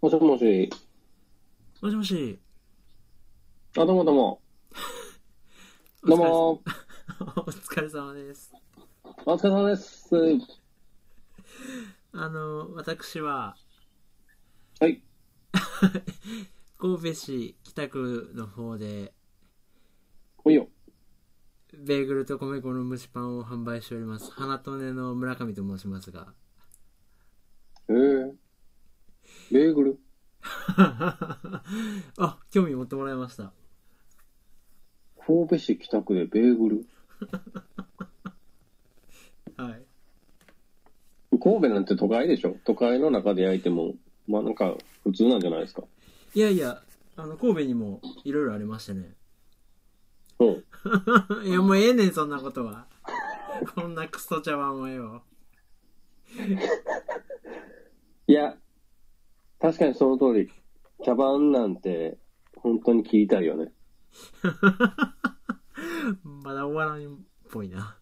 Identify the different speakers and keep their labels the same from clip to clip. Speaker 1: もしもし。
Speaker 2: もしもし。
Speaker 1: あ、どうもどうも。
Speaker 2: お
Speaker 1: ど
Speaker 2: 疲れ
Speaker 1: うも。
Speaker 2: お疲れ様です。
Speaker 1: お疲れ様です。
Speaker 2: あの、私は、
Speaker 1: はい。
Speaker 2: 神戸市北区の方で、
Speaker 1: おいよ。
Speaker 2: ベーグルと米粉の蒸しパンを販売しております。花とねの村上と申しますが。
Speaker 1: えー。ベーグル。
Speaker 2: あ、興味持ってもらいました。
Speaker 1: 神戸市北区でベーグル。
Speaker 2: はい。
Speaker 1: 神戸なんて都会でしょ都会の中で焼いても、まあなんか普通なんじゃないですか。
Speaker 2: いやいや、あの、神戸にもいろいろありましてね。
Speaker 1: うん。
Speaker 2: いや、もうええねん、そんなことは。 こんなクソ茶碗はよ。
Speaker 1: いや、確かにその通り、茶番なんて本当に聞いたいよね。
Speaker 2: まだ終わらんっぽいな。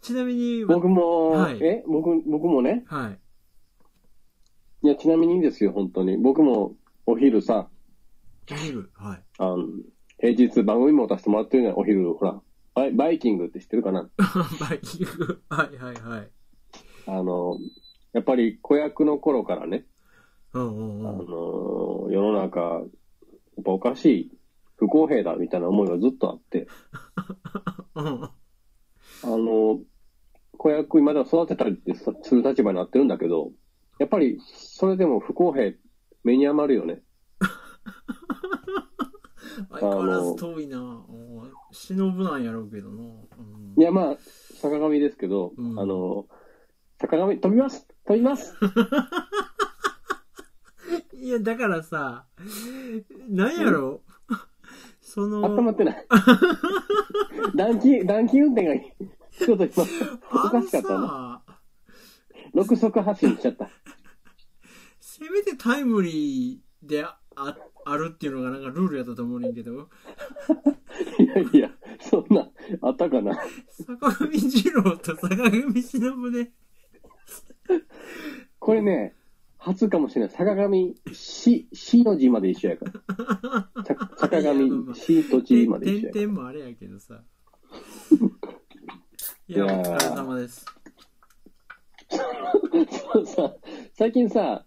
Speaker 2: ちなみに、
Speaker 1: 僕も、
Speaker 2: はい
Speaker 1: え僕、僕もね。
Speaker 2: はい。
Speaker 1: いや、ちなみにですよ、本当に。僕もお昼さ、
Speaker 2: お昼、はい。
Speaker 1: あの、平日番組も出してもらってるね、お昼、ほら、バイバイキングって知ってるかな
Speaker 2: バイキング。はいはいはい。
Speaker 1: あの、やっぱり子役の頃からね、
Speaker 2: うんう
Speaker 1: あ
Speaker 2: んうん。
Speaker 1: の、世の中、やっぱおかしい、不公平だみたいな思いがずっとあって、
Speaker 2: うん
Speaker 1: あの、子役今では育てたりってさする立場になってるんだけど、やっぱりそれでも不公平、目に余るよね。
Speaker 2: 相変わらず遠いな。うん忍ぶなんやろうけどな。うん
Speaker 1: いや、まあ、坂上ですけど、
Speaker 2: うん
Speaker 1: あの、坂上、飛びます飛びます
Speaker 2: いや、だからさ、なんやろうそ
Speaker 1: 温ま
Speaker 2: の、
Speaker 1: って ない。暖気、暖気運転が、ちょっと今、お
Speaker 2: あ
Speaker 1: か
Speaker 2: の
Speaker 1: しかったな。
Speaker 2: さ、
Speaker 1: 六足走りしちゃった。
Speaker 2: せめてタイムリーであああるっていうのがなんかルールやったと思うねんけど、
Speaker 1: いやいや、そんな、あったかな。
Speaker 2: 坂上二郎と坂上忍で、
Speaker 1: これね、初かもしれない。坂上、し、しの字まで一緒やから。さ坂
Speaker 2: いやまあま
Speaker 1: 上、
Speaker 2: あ
Speaker 1: しと
Speaker 2: て
Speaker 1: 字まで一緒やか
Speaker 2: ん
Speaker 1: ら。
Speaker 2: てんもあれやけ どさ。いや、お
Speaker 1: いやー
Speaker 2: 疲れ様です。
Speaker 1: そうさ、最近さ、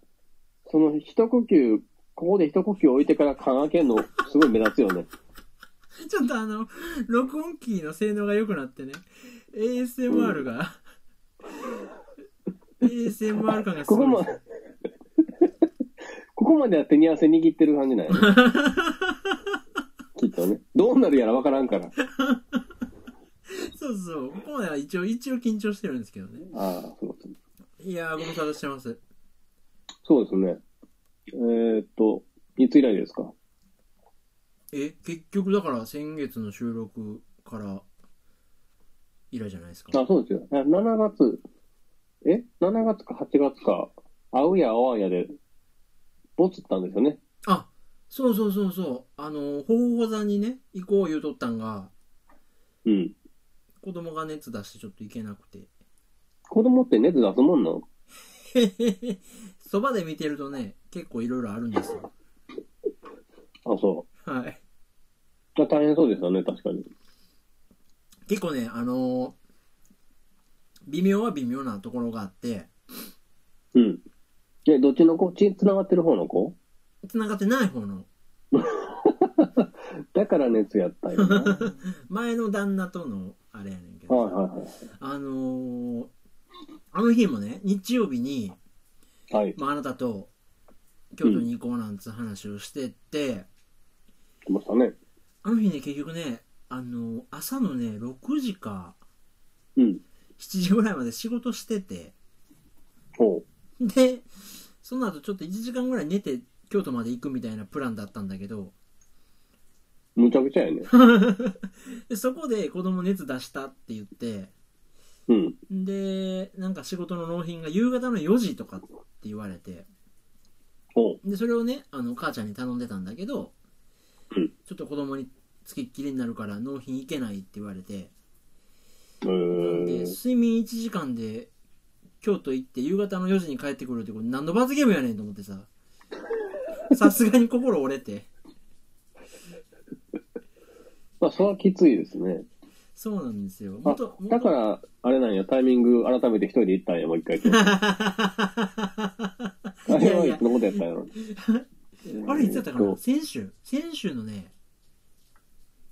Speaker 1: その一呼吸、ここで一呼吸置いてから缶開けんの、すごい目立つよね。
Speaker 2: ちょっとあの、録音機の性能が良くなってね、ASMR が、ASMR 感がす
Speaker 1: ここ
Speaker 2: ごい
Speaker 1: も。、ここまでは手に汗握ってる感じない、ね、きっとね。どうなるやらわからんから。
Speaker 2: そうそう、ここまでは一応、一応緊張してるんですけどね。
Speaker 1: ああ、そうそう。
Speaker 2: いやー、ご無沙汰してます。
Speaker 1: そうですね。えーっと、いつ以来ですか
Speaker 2: え、結局だから先月の収録から、以来じゃないですか。
Speaker 1: あ、そうですよ。あ7月、え ?7 月か8月か、会うや会わんやで、ボツったんですよね。
Speaker 2: あ、そうそうそうそう、あの、ほほ座にね、行こう言うとったんが、
Speaker 1: うん。
Speaker 2: 子供が熱出してちょっと行けなくて。
Speaker 1: 子供って熱出すもんなの
Speaker 2: そばで見てるとね、結構いろいろあるんですよ。
Speaker 1: あ、そ
Speaker 2: はい。
Speaker 1: う。大変そうですよね、確かに。
Speaker 2: 結構ねあのー微妙は微妙なところがあって
Speaker 1: うん。え、どっちの子ち、繋がってる方の子
Speaker 2: 繋がってない方の
Speaker 1: だから熱やったよな。はい
Speaker 2: 前の旦那とのあれやねんけど、
Speaker 1: は
Speaker 2: あのーあの日もね日曜日に、
Speaker 1: いはい。はい。
Speaker 2: まああなたと京都に行こうなんつう話をしてって、
Speaker 1: 来ましたね。
Speaker 2: あの日ね結局ねあのー朝のね6時か
Speaker 1: うん。
Speaker 2: 7時ぐらいまで仕事してて
Speaker 1: ほ
Speaker 2: でその後ちょっと1時間ぐらい寝て京都まで行くみたいなプランだったんだけど
Speaker 1: う。むちゃくちゃ やね。
Speaker 2: でそこで子供熱出したって言って
Speaker 1: うん。
Speaker 2: でなんか仕事の納品が夕方の4時とかって言われて
Speaker 1: ほう。
Speaker 2: でそれをねあの母ちゃんに頼んでたんだけど、
Speaker 1: うん
Speaker 2: ちょっと子供につきっきりになるから納品行けないって言われて
Speaker 1: え
Speaker 2: で
Speaker 1: ー、
Speaker 2: 睡眠1時間で京都行って夕方の4時に帰ってくるってこれ何の罰ゲームやねんと思ってささすがに心折れて。
Speaker 1: まあ、それはきついですね。
Speaker 2: そうなんですよ。
Speaker 1: あ
Speaker 2: 元
Speaker 1: だか。ら、あれなんや、タイミング改めて一人で行ったんや、もう一 回と。あれ
Speaker 2: いや
Speaker 1: はいい
Speaker 2: や
Speaker 1: つのことやったんやろ。
Speaker 2: あれいつやったか
Speaker 1: え
Speaker 2: な
Speaker 1: っと
Speaker 2: 先週先週のね、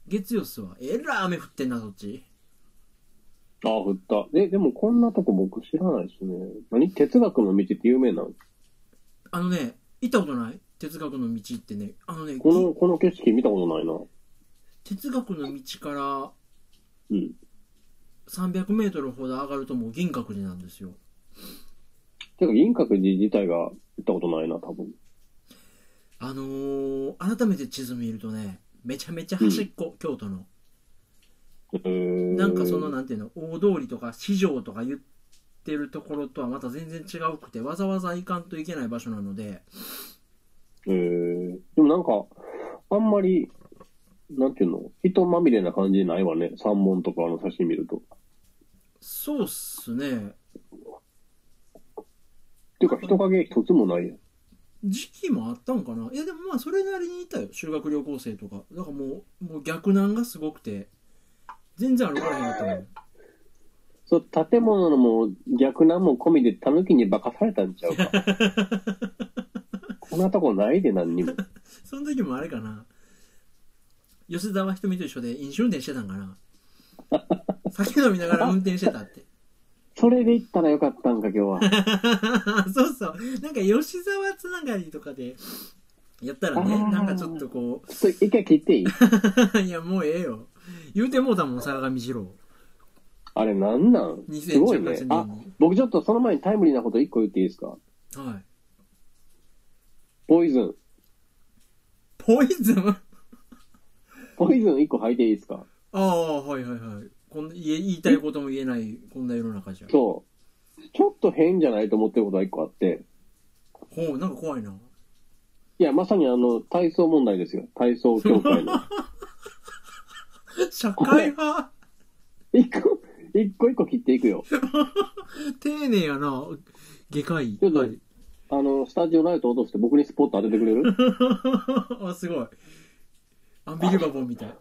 Speaker 2: 月曜っすわ。えらい雨降ってんな、そっち。
Speaker 1: ああ、降った。え、でもこんなとこ僕知らないですね。何哲学の道って有名なの
Speaker 2: あのね、行ったことない哲学の道ってね。あのね、
Speaker 1: この、この景色見たことないな。
Speaker 2: 哲学の道から
Speaker 1: うん。
Speaker 2: 300メートルほど上がるともう銀閣寺なんですよ。
Speaker 1: てか、銀閣寺自体が行ったことないな、多分。
Speaker 2: あのー、改めて地図見るとね、めちゃめちゃ端っこ、京都の。
Speaker 1: えー
Speaker 2: なんかその、なんていうの、大通りとか市場とか言ってるところとはまた全然違うくて、わざわざ行かんといけない場所なので、
Speaker 1: えーでもなんか、あんまり、なんていうの人まみれな感じないわね。三門とかの写真見ると。っ
Speaker 2: そうっすね。
Speaker 1: ていうか、人影一つもないやん。
Speaker 2: 時期もあったんかないやでもまあそれなりにいたよ修学旅行生とかだからもうもう逆難がすごくて全然歩かれへんかったもん
Speaker 1: そう、建物のも逆なんも込みで狸に化かされたんちゃうか。こんなとこないで、何にも。
Speaker 2: その時もあれかな吉沢ひとみと一緒で飲酒運転してたんか な酒飲みながら運転してたって
Speaker 1: それで行ったらよかったんか、今日は。
Speaker 2: そうそうなんか吉沢つながりとかでやったらね
Speaker 1: あー
Speaker 2: なんかちょっとこ
Speaker 1: ちょっと一回切っていいう
Speaker 2: いやもう ええよ言うてもうたもん坂上二郎
Speaker 1: あれなんなんすごいね
Speaker 2: 2018。年
Speaker 1: あ
Speaker 2: に、
Speaker 1: 僕ちょっとその前にタイムリーなこと一個言っていいですか
Speaker 2: はい
Speaker 1: ポイズン。
Speaker 2: ポイズン
Speaker 1: ポイズン一個履いていいですか
Speaker 2: ああ、はいはいはい。こん言え言いたいことも言えない、こんな世の中じゃ。
Speaker 1: そう。ちょっと変じゃないと思ってることが一個あって。
Speaker 2: ほう、なんか怖いな。
Speaker 1: いや、まさにあの、体操問題ですよ。体操協会の。
Speaker 2: 社会派、
Speaker 1: 一個、一個一個切っていくよ。
Speaker 2: 丁寧やな。外科医。
Speaker 1: ちょっとあの、スタジオライト落として僕にスポット当ててくれる
Speaker 2: あ、すごい。 アンビリバボーみたい。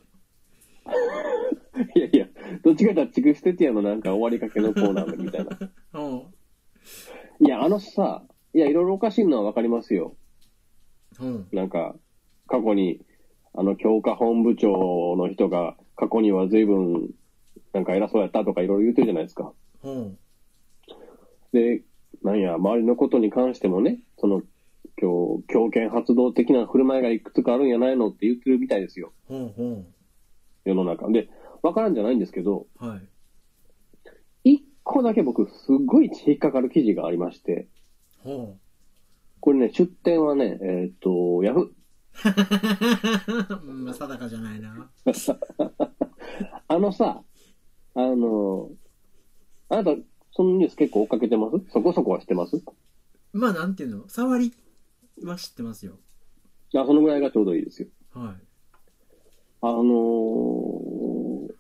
Speaker 1: いやいや、どっちかというとチクステティアのなんか終わりかけのコーナーみたいな。
Speaker 2: うん。
Speaker 1: いや、あのさ、いや、いろいろおかしいのはわかりますよ。
Speaker 2: うん。
Speaker 1: なんか、過去に、あの、教科本部長の人が、過去には随分、なんか偉そうやったとかいろいろ言ってるじゃないですか。
Speaker 2: うん。
Speaker 1: で、なんや、周りのことに関してもね、その、強強権発動的な振る舞いがいくつかあるんやないのって言ってるみたいですよ、
Speaker 2: うん。うん。
Speaker 1: 世の中。で、わからんじゃないんですけど、
Speaker 2: はい。
Speaker 1: 一個だけ僕、すっごい引っかかる記事がありまして、
Speaker 2: ほ
Speaker 1: これね、出典はね、えーっ、と、ヤフー
Speaker 2: う。まあ、定かじゃないな。
Speaker 1: あのさ、あの、あなた、そのニュース結構追っかけてますそこそこは知ってます
Speaker 2: まあ、なんていうの触りは知ってますよ。
Speaker 1: あ、そのぐらいがちょうどいいですよ。
Speaker 2: は
Speaker 1: あのー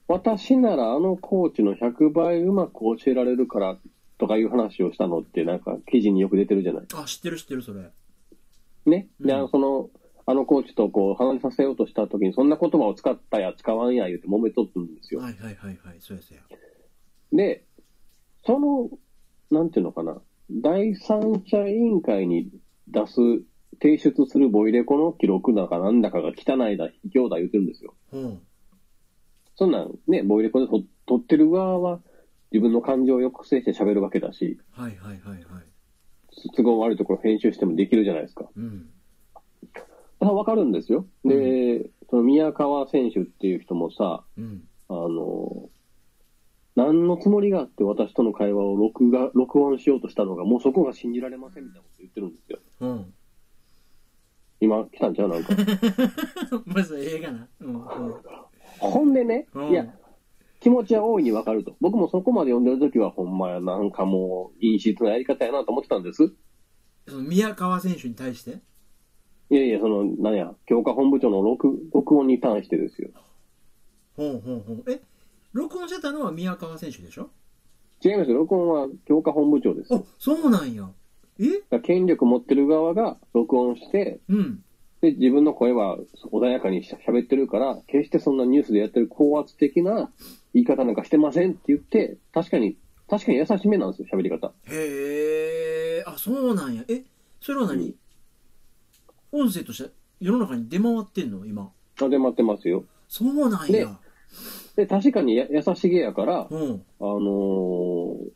Speaker 1: 私ならあのコーチの100倍うまく教えられるからとかいう話をしたのってなんか記事によく出てるじゃない
Speaker 2: い。あ、知ってる知ってる、それ。
Speaker 1: ね。で、あ
Speaker 2: うん
Speaker 1: のその、あのコーチとこう離れさせようとした時にそんな言葉を使ったや使わんや言うて揉めとったんですよ。
Speaker 2: はいはいはいはい。そうやそうや。
Speaker 1: で、その、なんていうのかな、第三者委員会に出す、提出するボイレコの記録だかなんだかが汚いだ、卑怯だ言ってるんですよ。
Speaker 2: ほう。
Speaker 1: そんなんね、ボイレコでと撮ってる側は自分の感情を抑制して喋るわけだし、
Speaker 2: はいはいはいはい。
Speaker 1: 都合悪いところ編集してもできるじゃないですか。
Speaker 2: うん。
Speaker 1: あわかるんですよ。で、その宮川選手っていう人もさ、
Speaker 2: うん。
Speaker 1: あの、何のつもりがあって私との会話を録画、録音しようとしたのが、もうそこが信じられませんみたいなこと言ってるんですよ。
Speaker 2: うん。
Speaker 1: 今来たんちゃうなんか。
Speaker 2: まず映画な。うん。
Speaker 1: ほんでね
Speaker 2: うん、
Speaker 1: いや、気持ちは大いにわかると。僕もそこまで読んでるときは、ほんまや、なんかもう、陰湿なやり方やなと思ってたんです。
Speaker 2: その宮川選手に対して
Speaker 1: いやいや、その、なんや、教科本部長の録録音に関してですよ。
Speaker 2: ほうほうほう。え、録音してたのは宮川選手でしょ
Speaker 1: 違いますよ、録音は教科本部長です。だ
Speaker 2: あ
Speaker 1: か、
Speaker 2: そうなんや。え
Speaker 1: ら権力持ってる側が録音して、
Speaker 2: うん。
Speaker 1: で、自分の声は穏やかにしゃ喋ってるから、決してそんなニュースでやってる高圧的な言い方なんかしてませんって言って、確かに、確かに優しめなんですよ、喋り方。
Speaker 2: へえあそうなんやえそれは何、音声として世の中に出回ってんの今
Speaker 1: あで待ってますよ。
Speaker 2: そうなん
Speaker 1: ね
Speaker 2: や、
Speaker 1: で、確かにや優しげやから、あ
Speaker 2: うん
Speaker 1: のー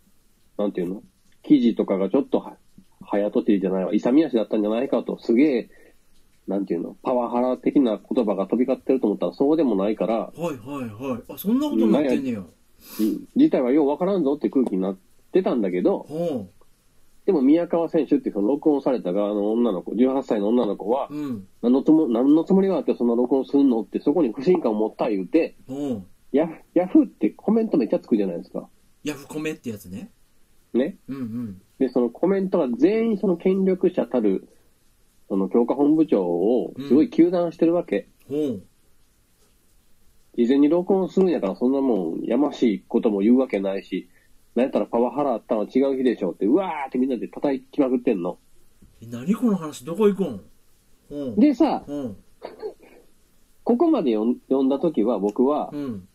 Speaker 1: なんていうの記事とかがちょっとは、早とちりじゃないわ、勇み足だったんじゃないかと、すげえ、なんていうのパワハラ的な言葉が飛び交ってると思ったら、そうでもないから、
Speaker 2: はいはいはいあそんなことになってんねや
Speaker 1: うん事態はようわからんぞって空気になってたんだけど、
Speaker 2: ほ
Speaker 1: でも宮川選手っていうその録音された側の女の子、18歳の女の子は
Speaker 2: う、うん
Speaker 1: 何のつも何のつもりがあってそんな録音すんのってそこに不信感を持った言うて、
Speaker 2: ほう
Speaker 1: ヤフヤフーってコメントめっちゃつくじゃないですか。
Speaker 2: ヤフコメってやつね
Speaker 1: ね。
Speaker 2: うんうん
Speaker 1: で、そのコメントが全員その権力者たる、その教科本部長をすごい糾弾してるわけ。
Speaker 2: ほ
Speaker 1: 事前に録音するんやからそんなもんやましいことも言うわけないし、なんやったらパワハラあったのは違う日でしょうって、うわーってみんなで叩きまくってんの。
Speaker 2: うえ何この話どこ行くんほう
Speaker 1: でさ、
Speaker 2: ほう
Speaker 1: ここまで読ん読んだ時は僕は、
Speaker 2: うん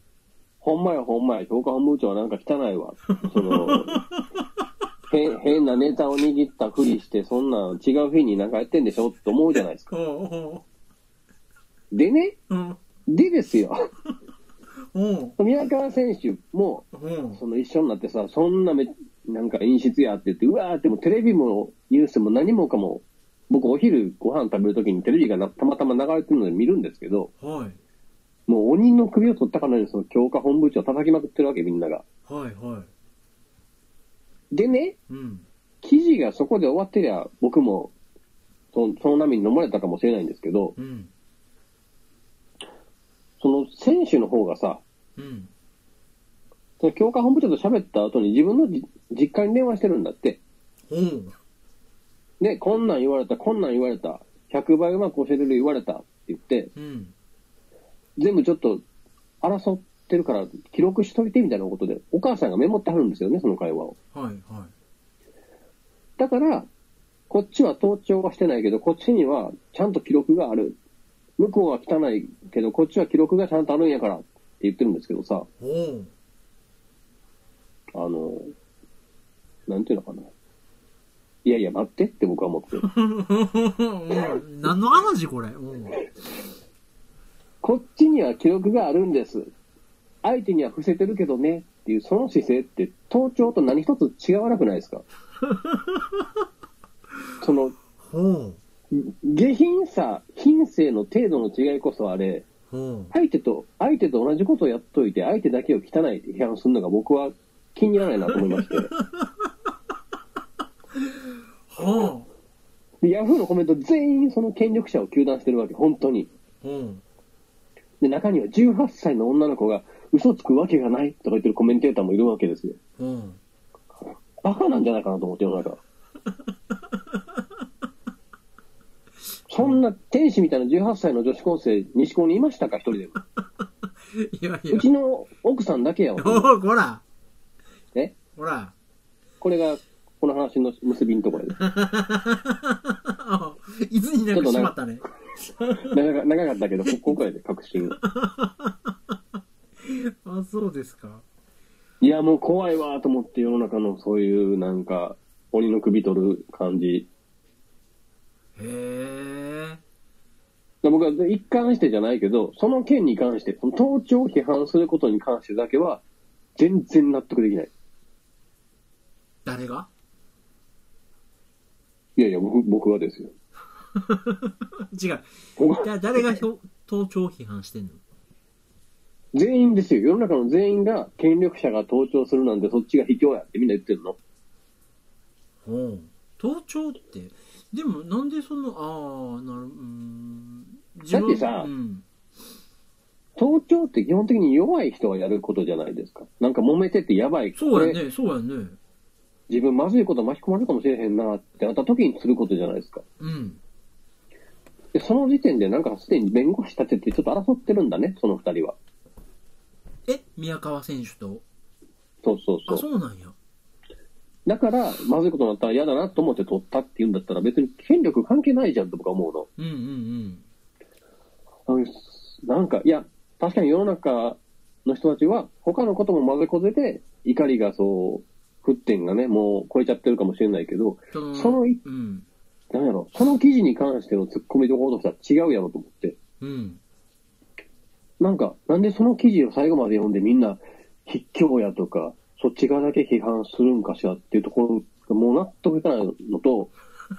Speaker 1: ほんまやほんまや、教科本部長はなんか汚いわ。その、変、変なネタを握ったふりして、そんなん違う日になんかやってんでしょって思うじゃないですか。
Speaker 2: ほうほ
Speaker 1: でね、
Speaker 2: ううん
Speaker 1: でですよ。
Speaker 2: ほ
Speaker 1: 宮川選手も、
Speaker 2: うほ
Speaker 1: その一緒になってさ、そんなめ、なんか陰湿やって言って、うわーってもうテレビもニュースも何もかも、僕お昼ご飯食べるときにテレビがなたまたま流れてるので見るんですけど、
Speaker 2: うはい
Speaker 1: もう鬼の首を取ったかのようにその教科本部長を叩きまくってるわけみんなが。
Speaker 2: はいは
Speaker 1: でね、
Speaker 2: いうん
Speaker 1: 記事がそこで終わってりゃ、僕もそのその波に飲まれたかもしれないんですけど、
Speaker 2: うん
Speaker 1: その選手の方がさ、
Speaker 2: うん
Speaker 1: その教科本部長と喋った後に自分のじ実家に電話してるんだって。
Speaker 2: ほう
Speaker 1: で、こんなん言われた、こんなん言われた、100倍うまく教えれる言われたって言って、
Speaker 2: うん
Speaker 1: 全部ちょっと争ってるから記録しといてみたいなことで、お母さんがメモってはるんですよね、その会話を。
Speaker 2: はいは
Speaker 1: だから、こっちは盗聴はしてないけど、こっちにはちゃんと記録がある。向こうは汚いけど、こっちは記録がちゃんとあるんやからって言ってるんですけどさ、
Speaker 2: いほう
Speaker 1: あの、なんていうのかな。いやいや、待ってって僕は思って。
Speaker 2: うん何の話これうん
Speaker 1: こっちには記録があるんです。相手には伏せてるけどねっていう、その姿勢って盗聴と何一つ違わなくないですかその、
Speaker 2: ほう
Speaker 1: 下品さ、品性の程度の違いこそあれ、
Speaker 2: ほ
Speaker 1: 相手と、相手と同じことをやっといて、相手だけを汚いって批判するのが僕は気に入らないなと思いまして。
Speaker 2: うほう
Speaker 1: でヤフーのコメント全員その権力者を糾弾してるわけ、本当に。
Speaker 2: ほ
Speaker 1: で、中には18歳の女の子が嘘つくわけがないとか言ってるコメンテーターもいるわけですよ。
Speaker 2: うほう
Speaker 1: バカなんじゃないかなと思って、世の中。そんな天使みたいな18歳の女子高生、西高にいましたか、一人でも。
Speaker 2: いやいう や
Speaker 1: ちの奥さんだけやわ。
Speaker 2: おおこら
Speaker 1: え
Speaker 2: こら
Speaker 1: これが、この話の結びのところです。
Speaker 2: いつになくしまったね
Speaker 1: 長か長かったけど、こ今回で確信。
Speaker 2: あそうですか
Speaker 1: いや、もう怖いわと思って世の中のそういうなんか、鬼の首取る感じ。
Speaker 2: へえ
Speaker 1: 僕は一貫してじゃないけど、その件に関して、その盗聴を批判することに関してだけは、全然納得できない。
Speaker 2: 誰が
Speaker 1: いやいや、僕僕はですよ。
Speaker 2: 違う
Speaker 1: 僕は
Speaker 2: だ誰がひょ盗聴を批判してんの
Speaker 1: 全員ですよ。世の中の全員が権力者が盗聴するなんてそっちが卑怯やってみんな言ってるの。
Speaker 2: ほう盗聴ってでもなんでそのああなるうーん自
Speaker 1: だってさ
Speaker 2: うん、
Speaker 1: 盗聴って基本的に弱い人がやることじゃないですか。なんか揉めててやばい。
Speaker 2: そう
Speaker 1: こ
Speaker 2: や
Speaker 1: れ
Speaker 2: ねそうやね
Speaker 1: 自分まずいこと巻き込まれるかもしれへんなってなった時にすることじゃないですか。
Speaker 2: うん
Speaker 1: で、その時点でなんかすでに弁護士立ててちょっと争ってるんだね、その二人は。
Speaker 2: え宮川選手と
Speaker 1: そうそうそ
Speaker 2: あ
Speaker 1: う。
Speaker 2: そうなんや
Speaker 1: だから、まずいことになったら嫌だなと思って取ったって言うんだったら別に権力関係ないじゃんと僕は思うの。
Speaker 2: うんうんうん
Speaker 1: いう、なんか、いや、確かに世の中の人たちは、他のことも混ぜこぜで、怒りがそう、沸点がね、もう超えちゃってるかもしれないけど、
Speaker 2: その
Speaker 1: その一
Speaker 2: うん
Speaker 1: なんやろ、その記事に関しての突っ込みどころとしては違うやろと思って、
Speaker 2: うん
Speaker 1: なんか、なんでその記事を最後まで読んでみんな、筆況やとか、そっち側だけ批判するんかしらっていうところがもう納得いかないのと、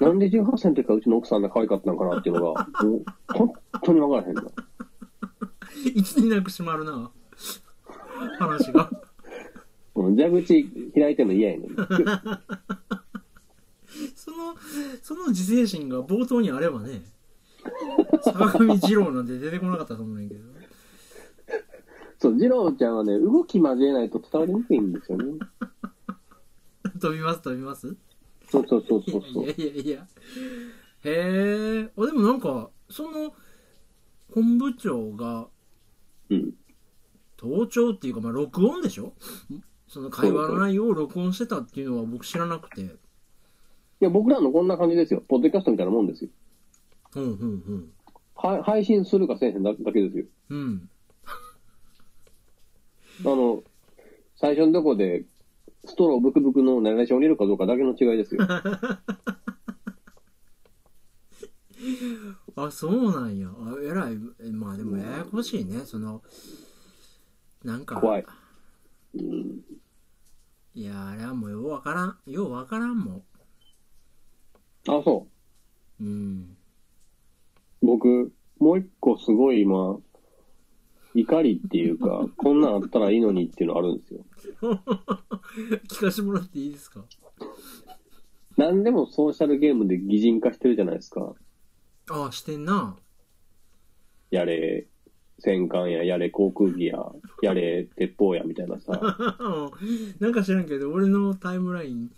Speaker 1: なんで18歳の時からうちの奥さんが可愛かったのかなっていうのが、もう本当にわからへんの。
Speaker 2: いつになく閉まるな話が
Speaker 1: うん蛇口開いてるの嫌やねん。
Speaker 2: そのその自制心が冒頭にあればね坂上二郎なんて出てこなかったと思うねんけど
Speaker 1: そう、二郎ちゃんはね、動き交えないと伝わりにくいんですよね。
Speaker 2: 飛びます飛びます
Speaker 1: そうそうそう
Speaker 2: い
Speaker 1: そうそう
Speaker 2: や。いやいやいやへえあでもなんかその本部長が
Speaker 1: うん。
Speaker 2: 盗聴っていうかまあ録音でしょその会話の内容を録音してたっていうのは僕知らなくて
Speaker 1: いや、僕らのこんな感じですよ。ポッドキャストみたいなもんですよ。
Speaker 2: うんうんうん
Speaker 1: は配信するかせえへんだだけですよ。
Speaker 2: うん
Speaker 1: あの、最初のとこで、ストローブクブクのナレーションを入れるかどうかだけの違い ですよ。
Speaker 2: あそうなんやあえらいえまあでもややこしいねそのなんか
Speaker 1: 怖い。うん。
Speaker 2: いやあれはもうようわからんようわからんも
Speaker 1: あ、そ
Speaker 2: んうん
Speaker 1: う。僕、もう一個すごい今、怒りっていうか、こんなんあったらいいのにっていうのあるんですよ。
Speaker 2: 聞かせてもらっていいですか
Speaker 1: 何でもソーシャルゲームで擬人化してるじゃないですか。
Speaker 2: あしてんな
Speaker 1: やれ、戦艦や、やれ、航空機や、やれ、鉄砲や、みたいなさ。
Speaker 2: うんなんか知らんけど、俺のタイムライン、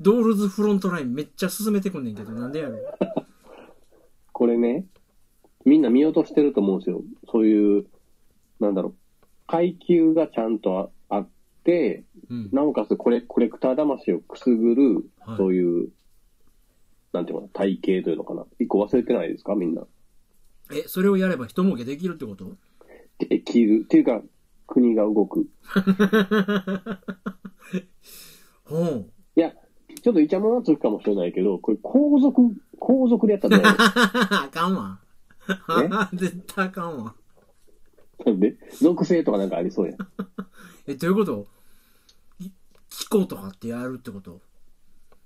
Speaker 2: ドールズフロントラインめっちゃ進めてくんねんけど、なんでやろ
Speaker 1: これね、みんな見落としてると思うんですよ。そういう、なんだろう、階級がちゃんとああって、
Speaker 2: うん。
Speaker 1: なおかつコレコレクター魂をくすぐる、
Speaker 2: はい
Speaker 1: そういう、なんていうのかな、体系というのかな。一個忘れてないですかみんな。
Speaker 2: え、それをやれば人儲けできるってこと
Speaker 1: できる。っていうか、国が動く。
Speaker 2: ほう。
Speaker 1: いや、ちょっとイチャモンはつくかもしれないけど、これ皇族、皇族でやったらどうな
Speaker 2: あかんわ。 絶対あかんわ。
Speaker 1: の なんで、属性とかなんかありそうやん。
Speaker 2: え、どういうことい気候とかってやるってこと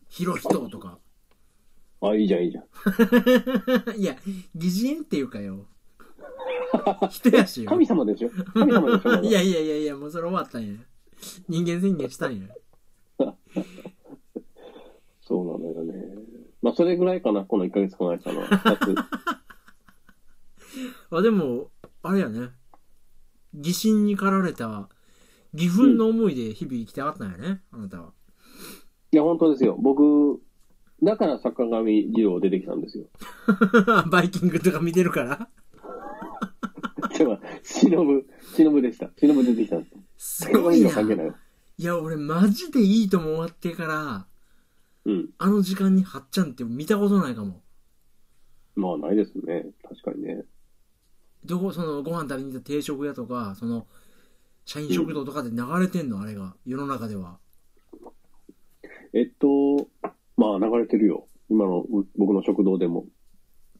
Speaker 2: 広人とか。
Speaker 1: あ、いいじゃん、いいじゃん。
Speaker 2: いや、擬人っていう かよ。人やしよ。
Speaker 1: 神様でしょ神様でしょまだ
Speaker 2: いやいやいやいや、もうそれ終わったんや。人間宣言したんや。
Speaker 1: そうなのよね。まあ、それぐらいかな、この1ヶ月この間のや つ。
Speaker 2: あでもあれやね疑心に駆られた義憤の思いで日々生きてあったんやね、あなたはい
Speaker 1: や、本当ですよ。僕、だから坂上二郎出てきたんですよ。
Speaker 2: バイキングとか見てるから
Speaker 1: では、忍ぶ、忍でした。忍出てきたんです。
Speaker 2: す
Speaker 1: 坂
Speaker 2: ご
Speaker 1: 上
Speaker 2: い
Speaker 1: 二郎
Speaker 2: な
Speaker 1: 関係ないい。
Speaker 2: や俺マジでいいとも終わってから
Speaker 1: うん。
Speaker 2: あの時間にはっちゃんって見たことないかも
Speaker 1: まあ、ないですね。確かにね。
Speaker 2: どこそのご飯食べに行った定食屋とかその社員食堂とかで流れてんのあれが世の中では
Speaker 1: えっと、まあ、流れてるよ。今のう僕の食堂でも。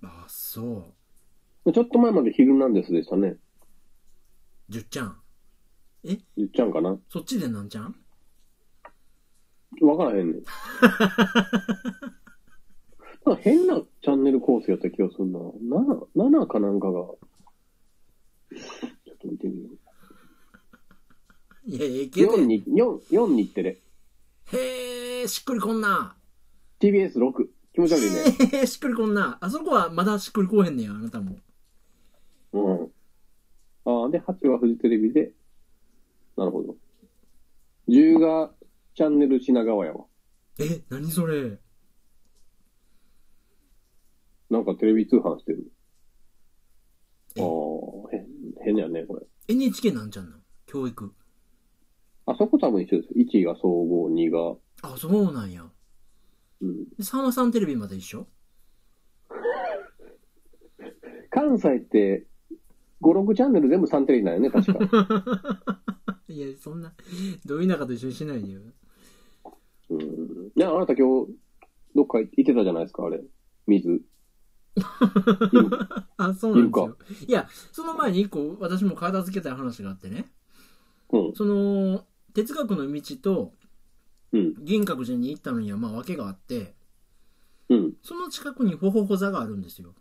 Speaker 2: あそ
Speaker 1: ちょっと前まで昼なんですでしたね。
Speaker 2: うじゅっちゃん
Speaker 1: 言っちゃうんかな
Speaker 2: そっちでなんちゃん
Speaker 1: わからへんねん。なんか変なチャンネル構成やった気がするな。7、7かなんかが。ちょっと見てみよう。
Speaker 2: いやいやいけて
Speaker 1: 4に、4、4にってね。
Speaker 2: へえしっくりこんな
Speaker 1: TBS6。気持ち悪いね。
Speaker 2: えーしっくりこんな。あそこはまだしっくりこうへんねや、あなたも。
Speaker 1: うん。ああ、で、8はフジテレビで。なるほど。10がチャンネル品川やわ。
Speaker 2: え、何それ
Speaker 1: なんかテレビ通販してる。
Speaker 2: え
Speaker 1: ああ、へ変やね、これ。
Speaker 2: ?NHK なんちゃんなん教育。
Speaker 1: あそこ多分一緒ですよ。1が総合、2が。
Speaker 2: あ、そうなんや。
Speaker 1: うん。
Speaker 2: で、さんまさんテレビまで一緒
Speaker 1: 関西って5、6チャンネル全部サンテレビなんよね、確か。
Speaker 2: いや、そんな、 ど田舎と一緒にしないでよ。
Speaker 1: うん。いや、あなた今日、どっか行ってたじゃないですか、あれ。水。いる
Speaker 2: あ、そうなんですよ。いや、その前に一個、私も片付けたい話があってね。
Speaker 1: うん。
Speaker 2: その、哲学の道と
Speaker 1: うん。
Speaker 2: 銀閣寺に行ったのには、まあ、訳があって、
Speaker 1: うん。
Speaker 2: その近くにホホホ座があるんですよ。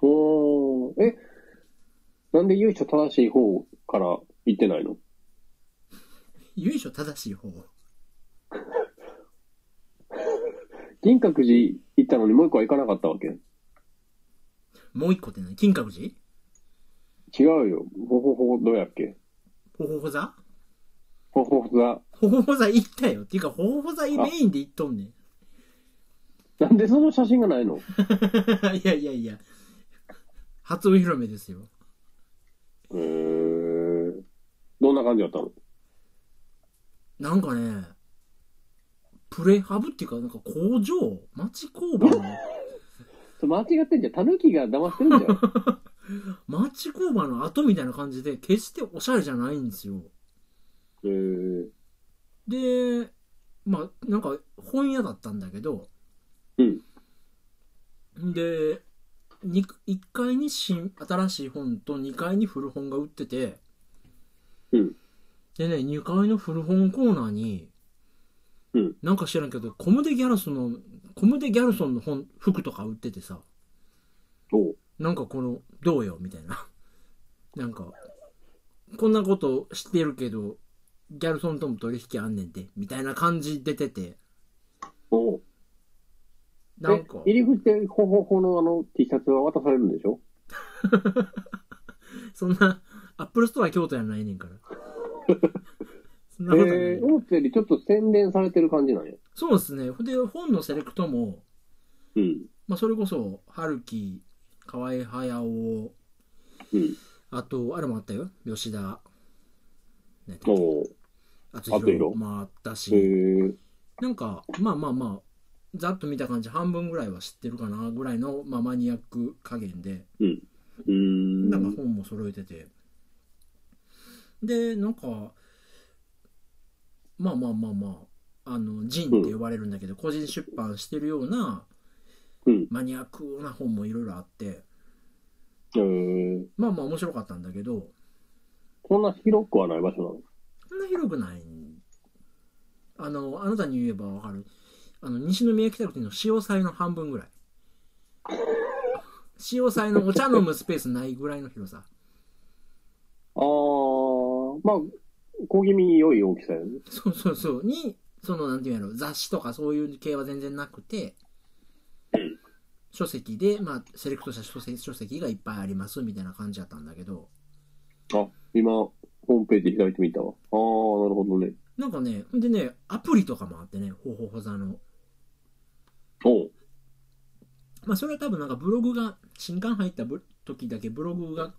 Speaker 1: おー。え、なんで由緒正しい方から行ってないの
Speaker 2: 由緒正しい方。
Speaker 1: 銀閣寺行ったのにもう一個は行かなかったわけ
Speaker 2: もう一個って何金閣寺
Speaker 1: 違うよ。ほほほ、どうやっけ
Speaker 2: ホホホ座
Speaker 1: ほほほだ。
Speaker 2: ホホホ座行ったよ。っていうか、ホホホ座メインで行っとん ねん。
Speaker 1: なんでその写真がないの
Speaker 2: いやいやいや。初お披露目ですよ。
Speaker 1: えー、どんな感じだったの
Speaker 2: なんかね、プレハブっていうか、なんか工場町工場の
Speaker 1: それ間違ってんじゃん。狸が騙してるんじゃん。
Speaker 2: 町工場の後みたいな感じで、決しておしゃれじゃないんですよ。
Speaker 1: えー、
Speaker 2: で、まあ、なんか本屋だったんだけど、
Speaker 1: うん。
Speaker 2: で、に1階に新新しい本と2階に古本が売ってて、
Speaker 1: うん。
Speaker 2: でね、2階の古本コーナーに、
Speaker 1: うん
Speaker 2: なんか知らんけど、コムデ・ギャルソンの、コムデ・ギャルソンの本、服とか売っててさ、
Speaker 1: おう
Speaker 2: なんかこの、どうよ、みたいな。 なんか、こんなこと知ってるけど、ギャルソンとも取引あんねんて、みたいな感じ出てて、
Speaker 1: おう
Speaker 2: なんか、
Speaker 1: え入り口でほほほのあの T シャツは渡されるんでしょ
Speaker 2: そんな、アップルストア京都やないねんから。 そんなことない、
Speaker 1: えー、思ったよりちょっと宣伝されてる感じなんや。
Speaker 2: そうですね。で、本のセレクトも、
Speaker 1: うん。
Speaker 2: まあ、それこそ、春樹、河合隼
Speaker 1: うん。
Speaker 2: 雄、あと、あれもあったよ。吉田、ね、
Speaker 1: おう
Speaker 2: あ
Speaker 1: あと色
Speaker 2: もあったし、
Speaker 1: えー、
Speaker 2: なんか、まあまあまあ、ざっと見た感じ、半分ぐらいは知ってるかな、ぐらいの、まあ、マニアック加減で、
Speaker 1: うーん。
Speaker 2: なんか本も揃えてて。で、なんか、まあまあまあまあ、あの、ジンって呼ばれるんだけど、個人出版してるような、
Speaker 1: うん
Speaker 2: マニアックな本もいろいろあって、
Speaker 1: えー、
Speaker 2: まあまあ面白かったんだけど、
Speaker 1: そんな広くはない場所なの
Speaker 2: そんな広くない。あの、あなたに言えばわかる。あの、西宮北区の潮騒の半分ぐらい。潮騒のお茶飲むスペースないぐらいの広さ。
Speaker 1: あー、まあ、小気味に良い大きさやね。
Speaker 2: そうそうそう。に、その、なんていうんやろ、雑誌とかそういう系は全然なくて、書籍で、まあ、セレクトした書籍書籍がいっぱいありますみたいな感じだったんだけど、
Speaker 1: あ、今、ホームページ開いてみたわ。あー、なるほどね。
Speaker 2: なんかね、ほんでね、アプリとかもあってね、ほうほうほざの。
Speaker 1: おう
Speaker 2: まあそれは多分なんかブログが新刊入ったぶ時だけブログが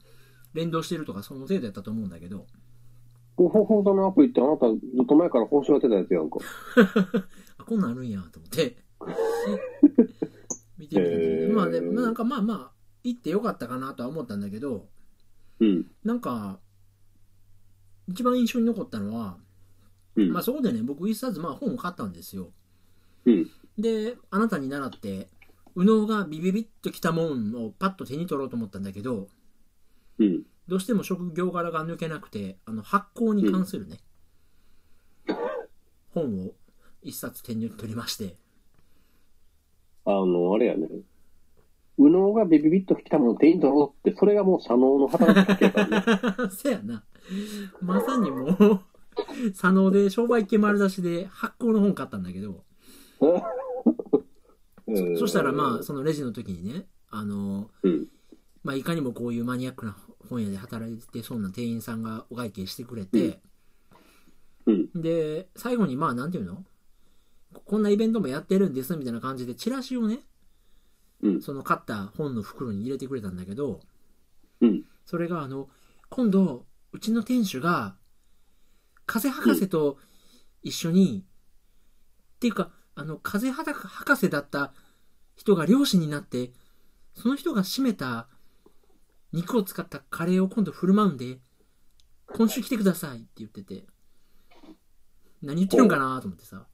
Speaker 2: 連動してるとかその程度やったと思うんだけど
Speaker 1: ごほほさのアプリってあなたずっと前から報酬やってたやつやんか。
Speaker 2: あこんなんあるんやと思って 見てみたんだけ
Speaker 1: へ
Speaker 2: ど
Speaker 1: ー
Speaker 2: まあでもなんかまあまあ行ってよかったかなとは思ったんだけど
Speaker 1: うん。
Speaker 2: なんか一番印象に残ったのは、
Speaker 1: うん。
Speaker 2: まあ、そこでね僕一冊まあ本を買ったんですよ
Speaker 1: うん。
Speaker 2: であなたに習って右脳がビビビッときたもんをパッと手に取ろうと思ったんだけど
Speaker 1: うん。
Speaker 2: どうしても職業柄が抜けなくてあの発行に関するね、本を一冊手に取りまして
Speaker 1: あの、あれやね。右脳がビビビッときたものを手に取ろうって、それがもう左脳の働きかけやから ね。
Speaker 2: せやなまさにもう佐野で商売系丸出しで発行の本買ったんだけど、
Speaker 1: うん
Speaker 2: そしたらまあそのレジの時にねあの、
Speaker 1: うん
Speaker 2: まあ、いかにもこういうマニアックな本屋で働いてそうな店員さんがお会計してくれて、
Speaker 1: うん
Speaker 2: で最後にまあなんていうのこんなイベントもやってるんですみたいな感じでチラシをね
Speaker 1: うん。
Speaker 2: その買った本の袋に入れてくれたんだけど、
Speaker 1: うん
Speaker 2: それがあの、今度、うちの店主が、風博士と一緒に、っていうか、あの、風博士だった人が漁師になって、その人が閉めた肉を使ったカレーを今度振る舞うんで、今週来てくださいって言ってて、何言ってるんかなと思ってさ。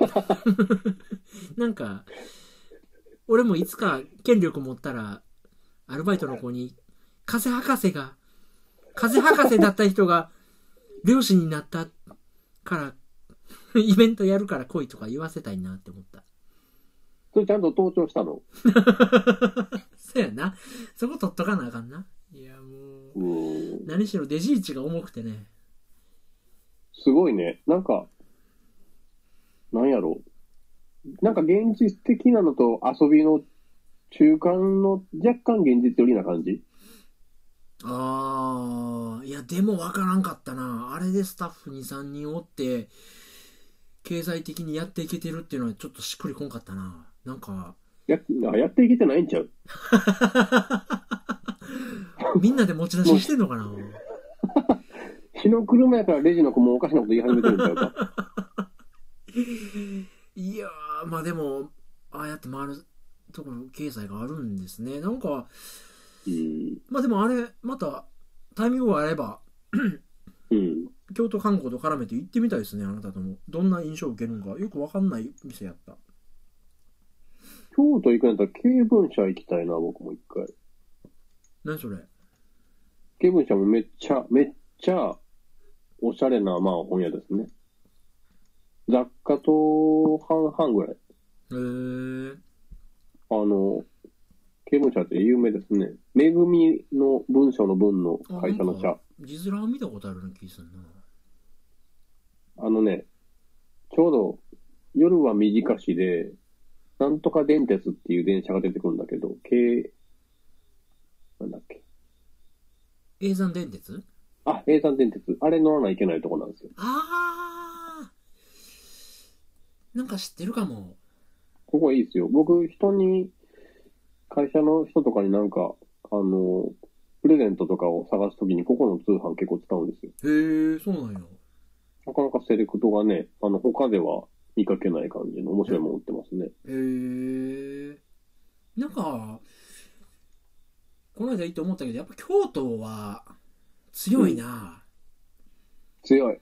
Speaker 2: なんか、俺もいつか権力持ったら、アルバイトの子に、風博士が、風博士だった人が、漁師になったから、 イベントやるから来いとか言わせたいなって思った。
Speaker 1: それちゃんと盗聴したの。
Speaker 2: そうやな。そこ取っとかなあかんな。いや、もう、
Speaker 1: うん。
Speaker 2: 何しろデジイチが重くてね。
Speaker 1: すごいね。なんか、なんやろう。なんか現実的なのと遊びの中間の若干現実寄りな感じ
Speaker 2: ああ、いや、でもわからんかったな。あれでスタッフ2、3人おって、経済的にやっていけてるっていうのはちょっとしっくりこんかったな。なんか、
Speaker 1: やあやっていけてないんちゃう
Speaker 2: みんなで持ち出ししてんのかな
Speaker 1: 日の車やからレジの子もおかしなこと言い始めてるんちゃう か。
Speaker 2: いやー、まあでも、ああやって回るところ、経済があるんですね。なんか、
Speaker 1: うん。
Speaker 2: まあでもあれ、また、タイミングがあれば、
Speaker 1: うん。
Speaker 2: 京都観光と絡めて行ってみたいですね、あなたとも。どんな印象を受けるのか、よくわかんない店やった。
Speaker 1: 京都行くんやったら、軽文社行きたいな、僕も一回。
Speaker 2: 何それ
Speaker 1: 軽文社もめっちゃ、めっちゃ、おしゃれな、まあ、本屋ですね。雑貨と半々ぐらい。
Speaker 2: へー。
Speaker 1: あの、軽文社って有名ですね。めぐみの文章の文の会社の
Speaker 2: あなん
Speaker 1: 茶
Speaker 2: か。字面見たことあるような気するな。
Speaker 1: あのね、ちょうど、夜は短しで、なんとか電鉄っていう電車が出てくるんだけど、軽、なんだっけ。
Speaker 2: 永山電鉄
Speaker 1: あ、永山電鉄。あれ乗らないといけないとこなんですよ。
Speaker 2: あーなんか知ってるかも。
Speaker 1: ここいいですよ。僕、人に、会社の人とかになんか、あの、プレゼントとかを探すときに、ここの通販結構使うんですよ。
Speaker 2: へー、そうなんや。
Speaker 1: なかなかセレクトがね、あの、他では見かけない感じの面白いもの売ってますね。
Speaker 2: へー。なんか、この間いいと思ったけど、やっぱ京都は強いな。
Speaker 1: 強い。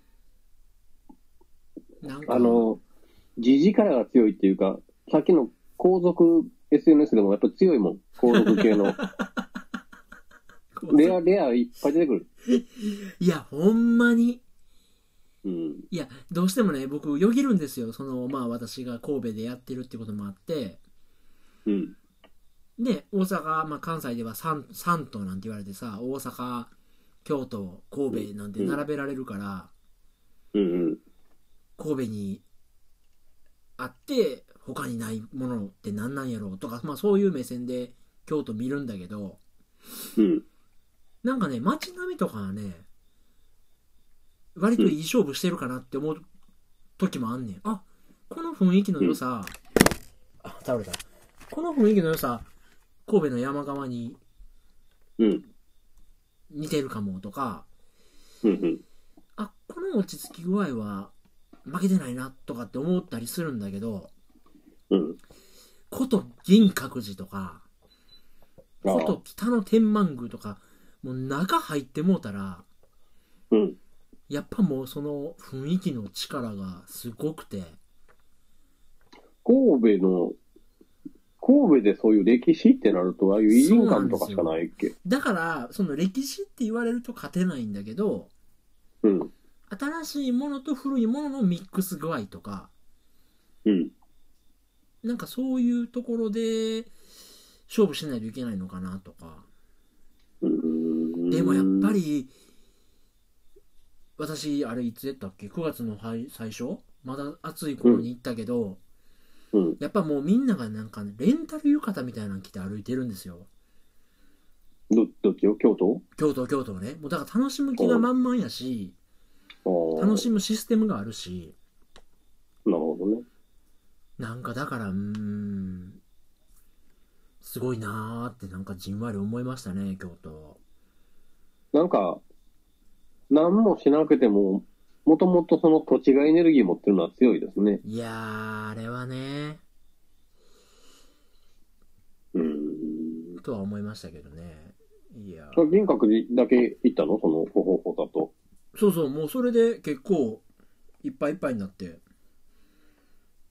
Speaker 2: なんか、
Speaker 1: あの、地力が強いっていうか、さっきの皇族 SNS でもやっぱ強いもん。皇族系 の。
Speaker 2: こう
Speaker 1: レア、レアいっぱい出てくる。
Speaker 2: いや、ほんまに。
Speaker 1: うん。
Speaker 2: いや、どうしてもね、僕、よぎるんですよ。その、まあ、私が神戸でやってるってこともあって、
Speaker 1: うん。
Speaker 2: で、大阪、まあ、関西では三、三都なんて言われてさ、大阪、京都、神戸なんて並べられるから、
Speaker 1: うんうん。
Speaker 2: 神戸にあって、他にないものってなんなんやろうとか、まあ、そういう目線で京都見るんだけど、
Speaker 1: うん。
Speaker 2: なんかね、街並みとかはね、割といい勝負してるかなって思う時もあんねん。あ、この雰囲気の良さ、あ、倒れた。この雰囲気の良さ、神戸の山側に
Speaker 1: うん。
Speaker 2: 似てるかもとか、
Speaker 1: うん。
Speaker 2: あ、この落ち着き具合は負けてないなとかって思ったりするんだけど、
Speaker 1: うん。
Speaker 2: 古都銀閣寺とか、
Speaker 1: あ
Speaker 2: 古
Speaker 1: あ
Speaker 2: 都。北の天満宮とか、もう中入ってもうたら、
Speaker 1: うん。
Speaker 2: やっぱもうその雰囲気の力がすごくて、
Speaker 1: 神戸の、神戸でそういう歴史ってなると、ああいう偉人館とかしかないっけ。
Speaker 2: だから、その歴史って言われると勝てないんだけど、
Speaker 1: うん。
Speaker 2: 新しいものと古いもののミックス具合とか、
Speaker 1: うん。
Speaker 2: なんかそういうところで勝負しないといけないのかなとか。
Speaker 1: うん。
Speaker 2: でもやっぱ。り、私、あれいつやったっけ ?9 月のはい最初まだ暑い頃に行ったけど、
Speaker 1: うん。
Speaker 2: やっぱもうみんながなんかね、レンタル浴衣みたいなの着て歩いてるんですよ。
Speaker 1: ど、どっちよ京都
Speaker 2: 京都、京都ね。もうだから楽しむ気が満々やし、
Speaker 1: ああ。
Speaker 2: 楽しむシステムがあるし、
Speaker 1: なるほどね。
Speaker 2: なんかだから、うーん、すごいなーってなんかじんわり思いましたね、京都。
Speaker 1: なんか、何もしなくても、もともとその土地がエネルギー持ってるのは強いですね。
Speaker 2: いやー、あれはね、
Speaker 1: うん。
Speaker 2: とは思いましたけどね。いや。
Speaker 1: あ銀閣寺だけ行ったのその方法だと。
Speaker 2: そうそう、もうそれで結構いっぱいいっぱいになって、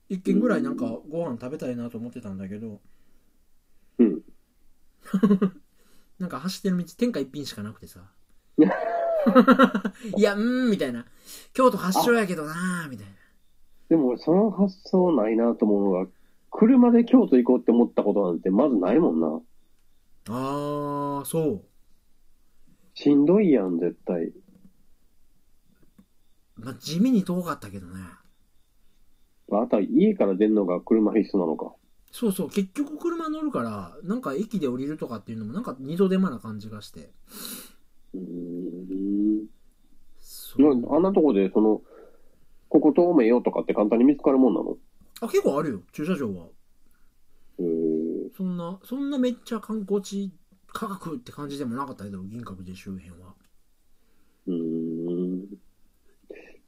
Speaker 2: 一軒ぐらいなんかご飯食べたいなと思ってたんだけど、
Speaker 1: うん。
Speaker 2: なんか走ってる道天下一品しかなく てさ。いや、うーん、みたいな。京都発祥やけどなー、みたいな。
Speaker 1: でも、その発想ないなと思うのが、車で京都行こうって思ったことなんてまずないもんな。
Speaker 2: あー、そう。
Speaker 1: しんどいやん、絶対。
Speaker 2: まあ、地味に遠かったけどね。
Speaker 1: あとは家から出るのが車必須なのか。
Speaker 2: そうそう、結局車乗るから、なんか駅で降りるとかっていうのもなんか二度手間な感じがして。
Speaker 1: うーん。
Speaker 2: そう
Speaker 1: まああんなとこで、その、ここ遠めよとかって簡単に見つかるもんなの
Speaker 2: あ、結構あるよ、駐車場は。
Speaker 1: へー
Speaker 2: そんな、そんなめっちゃ観光地価格って感じでもなかったけど、銀閣寺周辺は。
Speaker 1: うーん。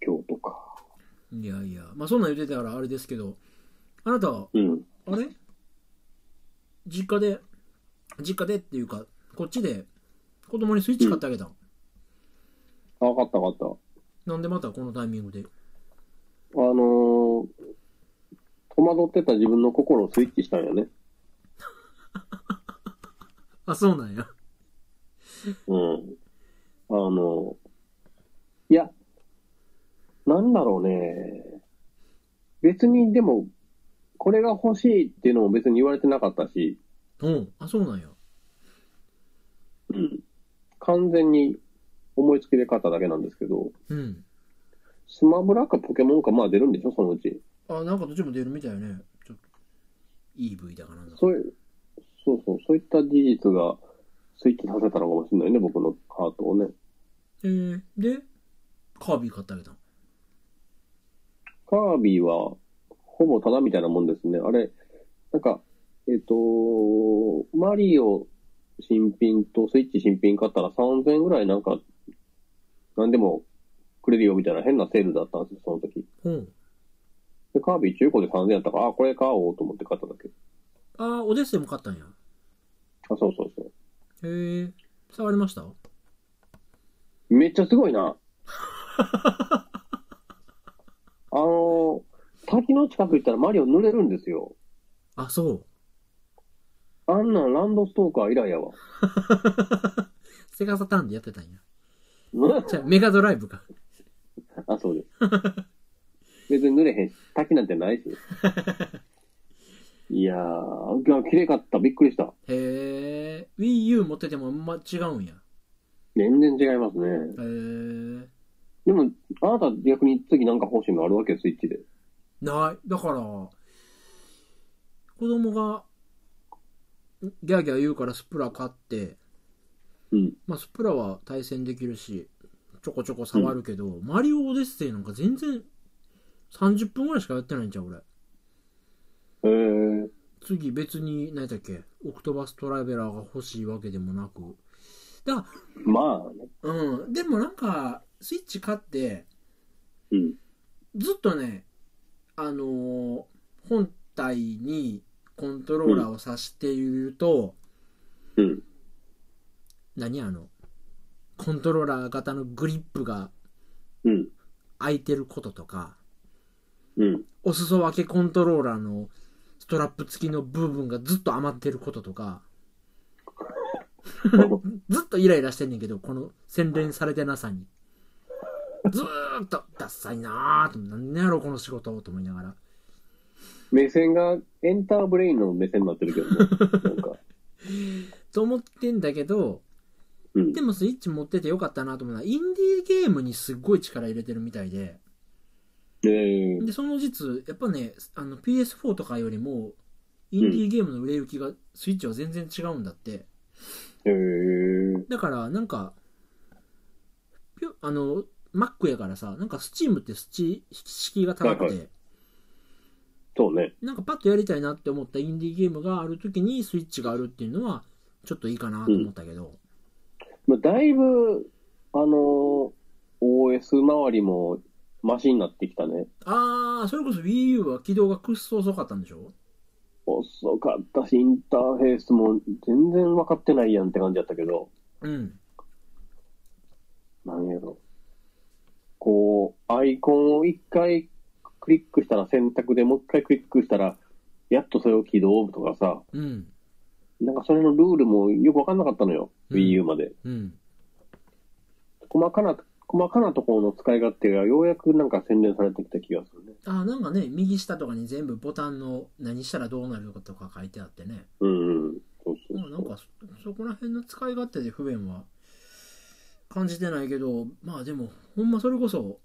Speaker 1: 京都か。
Speaker 2: いやいや、まあそんなん言ってたからあれですけど、あなたは、
Speaker 1: うん。
Speaker 2: あれ実家で、実家でっていうか、こっちで子供にスイッチ買ってあげたん、
Speaker 1: あわかったわかった。
Speaker 2: なんでまたこのタイミングで。
Speaker 1: あのー、戸惑ってた自分の心をスイッチしたんやね。
Speaker 2: あ、そうなんや。
Speaker 1: うん。あの、いや、なんだろうね。別にでも、これが欲しいっていうのも別に言われてなかったし、
Speaker 2: うん、あ、そうなんや。
Speaker 1: うん完全に思いつきで買っただけなんですけど、
Speaker 2: うん。
Speaker 1: スマブラかポケモンかまあ出るんでしょ、そのうち。
Speaker 2: あ、なんかどっちも出るみたいよね。ちょっと、EV だかなんだか。
Speaker 1: そういう、そうそう、そういった事実がスイッチさせたのかもしれないね、僕のカートをね。
Speaker 2: えー、で、カービィ買ってあげたん
Speaker 1: カービィは、ほぼただみたいなもんですね。あれ、なんか、えっ、と、マリオ新品とスイッチ新品買ったら3000円ぐらいなんか、なんでもくれるよみたいな変なセールだったんですよ、その時。
Speaker 2: ほう。
Speaker 1: で、カービィ中古で3000円やったから、あ、これ買おうと思って買っただけ。
Speaker 2: あー、オデッセイも買ったんや。
Speaker 1: あ、そうそうそ
Speaker 2: へえ、触りました
Speaker 1: う。めっちゃすごいな。あの、滝の近く行ったらマリオ濡れるんですよ。
Speaker 2: あ、そう。
Speaker 1: あんなんランドストーカー以来やわ。
Speaker 2: セガサターンでやってたんや。
Speaker 1: うん
Speaker 2: じゃあメガドライブか。
Speaker 1: あ、そうです。別に濡れへんし、滝なんてないし。いやー、が綺麗かった。びっくりした。
Speaker 2: へえ。Wii U 持ってても、ま、違うんや。
Speaker 1: 全然違いますね。
Speaker 2: へえ。
Speaker 1: でも、あなた逆に次なんか欲しいのあるわけスイッチで。
Speaker 2: ない。だから、子供が、ギャーギャー言うからスプラ買って、
Speaker 1: うん。
Speaker 2: まあ、スプラは対戦できるし、ちょこちょこ触るけど、マリオオデッセイなんか全然、30分ぐらいしかやってないんちゃう俺。
Speaker 1: えー、
Speaker 2: 次別に、何やったっけ、オクトバストラベラーが欲しいわけでもなく。だから
Speaker 1: まあね。
Speaker 2: うん。でもなんか、スイッチ買って、
Speaker 1: うん。
Speaker 2: ずっとね、あのー本体にコントローラーを挿していると、
Speaker 1: うん。
Speaker 2: 何あの、コントローラー型のグリップが
Speaker 1: うん。
Speaker 2: 空いてることとか、
Speaker 1: うん。
Speaker 2: お裾分けコントローラーのストラップ付きの部分がずっと余ってることとか、 ずっとイライラしてんねんけど、この洗練されてなさに。ずーっと、ダッサいなーと、なんやろこの仕事と思いながら。
Speaker 1: 目線がエンターブレインの目線になってるけど ね。なんか。
Speaker 2: と思ってんだけど、
Speaker 1: うん
Speaker 2: で。もスイッチ持っててよかったなと思うのは、インディーゲームにすっごい力入れてるみたいで、
Speaker 1: えー、
Speaker 2: で、その実、やっぱね、あの PS4 とかよりも、インディーゲームの売れ行きが、スイッチは全然違うんだって。
Speaker 1: えー、
Speaker 2: だから、なんか、ぴょあの、Mac やからさ、なんか Steam ってスチ敷居が高くて、
Speaker 1: はいはそうね。
Speaker 2: なんかパッとやりたいなって思ったインディーゲームがある時にスイッチがあるっていうのは、ちょっといいかなと思ったけど、
Speaker 1: まあ、だいぶ、あのー、OS 周りもマシになってきたね。
Speaker 2: あー、それこそ Wii U は起動がくっそ遅かったんでしょ
Speaker 1: 遅かったし、インターフェースも全然分かってないやんって感じだったけど、
Speaker 2: うん。
Speaker 1: なんやろ。こう、アイコンを一回クリックしたら選択でもう一回クリックしたら、やっとそれを起動とかさ、
Speaker 2: うん。
Speaker 1: なんかそれのルールもよくわかんなかったのよ。
Speaker 2: うん
Speaker 1: Wii U まで。
Speaker 2: うん。
Speaker 1: 細かな、細かなところの使い勝手がようやくなんか洗練されてきた気がするね。
Speaker 2: あー、なんかね、右下とかに全部ボタンの何したらどうなるかとか書いてあってね。
Speaker 1: うんうん。そうそうそ
Speaker 2: まあ
Speaker 1: う。
Speaker 2: なんかそそこら辺の使い勝手で不便は感じてないけどまあでもほんまそれこそ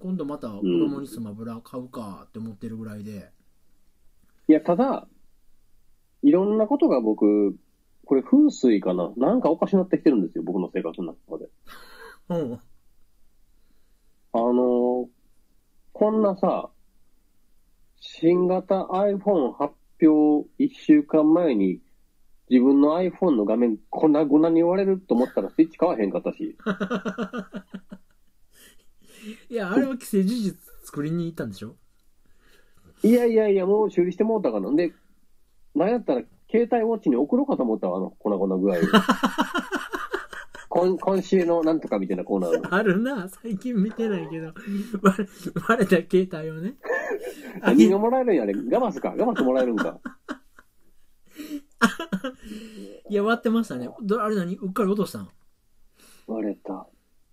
Speaker 2: 今度また子供にスマブラ買うかって思ってるぐらいで
Speaker 1: いや、ただ、いろんなことが僕、これ風水かななんかおかしなってきてるんですよ、僕の生活の中で。
Speaker 2: うん
Speaker 1: あのーこんなさ、新型 iPhone 発表1週間前に、自分の iPhone の画面粉々に言われると思ったらスイッチ買わへんかったし。
Speaker 2: いやあれは既成事実作りに行ったんでしょ
Speaker 1: いやいやいや、もう修理してもうたかなんで、なんやったら携帯ウォッチに送ろうかと思ったわ、あの粉々具合 を今今週のなんとかみたいなコーナーの。
Speaker 2: あるな最近見てないけどバレバレた携帯をね あげ
Speaker 1: 何がもらえるんやねガバスかガバスもらえるんか。
Speaker 2: いや割ってましたねどあれ何うっかり落としたん
Speaker 1: 割れた。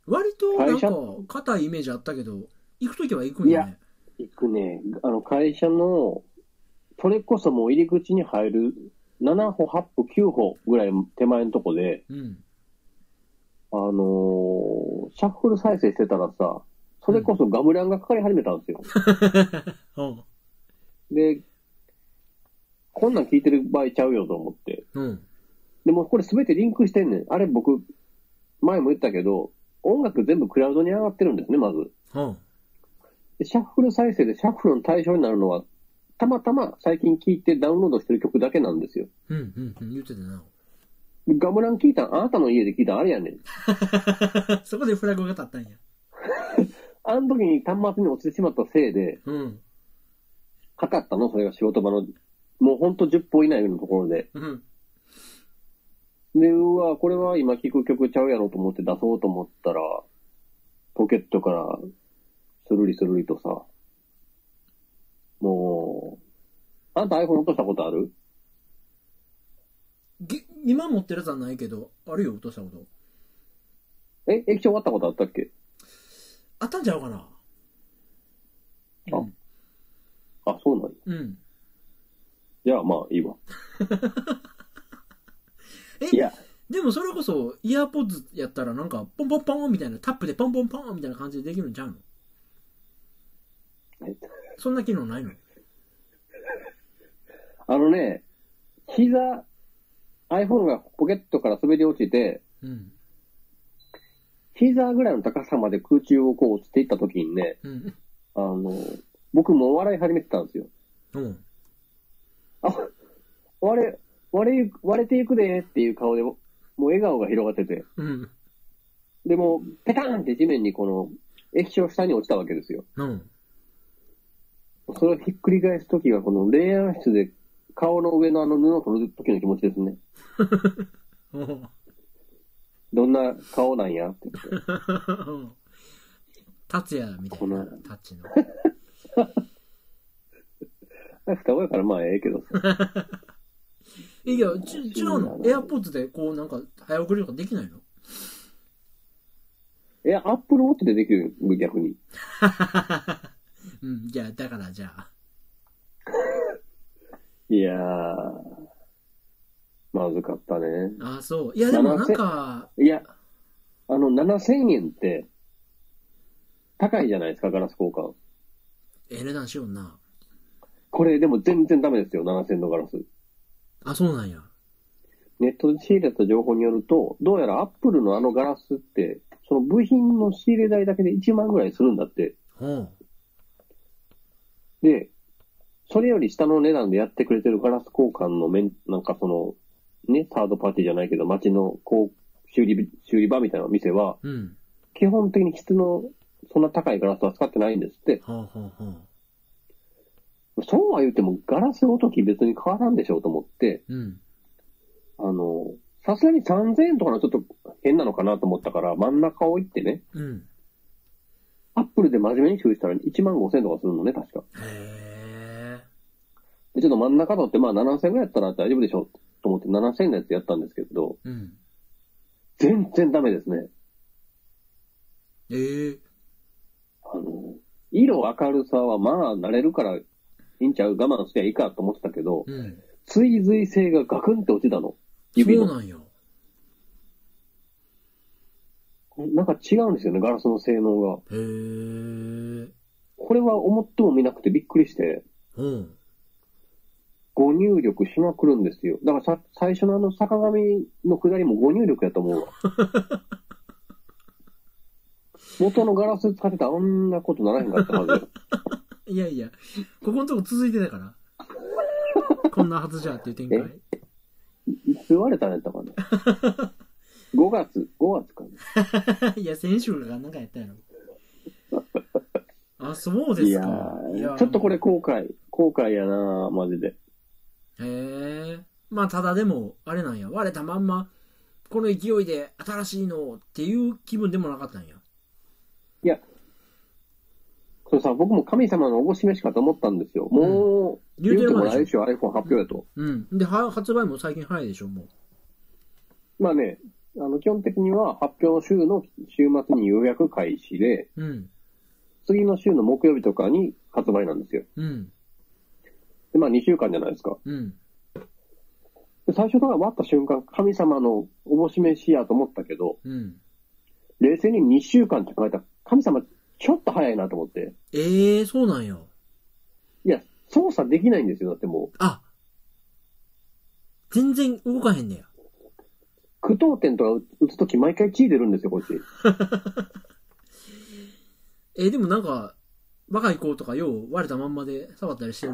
Speaker 2: 割となん
Speaker 1: 会社
Speaker 2: か硬いイメージあったけど行く時は行くんやね
Speaker 1: 行くね。あの、会社の、それこそもう入り口に入る7歩、8歩、9歩ぐらい手前のとこで、
Speaker 2: うん
Speaker 1: あのーシャッフル再生してたらさ、それこそガムランがかかり始めたんですよ。
Speaker 2: うん
Speaker 1: で、こんなん聞いてる場合ちゃうよと思って。
Speaker 2: うん
Speaker 1: でもこれ全てリンクしてんねん。あれ僕、前も言ったけど、音楽全部クラウドに上がってるんですね、まず。
Speaker 2: うん
Speaker 1: でシャッフル再生でシャッフルの対象になるのは、たまたま最近聴いてダウンロードしてる曲だけなんですよ。
Speaker 2: うんうんうん言ってたな
Speaker 1: でガムラン聴いたんあなたの家で聴いたんあれやねん。
Speaker 2: そこでフラグが立ったんや。
Speaker 1: あの時に端末に落ちてしまったせいで、
Speaker 2: うん。
Speaker 1: かかったのそれが仕事場の、もうほんと10本以内のところで。
Speaker 2: うん。
Speaker 1: で、うわ、これは今聴く曲ちゃうやろと思って出そうと思ったら、ポケットから、スルリスルリとさ、もう、あんた iPhone 落としたことある
Speaker 2: げ今持ってるやつはないけど、あるよ、落としたこと。
Speaker 1: え、液晶終わったことあったっけ
Speaker 2: あったんちゃうかな
Speaker 1: あ
Speaker 2: うん
Speaker 1: あ、そうなんや
Speaker 2: うん。
Speaker 1: じゃあまあいいわ。い
Speaker 2: え、
Speaker 1: や、
Speaker 2: でもそれこそ、イヤーポッズやったらなんか、ポンポンポンみたいな、タップでポンポンポンみたいな感じでできるんちゃうの
Speaker 1: え
Speaker 2: そんな機能ないの
Speaker 1: あのね、膝、iPhone がポケットから滑り落ちて、
Speaker 2: うん。
Speaker 1: 膝ぐらいの高さまで空中をこう落ちていった時にね、
Speaker 2: うん。
Speaker 1: あの、僕もう笑い始めてたんですよ。
Speaker 2: うん。
Speaker 1: あ、割れ、割れゆく、割れていくでーっていう顔で、もう笑顔が広がってて、
Speaker 2: うん。
Speaker 1: でもう、ペターンって地面にこの、液晶下に落ちたわけですよ。
Speaker 2: うん。
Speaker 1: それをひっくり返す時は、この霊安室で顔の上のあの布を取る時の気持ちですね。
Speaker 2: うん。
Speaker 1: どんな顔なんやって。
Speaker 2: タツヤみたい
Speaker 1: こ
Speaker 2: な
Speaker 1: の、
Speaker 2: タッチの。
Speaker 1: 双子やからまあええけどさ。
Speaker 2: え、いや、ち違うのエアポッズでこうなんか、早送りとかできないの
Speaker 1: いや、アップルウォッチでできる、逆に。
Speaker 2: うん、じゃあ、だからじゃあ。
Speaker 1: いやー、まずかったね。
Speaker 2: ああ、そう。いや、でもなんか、
Speaker 1: いや、あの、7000円って、高いじゃないですか、ガラス交換。
Speaker 2: ええ値段しような。
Speaker 1: これ、でも全然ダメですよ、7000のガラス。
Speaker 2: あ、そうなんや。
Speaker 1: ネットで仕入れた情報によると、どうやらアップルのあのガラスって、その部品の仕入れ代だけで1万ぐらいするんだって。
Speaker 2: ほ
Speaker 1: で、それより下の値段でやってくれてるガラス交換のメン、なんかその、ね、サードパーティーじゃないけど、街のこう修理、修理場みたいな店は、
Speaker 2: う。うん。
Speaker 1: 基本的に質の、そんな高いガラスは使ってないんですって。
Speaker 2: ほうほうほう。
Speaker 1: そうは言っても、ガラスごとき別に変わらんでしょうと思って、
Speaker 2: うん。
Speaker 1: あの、さすがに3000円とかのちょっと変なのかなと思ったから、真ん中を行ってね、
Speaker 2: うん。
Speaker 1: アップルで真面目に注意したら1万5000とかするのね、確か。
Speaker 2: へ
Speaker 1: で、ちょっと真ん中取って、まあ7000ぐらいやったら大丈夫でしょ、と思って7000のやつやったんですけど、
Speaker 2: え。うん。
Speaker 1: 全然ダメですね。
Speaker 2: ええ。
Speaker 1: あの、色明るさはまあ慣れるからいいんちゃう我慢すりゃいいかと思ってたけど、
Speaker 2: うん。
Speaker 1: 追随性がガクンって落ちたの。指
Speaker 2: そう
Speaker 1: の。
Speaker 2: なんよ。
Speaker 1: なんか違うんですよね、ガラスの性能が。
Speaker 2: へえ。うん。
Speaker 1: これは思っても見なくてびっくりして、ご入力しまくるんですよ。だからさ最初のあの坂上の下りもご入力やと思う わ。元のガラス使ってたらあんなことならへんかったはずよ。
Speaker 2: いやいや、ここのとこ続いてたから。 こんなはずじゃっていう展開。
Speaker 1: いつ言われたんやったかな。5月、5月かな。
Speaker 2: いや、先週がなんかやったやろ。あ、そうで
Speaker 1: い
Speaker 2: す
Speaker 1: や
Speaker 2: か。いや
Speaker 1: ー、ちょっとこれ。後悔、後悔やなーマジで。
Speaker 2: へえ。まあ、ただでも、あれなんや。割れたまんま、この勢いで新しいのをっていう気分でもなかったんや。
Speaker 1: そうさ、僕も神様のおぼしめしかと思ったんですよ。もう、
Speaker 2: 言う
Speaker 1: 言
Speaker 2: て
Speaker 1: うて
Speaker 2: る
Speaker 1: も
Speaker 2: まで
Speaker 1: 来
Speaker 2: し
Speaker 1: 週 iPhone 発表やと。
Speaker 2: ょ。うん。で、は発売も最近早いでしょ、もう。
Speaker 1: まあね、あの、基本的には発表週の週末に予約開始で、
Speaker 2: うん。
Speaker 1: 次の週の木曜日とかに発売なんですよ。
Speaker 2: うん。
Speaker 1: で、まあ2週間じゃないですか。
Speaker 2: うん。
Speaker 1: で最初から割った瞬間、神様のおぼしめしやと思ったけど、
Speaker 2: うん。
Speaker 1: 冷静に2週間って考えたら、神様ちょっと早いなと思って。
Speaker 2: ええそうなんや。
Speaker 1: いや、操作できないんですよ。だっても
Speaker 2: あ全然動かへんねや。
Speaker 1: う、苦闘点とか打つとき毎回血出るんですよ、こっち。
Speaker 2: えーでもなんか、若い子とかよう割れたまんまで触ったりしてる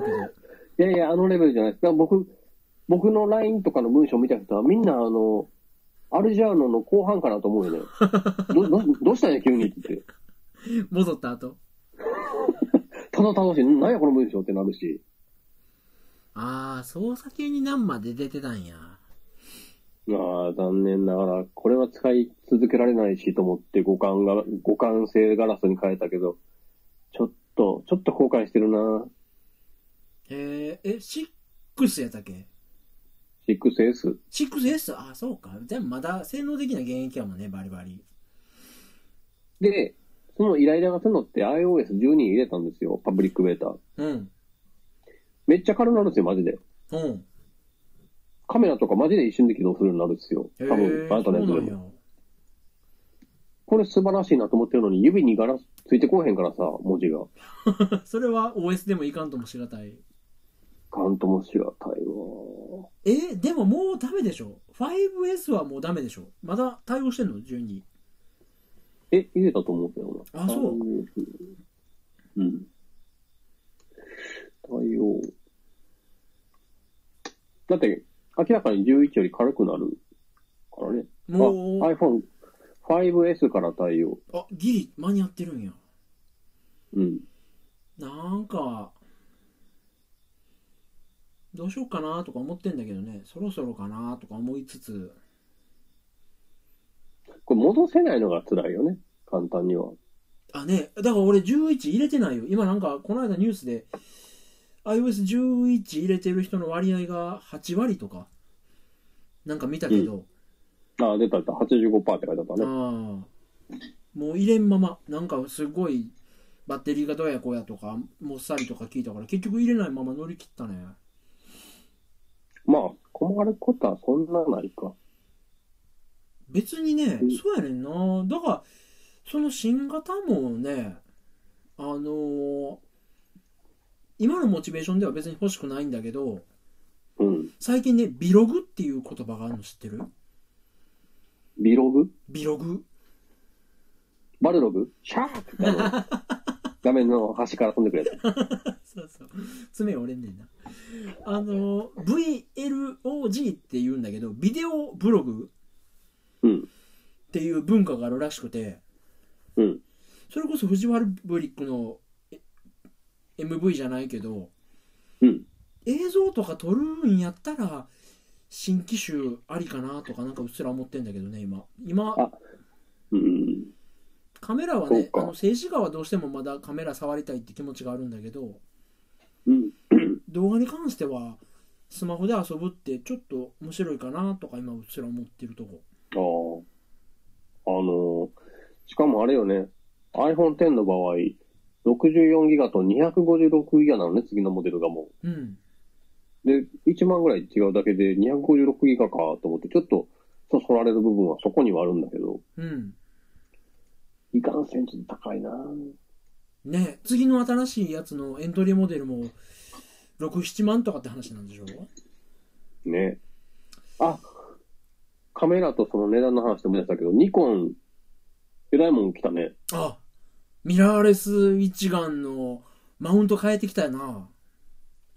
Speaker 2: けど。
Speaker 1: いやいや、あのレベルじゃないです。だから僕、僕の LINE とかの文章見た人は、みんな、あの、アルジャーノの後半かなと思うよね。ど、ど、どうしたんや、急にって言って。
Speaker 2: 戻った後。
Speaker 1: ただ楽しい。なんや、この文章ってなるし。
Speaker 2: ああ、操作系に何まで出てたんや。
Speaker 1: ああ、残念ながら、これは使い続けられないしと思って、互換が、互換性ガラスに変えたけど、ちょっと、ちょっと後悔してるな
Speaker 2: えー、え、6やったっけ
Speaker 1: 6S。
Speaker 2: 6S? あ、そうか。でもまだ性能的な現役やもんね、バリバリ。
Speaker 1: で、そのイライラがするのって iOS12 に入れたんですよ。パブリックベータ。
Speaker 2: うん。
Speaker 1: めっちゃ軽くなるんですよ、マジで。
Speaker 2: うん。
Speaker 1: カメラとかマジで一瞬で起動するようになるんですよ。
Speaker 2: え
Speaker 1: 多分、あなたのやつで
Speaker 2: そうなん
Speaker 1: も。
Speaker 2: や。
Speaker 1: これ素晴らしいなと思ってるのに、指にガラスついてこうへんからさ、文字が。
Speaker 2: それは OS でもいかんともしがたい。
Speaker 1: カントもしがたいわ。
Speaker 2: え、でももうダメでしょ ?5S はもうダメでしょまだ対応してんの ?12。
Speaker 1: え、入れたと思うけどな。
Speaker 2: あそう
Speaker 1: うん。対応。だって、明らかに11より軽くなるからね。
Speaker 2: もう、
Speaker 1: iPhone 5S から対応。
Speaker 2: あ、ギリ間に合ってるんや。
Speaker 1: うん。
Speaker 2: なんか、どうしようかなとか思ってんだけどね、そろそろかなとか思いつつ、
Speaker 1: これ戻せないのが辛いよね。簡単には。
Speaker 2: あ、ね、だから俺11入れてないよ。今なんか、この間ニュースで、iOS11 入れてる人の割合が8割とか、なんか見たけど、
Speaker 1: あ、出た出た。85%って書いてあったね。
Speaker 2: ああ、もう入れんまま、なんかすごい、バッテリーがどうやこうやとか、もっさりとか聞いたから、結局入れないまま乗り切ったね。
Speaker 1: まあ、困ることはそんなないか。
Speaker 2: 別にね、
Speaker 1: うん
Speaker 2: そうやねんなだからその新型もねあのー今のモチベーションでは別に欲しくないんだけど
Speaker 1: うん。
Speaker 2: 最近ねビログっていう言葉があるの知ってる
Speaker 1: ビログ
Speaker 2: ビログ
Speaker 1: バルログシャーって言った の画面の端から飛んでくれた。
Speaker 2: そうそう爪折れんねんなあのー VLOG って言うんだけどビデオブログ
Speaker 1: うん。
Speaker 2: っていう文化があるらしくて
Speaker 1: うん。
Speaker 2: それこそ藤原ブリックのえ MV じゃないけど
Speaker 1: うん。
Speaker 2: 映像とか撮るんやったら新機種ありかなとかなんかうっすら思ってんだけどね今今
Speaker 1: あうん。
Speaker 2: カメラは
Speaker 1: そう
Speaker 2: ねあ
Speaker 1: か
Speaker 2: の静止画はどうしてもまだカメラ触りたいって気持ちがあるんだけど
Speaker 1: うん。
Speaker 2: 動画に関してはスマホで遊ぶってちょっと面白いかなとか今うっすら思ってるとこ
Speaker 1: ああ。あのーしかもあれよね、iPhone X の場合、64ギガと256ギガなのね、次のモデルがも
Speaker 2: うん
Speaker 1: う。で、1万ぐらい違うだけで256ギガかと思って、ちょっと、そそられる部分はそこにはあるんだけど、
Speaker 2: うん
Speaker 1: いかんせんちょっと高いな
Speaker 2: ね次の新しいやつのエントリーモデルも67万とかって話なんでしょ
Speaker 1: ね。あ、カメラとその値段の話でも出したけど、ニコン、えらいもん来たね。
Speaker 2: あミラーレス一眼のマウント変えてきたよな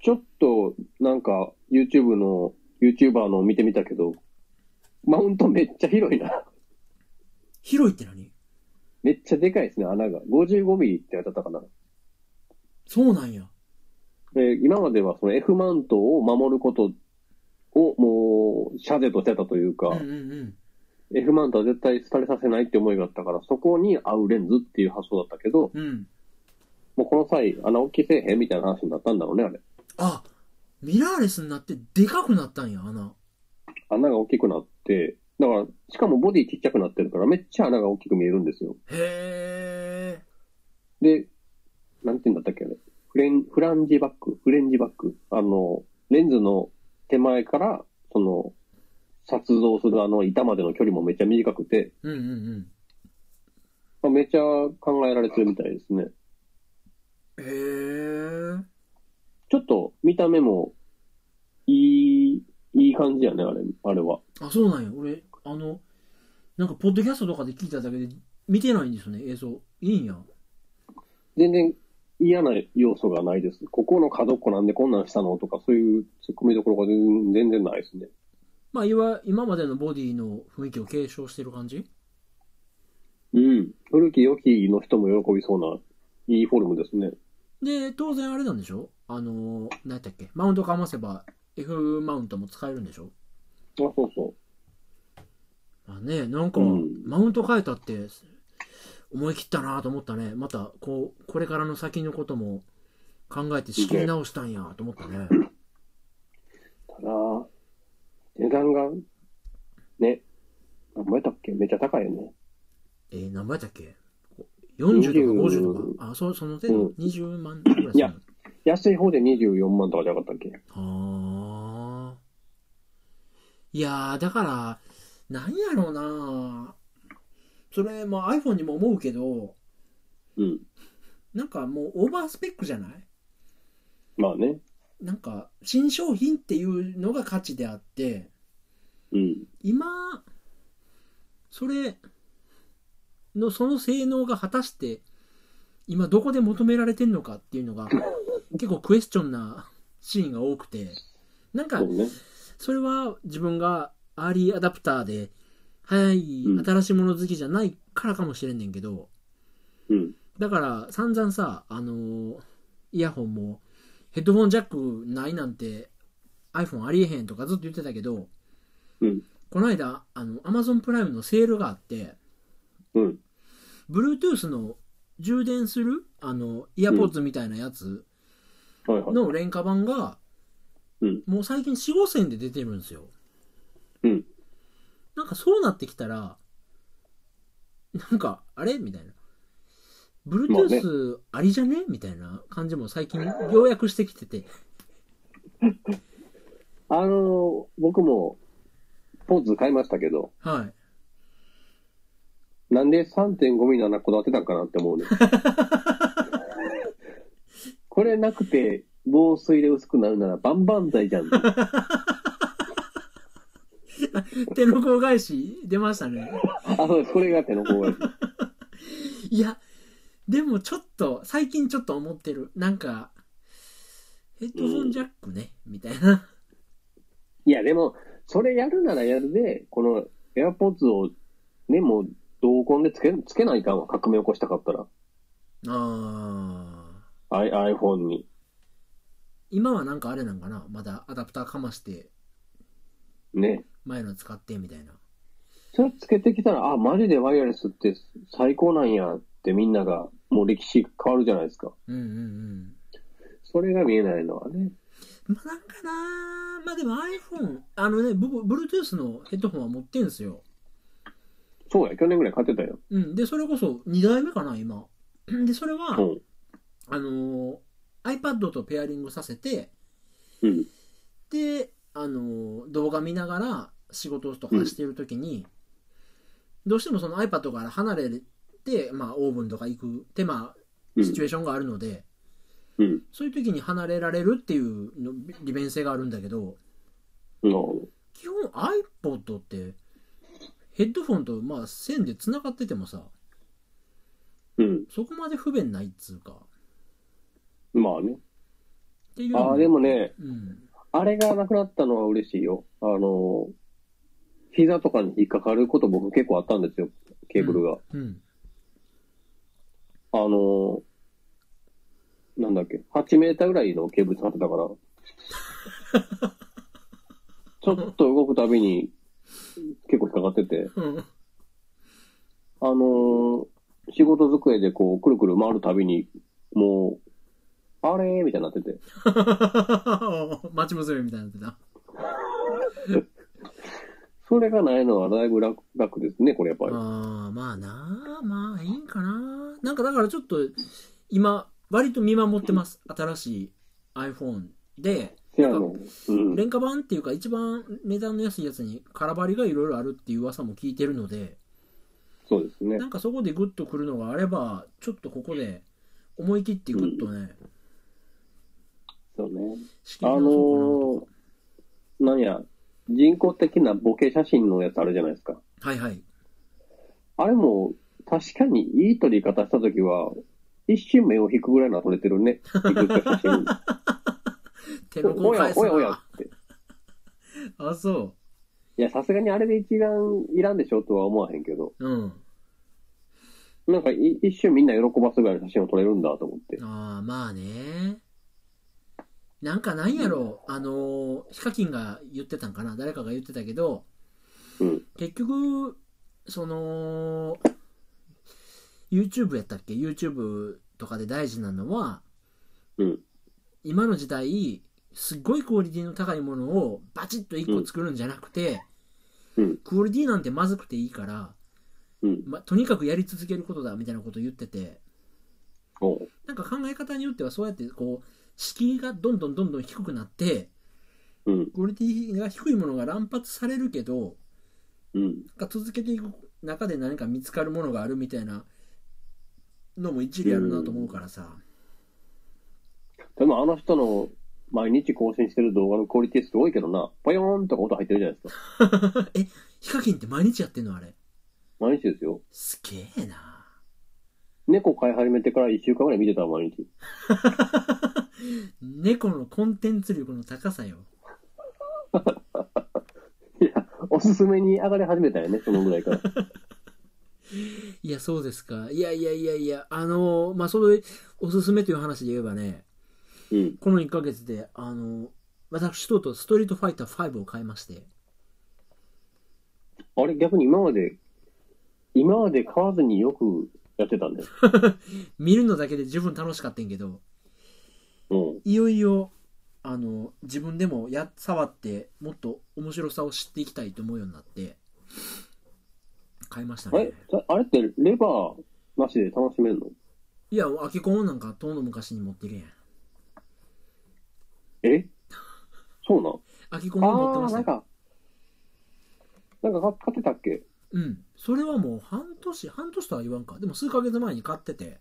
Speaker 1: ちょっと、なんか、YouTube の、YouTuber の見てみたけど、マウントめっちゃ広いな。
Speaker 2: 広いって何
Speaker 1: めっちゃでかいですね、穴が。55ミリってやったかな。
Speaker 2: そうなんや
Speaker 1: で、今まではその F マウントを守ることをもう、シャゼとしてたというか、
Speaker 2: うんうんうん
Speaker 1: F マウントは絶対廃れさせないって思いがあったから、そこに合うレンズっていう発想だったけど、
Speaker 2: うん。
Speaker 1: もうこの際、穴大きいせえへんみたいな話になったんだろうね、あれ。
Speaker 2: あ、ミラーレスになってでかくなったんや、穴。
Speaker 1: 穴が大きくなって、だから、しかもボディちっちゃくなってるから、めっちゃ穴が大きく見えるんですよ。
Speaker 2: へえ。
Speaker 1: で、なんて言うんだったっけ、あれ。フレン、フランジバック、フレンジバック。あの、レンズの手前から、その、撮像するあの板までの距離もめっちゃ短くて、
Speaker 2: うんうん
Speaker 1: まあ、めっちゃ考えられてるみたいですね。
Speaker 2: うん。へえ。
Speaker 1: ちょっと見た目も、いい、いい感じやね、あれ、あれは。
Speaker 2: あ、そうなんや。俺、あの、なんか、ポッドキャストとかで聞いただけで、見てないんですよね、映像。いいんや。
Speaker 1: 全然嫌な要素がないです。ここの角っこなんでこんなんしたのとか、そういう突っ込みどころが全全然ないですね。
Speaker 2: まあ、いわ、今までのボディの雰囲気を継承してる感じ
Speaker 1: うん。古き良きの人も喜びそうな、いいフォルムですね。
Speaker 2: で、当然あれなんでしょあの、何やったっけマウントかませば、F マウントも使えるんでしょ
Speaker 1: あ、そうそう。
Speaker 2: まあね、なんか、
Speaker 1: うん
Speaker 2: マウント変えたって、思い切ったなと思ったね。また、こう、これからの先のことも考えて仕切り直したんやと思ったね。
Speaker 1: ただ、値段が、ね、何倍だっけめっちゃ高いよね。
Speaker 2: えー、何倍だっけ ?40 とか50とか。あ、そう、その程度、
Speaker 1: うん
Speaker 2: 20万ぐらいする
Speaker 1: いや安い方で24万とかじゃなかったっけ
Speaker 2: はあ。いやー、だから、なんやろうなそれ、まあ iPhone にも思うけど、
Speaker 1: うん。
Speaker 2: なんかもうオーバースペックじゃない
Speaker 1: まあね。
Speaker 2: なんか、新商品っていうのが価値であって、
Speaker 1: うん。
Speaker 2: 今それのその性能が果たして今どこで求められてんのかっていうのが結構クエスチョンなシーンが多くてなんか
Speaker 1: そうね。
Speaker 2: それは自分がアーリーアダプターで早い
Speaker 1: うん
Speaker 2: 新しいもの好きじゃないからかもしれんねんけど
Speaker 1: うん。
Speaker 2: だから散々さあのーイヤホンもヘッドホンジャックないなんて iPhone ありえへんとかずっと言ってたけど
Speaker 1: うん。
Speaker 2: この間あの Amazon プライムのセールがあって
Speaker 1: うん。
Speaker 2: Bluetooth の充電するあのイヤポッズみたいなやつ
Speaker 1: はいはい。
Speaker 2: の廉価版が、
Speaker 1: うん
Speaker 2: もう最近4 5千で出てるんですよ
Speaker 1: うん
Speaker 2: なんかそうなってきたらなんかあれみたいな
Speaker 1: まあね
Speaker 2: Bluetooth ありじゃねみたいな感じも最近ようやくしてきてて
Speaker 1: あのー僕も、ポーズ買いましたけど、
Speaker 2: はい
Speaker 1: なんで3.5ミリの穴こだわってたんかなって思うね。これなくて、防水で薄くなるならバンバン剤じゃん。
Speaker 2: 手の甲返し出ましたね
Speaker 1: あ、そうです。これが手の甲が。
Speaker 2: いや、でもちょっと、最近ちょっと思ってる。なんか、ヘッドホンジャックね、みたいな。
Speaker 1: いや、でも、それやるならやるで、この AirPods をね、もう、同梱でつけ、つけないかんわ、革命起こしたかったら。
Speaker 2: あー
Speaker 1: I、iPhone に。
Speaker 2: 今はなんかあれなんかなまだアダプターかまして、
Speaker 1: ね。
Speaker 2: 前の使って、みたいな。
Speaker 1: それつけてきたら、あ、マジでワイヤレスって最高なんやってみんなが、もう歴史変わるじゃないですか。
Speaker 2: うんうんうん。
Speaker 1: それが見えないのはね。
Speaker 2: まあ、なんかなまあでも iPhone、あのね、僕、Bluetooth のヘッドホンは持ってんですよ。
Speaker 1: そうや、去年ぐらい買ってたよ。
Speaker 2: うん。で、それこそ2代目かな、今。 で、それは、
Speaker 1: うん。
Speaker 2: あのー iPad とペアリングさせて、
Speaker 1: うん。
Speaker 2: で、あのー動画見ながら仕事とかしてるときに、どうしてもその iPad から離れて、まあ、オーブンとか行く手間、
Speaker 1: う
Speaker 2: シ
Speaker 1: ん
Speaker 2: チュエーションがあるので、
Speaker 1: うん。
Speaker 2: そういう時に離れられるっていうの利便性があるんだけど、
Speaker 1: うん。
Speaker 2: 基本 iPod って、ヘッドフォンとまあ線で繋がっててもさ、
Speaker 1: うん。
Speaker 2: そこまで不便ないっつうか。
Speaker 1: まあね。
Speaker 2: っていう
Speaker 1: ああ、でも。ね、
Speaker 2: うん。
Speaker 1: あれがなくなったのは嬉しいよ。あの、膝とかに引っかかること僕結構あったんですよ、ケーブルが。
Speaker 2: うん。
Speaker 1: あの、なんだっけ、8メーターぐらいのケーブル使ってたから、 ちょっと動くたびに結構引っかかってて、
Speaker 2: うん。
Speaker 1: あの、仕事机でこう、くるくる回るたびに、もう、あれーみたいになってて、
Speaker 2: 待ち娘みたいになってた。
Speaker 1: それがないのはだいぶ楽楽ですね、これやっぱり。
Speaker 2: ああ、まあなあ、まあいいんかな。なんかだからちょっと、今、割と見守ってます。新しい iPhone で、
Speaker 1: せやの。うん。
Speaker 2: 廉価版っていうか一番値段の安いやつに空張りがいろいろあるっていう噂も聞いてるので、
Speaker 1: そうですね
Speaker 2: な。んかそこでグッとくるのがあれば、ちょっとここで思い切ってグッとね、
Speaker 1: そうね。
Speaker 2: 仕切
Speaker 1: あ
Speaker 2: り
Speaker 1: の
Speaker 2: 直そう
Speaker 1: ー、なんや、人工的なボケ写真のやつあるじゃないですか。
Speaker 2: かなと。はいはい。
Speaker 1: あれも、確かにいい撮り方したときは、一瞬目を引くぐらいのは撮れてるね。引く写真。
Speaker 2: 手の甲
Speaker 1: おや
Speaker 2: 返す
Speaker 1: おやおや
Speaker 2: な。
Speaker 1: って。
Speaker 2: あ、そ
Speaker 1: いや、さすがにあれで一眼いらんでしょとは思わへんけど、
Speaker 2: う。うん。
Speaker 1: なんかい一瞬みんな喜ばすぐらいの写真を撮れるんだと思って。
Speaker 2: ああ、まあね。なんかなんやろう、あのーヒカキンが言ってたんかな、誰かが言ってたけど、
Speaker 1: うん。
Speaker 2: 結局その YouTube やったっけ YouTube とかで大事なのは、
Speaker 1: うん
Speaker 2: 今の時代すっごいクオリティの高いものをバチッと1個作るんじゃなくて、
Speaker 1: うん
Speaker 2: クオリティなんてまずくていいから、
Speaker 1: うん
Speaker 2: ま、とにかくやり続けることだみたいなこと言ってて
Speaker 1: おう
Speaker 2: なんか考え方によってはそうやってこう敷居がどんどんどんどん低くなって
Speaker 1: うん。
Speaker 2: クオリティが低いものが乱発されるけど
Speaker 1: うん。
Speaker 2: なんか続けていく中で何か見つかるものがあるみたいなのも一理あるなと思うからさ、
Speaker 1: でもあの人の毎日更新してる動画のクオリティすごいけどな、ぽよーんとか音入ってるじゃないですか。
Speaker 2: ヒカキンって毎日やってんのあれ
Speaker 1: 毎日ですよ。
Speaker 2: すげえな
Speaker 1: 猫飼い始めてから1週間ぐらい見てた、毎日。
Speaker 2: 猫のコンテンツ力の高さよ
Speaker 1: いや、おすすめに上がり始めたよね、そのぐらいから。
Speaker 2: いやそうですかいやいやいやいやあのーまあそれおすすめという話で言えばね
Speaker 1: うん。
Speaker 2: この1ヶ月であのー私とうとうストリートファイター5を買いまして
Speaker 1: あれ、逆に今まで、今まで買わずによくやってたんだよ。
Speaker 2: 見るのだけで十分楽しかったんけど
Speaker 1: うん。
Speaker 2: いよいよあの自分でもや触ってもっと面白さを知っていきたいと思うようになって買いました
Speaker 1: あれ
Speaker 2: ね
Speaker 1: さあれってレバーなしで楽しめるの
Speaker 2: いやアケコンなんかとうの昔に持ってるやん
Speaker 1: えそうなん
Speaker 2: アケコンも持って
Speaker 1: あー、
Speaker 2: ました
Speaker 1: なん
Speaker 2: よ
Speaker 1: か、なんか買ってたっけ
Speaker 2: うんそれはもう半年半年とは言わんかでも数ヶ月前に買ってて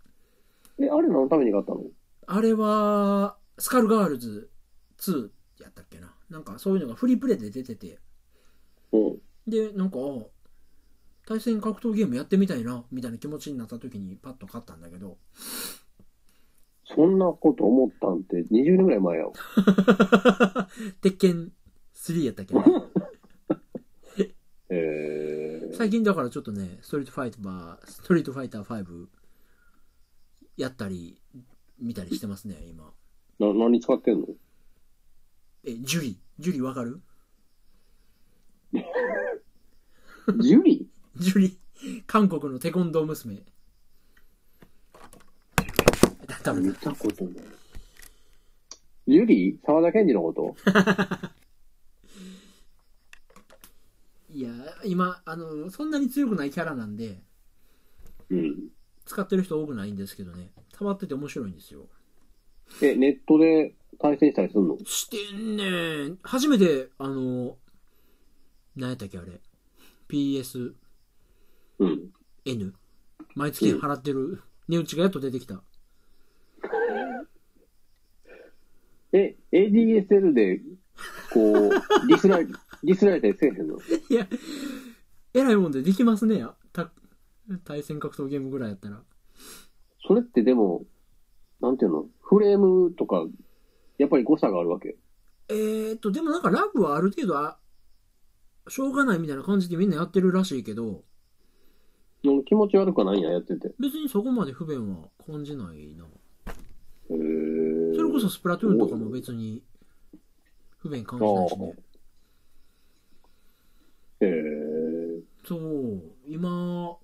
Speaker 1: え、あれ何のために買ったの
Speaker 2: あれはスカルガールズ2やったっけななんかそういうのがフリープレイで出てて
Speaker 1: うん。
Speaker 2: でなんかあ対戦格闘ゲームやってみたいなみたいな気持ちになった時にパッと買ったんだけど
Speaker 1: そんなこと思ったんって20年ぐらい前やわ。
Speaker 2: 鉄拳3やったっ けな
Speaker 1: えー、
Speaker 2: 最近だからちょっとねストリートファイターストリートファイター5やったり見たりしてますね今
Speaker 1: な、何使ってんの
Speaker 2: えジュリジュリわかる
Speaker 1: ジュリ
Speaker 2: ジュリ、韓国のテコンドー娘。だダメ
Speaker 1: 見
Speaker 2: だ。
Speaker 1: たことない。ジュリ沢田研二のこと
Speaker 2: いや、今、あの、そんなに強くないキャラなんで、
Speaker 1: うん。
Speaker 2: 使ってる人多くないんですけどね。溜まってて面白いんですよ。
Speaker 1: え、ネットで対戦したりするの
Speaker 2: してんねん。初めて、あの、何やったっけあれ。PSN。
Speaker 1: うん。
Speaker 2: 毎月払ってる。値打ちがやっと出てきた。
Speaker 1: え、ADSL で、こう、ディスられ、ディスられたりせえへんの
Speaker 2: いや、えらいもんでできますね。た対戦格闘ゲームぐらいやったら。
Speaker 1: それってでも、なんていうのフレームとか、やっぱり誤差があるわけ。
Speaker 2: えーっと、でもなんかラグはある程度あ、しょうがないみたいな感じでみんなやってるらしいけど、
Speaker 1: うん気持ち悪くはないんや、やってて。へ
Speaker 2: 別にそこまで不便は感じないな。
Speaker 1: ー
Speaker 2: それこそスプラトゥーンとかも別に不便感じないしね。
Speaker 1: へー
Speaker 2: そう、今、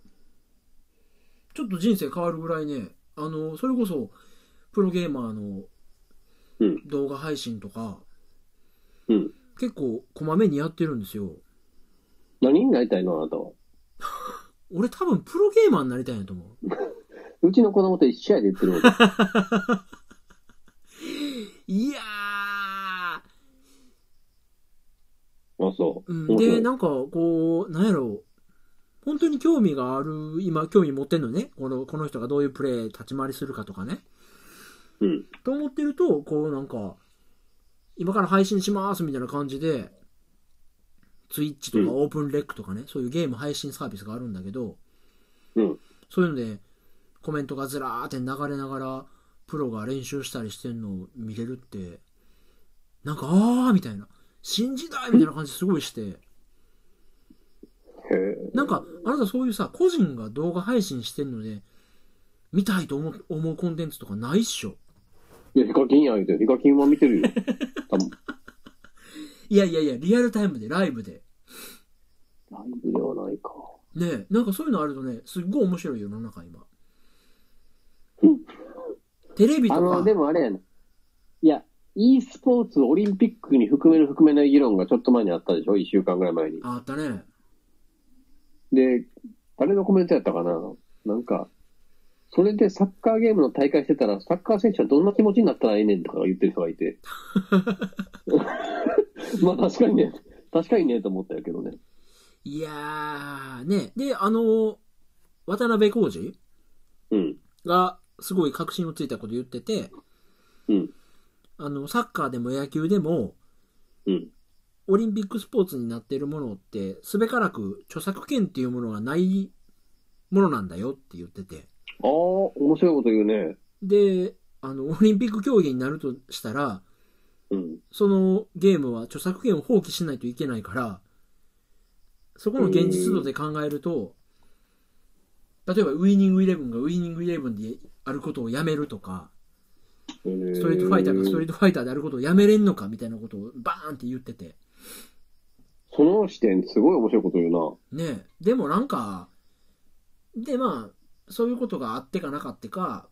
Speaker 2: ちょっと人生変わるぐらいね、あの、それこそ、プロゲーマーの
Speaker 1: うん
Speaker 2: 動画配信とか、
Speaker 1: うん
Speaker 2: 結構こまめにやってるんですよ。
Speaker 1: 何になりたいのあなたは。
Speaker 2: 俺多分プロゲーマーになりたいんやと思う。
Speaker 1: うちの子供と一試合で言ってること。
Speaker 2: いや
Speaker 1: あ、そう。
Speaker 2: ー、うん、
Speaker 1: 面白
Speaker 2: で、
Speaker 1: い
Speaker 2: なんか、こう、なんやろう、本当に興味がある、今、興味持ってんのね、この、この人がどういうプレイ、立ち回りするかとかね。
Speaker 1: うん。
Speaker 2: と思ってると、こう、なんか、今から配信しますみたいな感じで、ツイッチとか
Speaker 1: う
Speaker 2: オープンレックとかね、そういうゲーム配信サービスがあるんだけど、
Speaker 1: うん
Speaker 2: そういうので、コメントがずらーって流れながら、プロが練習したりしてんのを見れるって、なんか、あーみたいな、新時代みたいな感じすごいして、
Speaker 1: へー
Speaker 2: なんか、あなたそういうさ、個人が動画配信してんので、見たいと思う思うコンテンツとかないっしょ。
Speaker 1: いや、ヒカキンや言うて、ヒカキンは見てるよ。多分
Speaker 2: いやいやいや、リアルタイムで、ライブで。
Speaker 1: ライブではないか。
Speaker 2: ねえ、なんかそういうのあるとね、すっごい面白い世の中今。テレビと
Speaker 1: あ
Speaker 2: か、
Speaker 1: の、でもあれやな。いや、e スポーツ、オリンピックに含める含めない議論がちょっと前にあったでしょ一週間ぐらい前に。
Speaker 2: ああったね。
Speaker 1: で、誰のコメントやったかななんか、それでサッカーゲームの大会してたら、サッカー選手はどんな気持ちになったらええねんとか言ってる人がい て。まあ確かにね、確かにねと思ったんやけどね。
Speaker 2: いやー、ねえで、あの、渡辺浩二
Speaker 1: うん。
Speaker 2: がすごい確信をついたこと言ってて、
Speaker 1: うん。
Speaker 2: あの、サッカーでも野球でも、
Speaker 1: うん。
Speaker 2: オリンピックスポーツになっているものって、すべからく著作権っていうものがないものなんだよって言ってて。
Speaker 1: ああ、面白いこと言うね。
Speaker 2: で、あの、オリンピック競技になるとしたら、
Speaker 1: うん。
Speaker 2: そのゲームは著作権を放棄しないといけないから、そこの現実度で考えると、例えばウィニングイレブンがウィニングイレブンであることをやめるとか、ス
Speaker 1: ス
Speaker 2: トリートファイターがストリー
Speaker 1: ー
Speaker 2: トファイターであることをやめれんのかみたいなことをバーンって言ってて。
Speaker 1: ト。その視点、すごい面白いこと言うな。
Speaker 2: ねえでもなんかでまあそういうことがあってかなかってか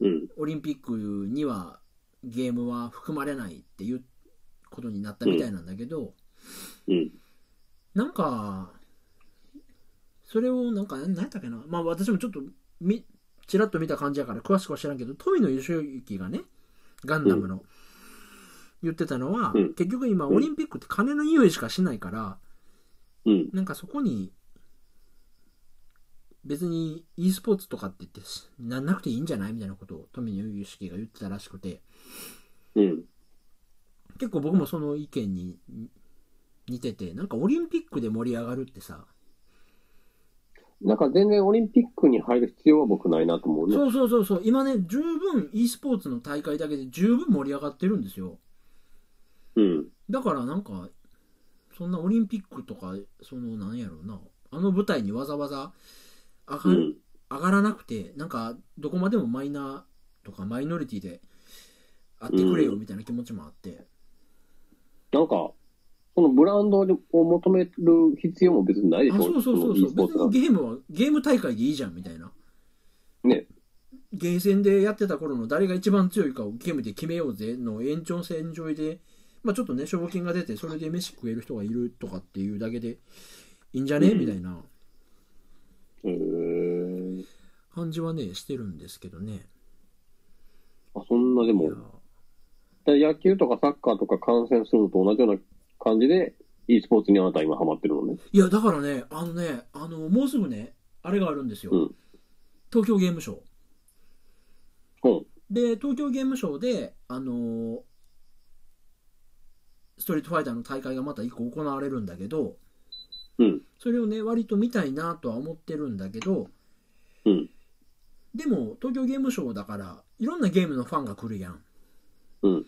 Speaker 1: うん。
Speaker 2: オリンピックにはゲームは含まれないっていうことになったみたいなんだけど、
Speaker 1: うん。
Speaker 2: なんかそれをなんか何やったっけなまあ私もちょっとみちらっと見た感じやから詳しくは知らんけど富野義行がねガンダムの、言ってたのは、
Speaker 1: うん
Speaker 2: 結局今
Speaker 1: うん
Speaker 2: オリンピックって金の匂いしかしないから、
Speaker 1: うん。
Speaker 2: なんかそこに、別に e スポーツとかって言ってし、なんなくていいんじゃないみたいなことを富野由悠季が言ってたらしくて、
Speaker 1: うん。
Speaker 2: 結構僕もその意見にに似てて、なんかオリンピックで盛り上がるってさ、
Speaker 1: なんか全然オリンピックに入る必要は僕ないなと思うね。
Speaker 2: そうそうそうそう、今ね、十分 e スポーツの大会だけで十分盛り上がってるんですよ。
Speaker 1: うん。
Speaker 2: だからなんか、そんなオリンピックとか、そのなんやろうな、あの舞台にわざわざ上
Speaker 1: う
Speaker 2: が
Speaker 1: ん。
Speaker 2: 上がらなくてなんかどこまでもマイナーとかマイノリティであってくれよ
Speaker 1: うん
Speaker 2: みたいな気持ちもあって、
Speaker 1: なんか、そのブランドを求める必要も別にないでし
Speaker 2: あ、
Speaker 1: ょ
Speaker 2: そうそうそう
Speaker 1: の e
Speaker 2: そ
Speaker 1: スポ
Speaker 2: う。
Speaker 1: ーツ
Speaker 2: 別
Speaker 1: が
Speaker 2: にゲームは、ゲーム大会でいいじゃん、みたいな。
Speaker 1: ね。
Speaker 2: ゲーセンでやってた頃の誰が一番強いかをゲームで決めようぜの延長線上で、まあちょっとね、賞金が出て、それで飯食える人がいるとかっていうだけで、いいんじゃね
Speaker 1: うん
Speaker 2: みたいな
Speaker 1: へー
Speaker 2: 感じはね、してるんですけどね。
Speaker 1: あそんなで
Speaker 2: い
Speaker 1: も
Speaker 2: や、
Speaker 1: だから野球とかサッカーとか観戦するのと同じような感じで、e スポーツにあなたは今ハマってるのね。
Speaker 2: いや、だからね、あのね、あの、もうすぐね、あれがあるんですよ。
Speaker 1: うん
Speaker 2: 東京ゲームショウ。
Speaker 1: うん。
Speaker 2: で、東京ゲームショウで、あのーストリートファイターの大会がまた一個行われるんだけど、
Speaker 1: うん。
Speaker 2: それをね、割と見たいなとは思ってるんだけど、
Speaker 1: うん。
Speaker 2: でも、東京ゲームショウだから、いろんなゲームのファンが来るやん。
Speaker 1: うん。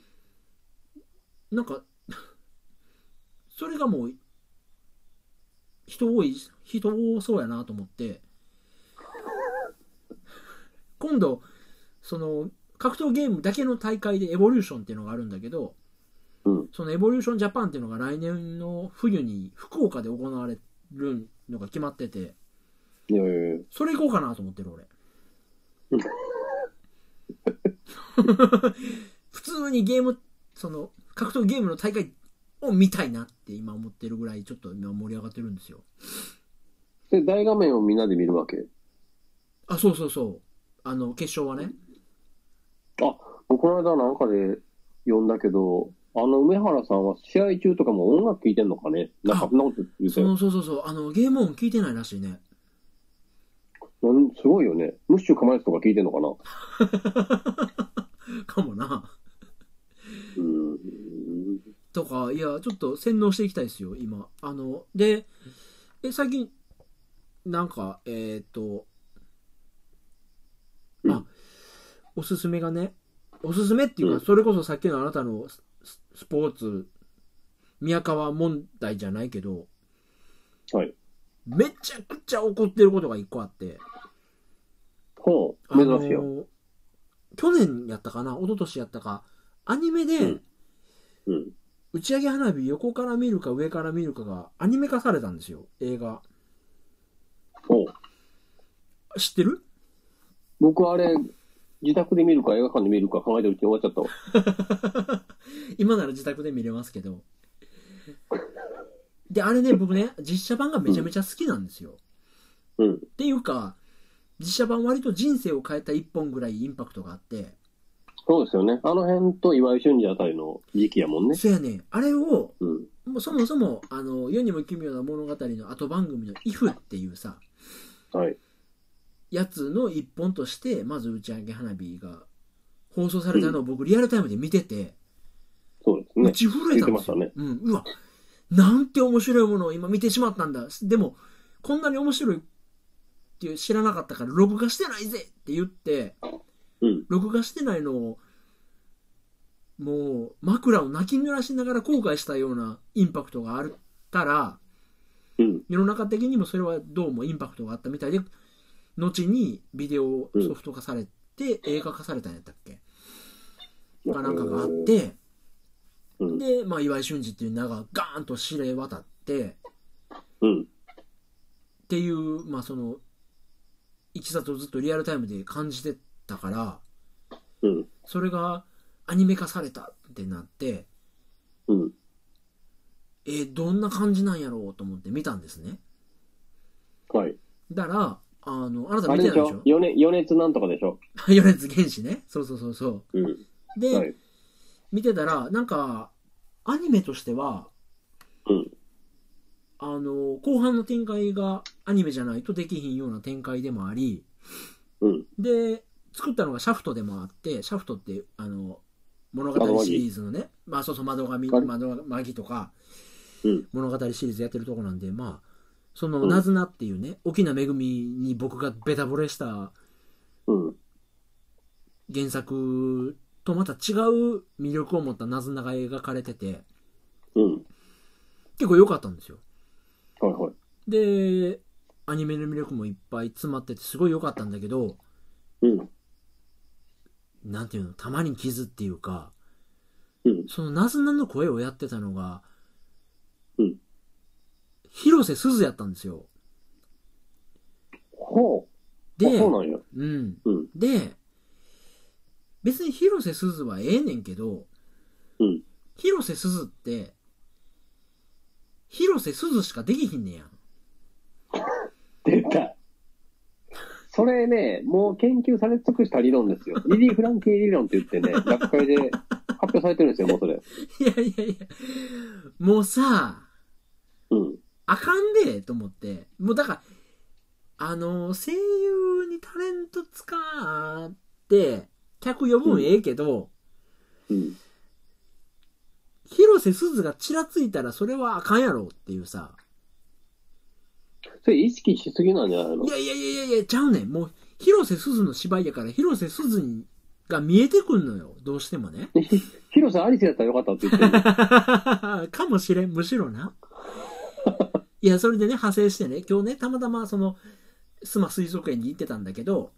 Speaker 2: なんか、 それがもう、人多い、人多そうやなと思って、今度、その、格闘ゲームだけの大会でエボリューションっていうのがあるんだけど、
Speaker 1: うん
Speaker 2: そのエボリューションジャパンっていうのが来年の冬に福岡で行われるのが決まってて、
Speaker 1: いやいやいや
Speaker 2: それ行こうかなと思ってる俺。普通にゲーム、その、格闘ゲームの大会を見たいなって今思ってるぐらい、ちょっと今盛り上がってるんですよ。
Speaker 1: で、大画面をみんなで見るわけ。
Speaker 2: あ、そうそうそう。あの、決勝はね。
Speaker 1: あ、僕この間なんかで読んだけど、あの梅原さんは試合中とかも音楽聴いてんのかねなんか
Speaker 2: あ
Speaker 1: そんなこと言って
Speaker 2: そ
Speaker 1: たよ
Speaker 2: の、そうそうそう。あの、ゲーム音聞いてないらしいね。
Speaker 1: なんすごいよね。ムッシュかまやつとか聴いてんのかな
Speaker 2: かもな。
Speaker 1: うーん。
Speaker 2: とか、いや、ちょっと洗脳していきたいですよ、今。あの、で、え、最近、なんか、えーっ、と、
Speaker 1: う
Speaker 2: あ、おすすめがね、おすすめっていうか、
Speaker 1: うん
Speaker 2: それこそさっきのあなたのスススポーツ、宮川問題じゃないけど、
Speaker 1: はい。
Speaker 2: めちゃくちゃ怒ってることが一個あって、
Speaker 1: ほ
Speaker 2: あ
Speaker 1: う、
Speaker 2: の
Speaker 1: 珍しいよ。
Speaker 2: 去年やったかな、一昨年やったか、アニメで、
Speaker 1: うんうん。
Speaker 2: 打ち上げ花火横から見るか上から見るかがアニメ化されたんですよ映画
Speaker 1: ほう。
Speaker 2: 知ってる
Speaker 1: 僕あれ、自宅で見るか映画館で見るか考えてるうちに終わっちゃったわ。
Speaker 2: 今なら自宅で見れますけどであれね僕ね実写版がめちゃめちゃ好きなんですよ、っ
Speaker 1: うん。
Speaker 2: ていうか実写版割と人生を変えた一本ぐらいインパクトがあって
Speaker 1: そうですよね。あの辺と岩井俊二あたりの時期やもんね。
Speaker 2: そやねあれを
Speaker 1: うん。
Speaker 2: もうそもそもあの世にも奇妙な物語の後番組の「IF」っていうさ
Speaker 1: はい。
Speaker 2: やつの一本としてまず打ち上げ花火が放送されたのを僕リアルタイムで見てて、
Speaker 1: そうです
Speaker 2: 打
Speaker 1: ね。
Speaker 2: ち震えたんですよ。
Speaker 1: 言って
Speaker 2: うん、うわ、なんて面白いものを今見てしまったんだ。でも、こんなに面白いっていう知らなかったから、録画してないぜって言って、
Speaker 1: うん。
Speaker 2: 録画してないのを、もう枕を泣き濡らしながら後悔したようなインパクトがあったら、
Speaker 1: うん。
Speaker 2: 世の中的にもそれはどうもインパクトがあったみたいで、後にビデオソフト化されて、映画化されたんやったっけかなんかがあって、
Speaker 1: うん。
Speaker 2: で、まあ、岩井俊二っていう名がガーンと知れ渡って
Speaker 1: うん。
Speaker 2: っていう、まあ、そのいきさつをずっとリアルタイムで感じてたから
Speaker 1: うん。
Speaker 2: それがアニメ化されたってなって
Speaker 1: うん。
Speaker 2: えーどんな感じなんやろうと思って見たんですね
Speaker 1: はい。
Speaker 2: だからあのあなた
Speaker 1: あ
Speaker 2: 見
Speaker 1: れ
Speaker 2: て
Speaker 1: で
Speaker 2: ない
Speaker 1: し
Speaker 2: で
Speaker 1: ょ
Speaker 2: し
Speaker 1: 余熱余熱なんとかでしょ
Speaker 2: ょ米津玄師ねそうそうそうそ
Speaker 1: うん。
Speaker 2: うで、
Speaker 1: はい。
Speaker 2: 見てたらなんかアニメとしては
Speaker 1: うん。
Speaker 2: あの後半の展開がアニメじゃないとできひんような展開でもあり
Speaker 1: うん。
Speaker 2: で作ったのがシャフトでもあってシャフトってあの物語シリーズのねまあそうそう窓紙
Speaker 1: はい
Speaker 2: 窓巻とか、
Speaker 1: うん
Speaker 2: 物語シリーズやってるとこなんでまあその
Speaker 1: うん
Speaker 2: ナズナっていうね沖縄恵に僕がベタ惚れした
Speaker 1: うん。
Speaker 2: 原作とまた違う魅力を持ったナズナが描かれてて
Speaker 1: うん。
Speaker 2: 結構良かったんですよ
Speaker 1: はいはい。
Speaker 2: でアニメの魅力もいっぱい詰まっててすごい良かったんだけど
Speaker 1: うん。
Speaker 2: なんていうのたまに傷っていうか
Speaker 1: うん。
Speaker 2: そのナズナの声をやってたのが、広瀬すずやったんですよ。
Speaker 1: ほう。あ
Speaker 2: で、
Speaker 1: そうなんや。
Speaker 2: うん。
Speaker 1: うん。
Speaker 2: で、別に広瀬すずはええねんけど、
Speaker 1: うん。
Speaker 2: 広瀬すずって、広瀬すずしかできひんね やん。
Speaker 1: 出た。それね、もう研究され尽くした理論ですよ。リリー・フランキー理論って言ってね、学会で発表されてるんですよ、もうそれ。
Speaker 2: いやいやいや、もうさ、
Speaker 1: うん。
Speaker 2: あかんでと思って。もうだから、あの、声優にタレント使って、客呼ぶんええけど、
Speaker 1: うん。
Speaker 2: 広瀬すずがちらついたらそれはあかんやろっていうさ。
Speaker 1: それ意識しすぎなんじゃないの
Speaker 2: いやいやいやいやいや、ちゃうねん。もう、広瀬すずの芝居やから、広瀬すずにが見えてくんのよ。どうしてもね。
Speaker 1: 広瀬アリスやったらよかったって言ってるの。
Speaker 2: かもしれん、むしろな。いや、それでね、派生してね、今日ね、たまたまその、須磨水族園に行ってたんだけど、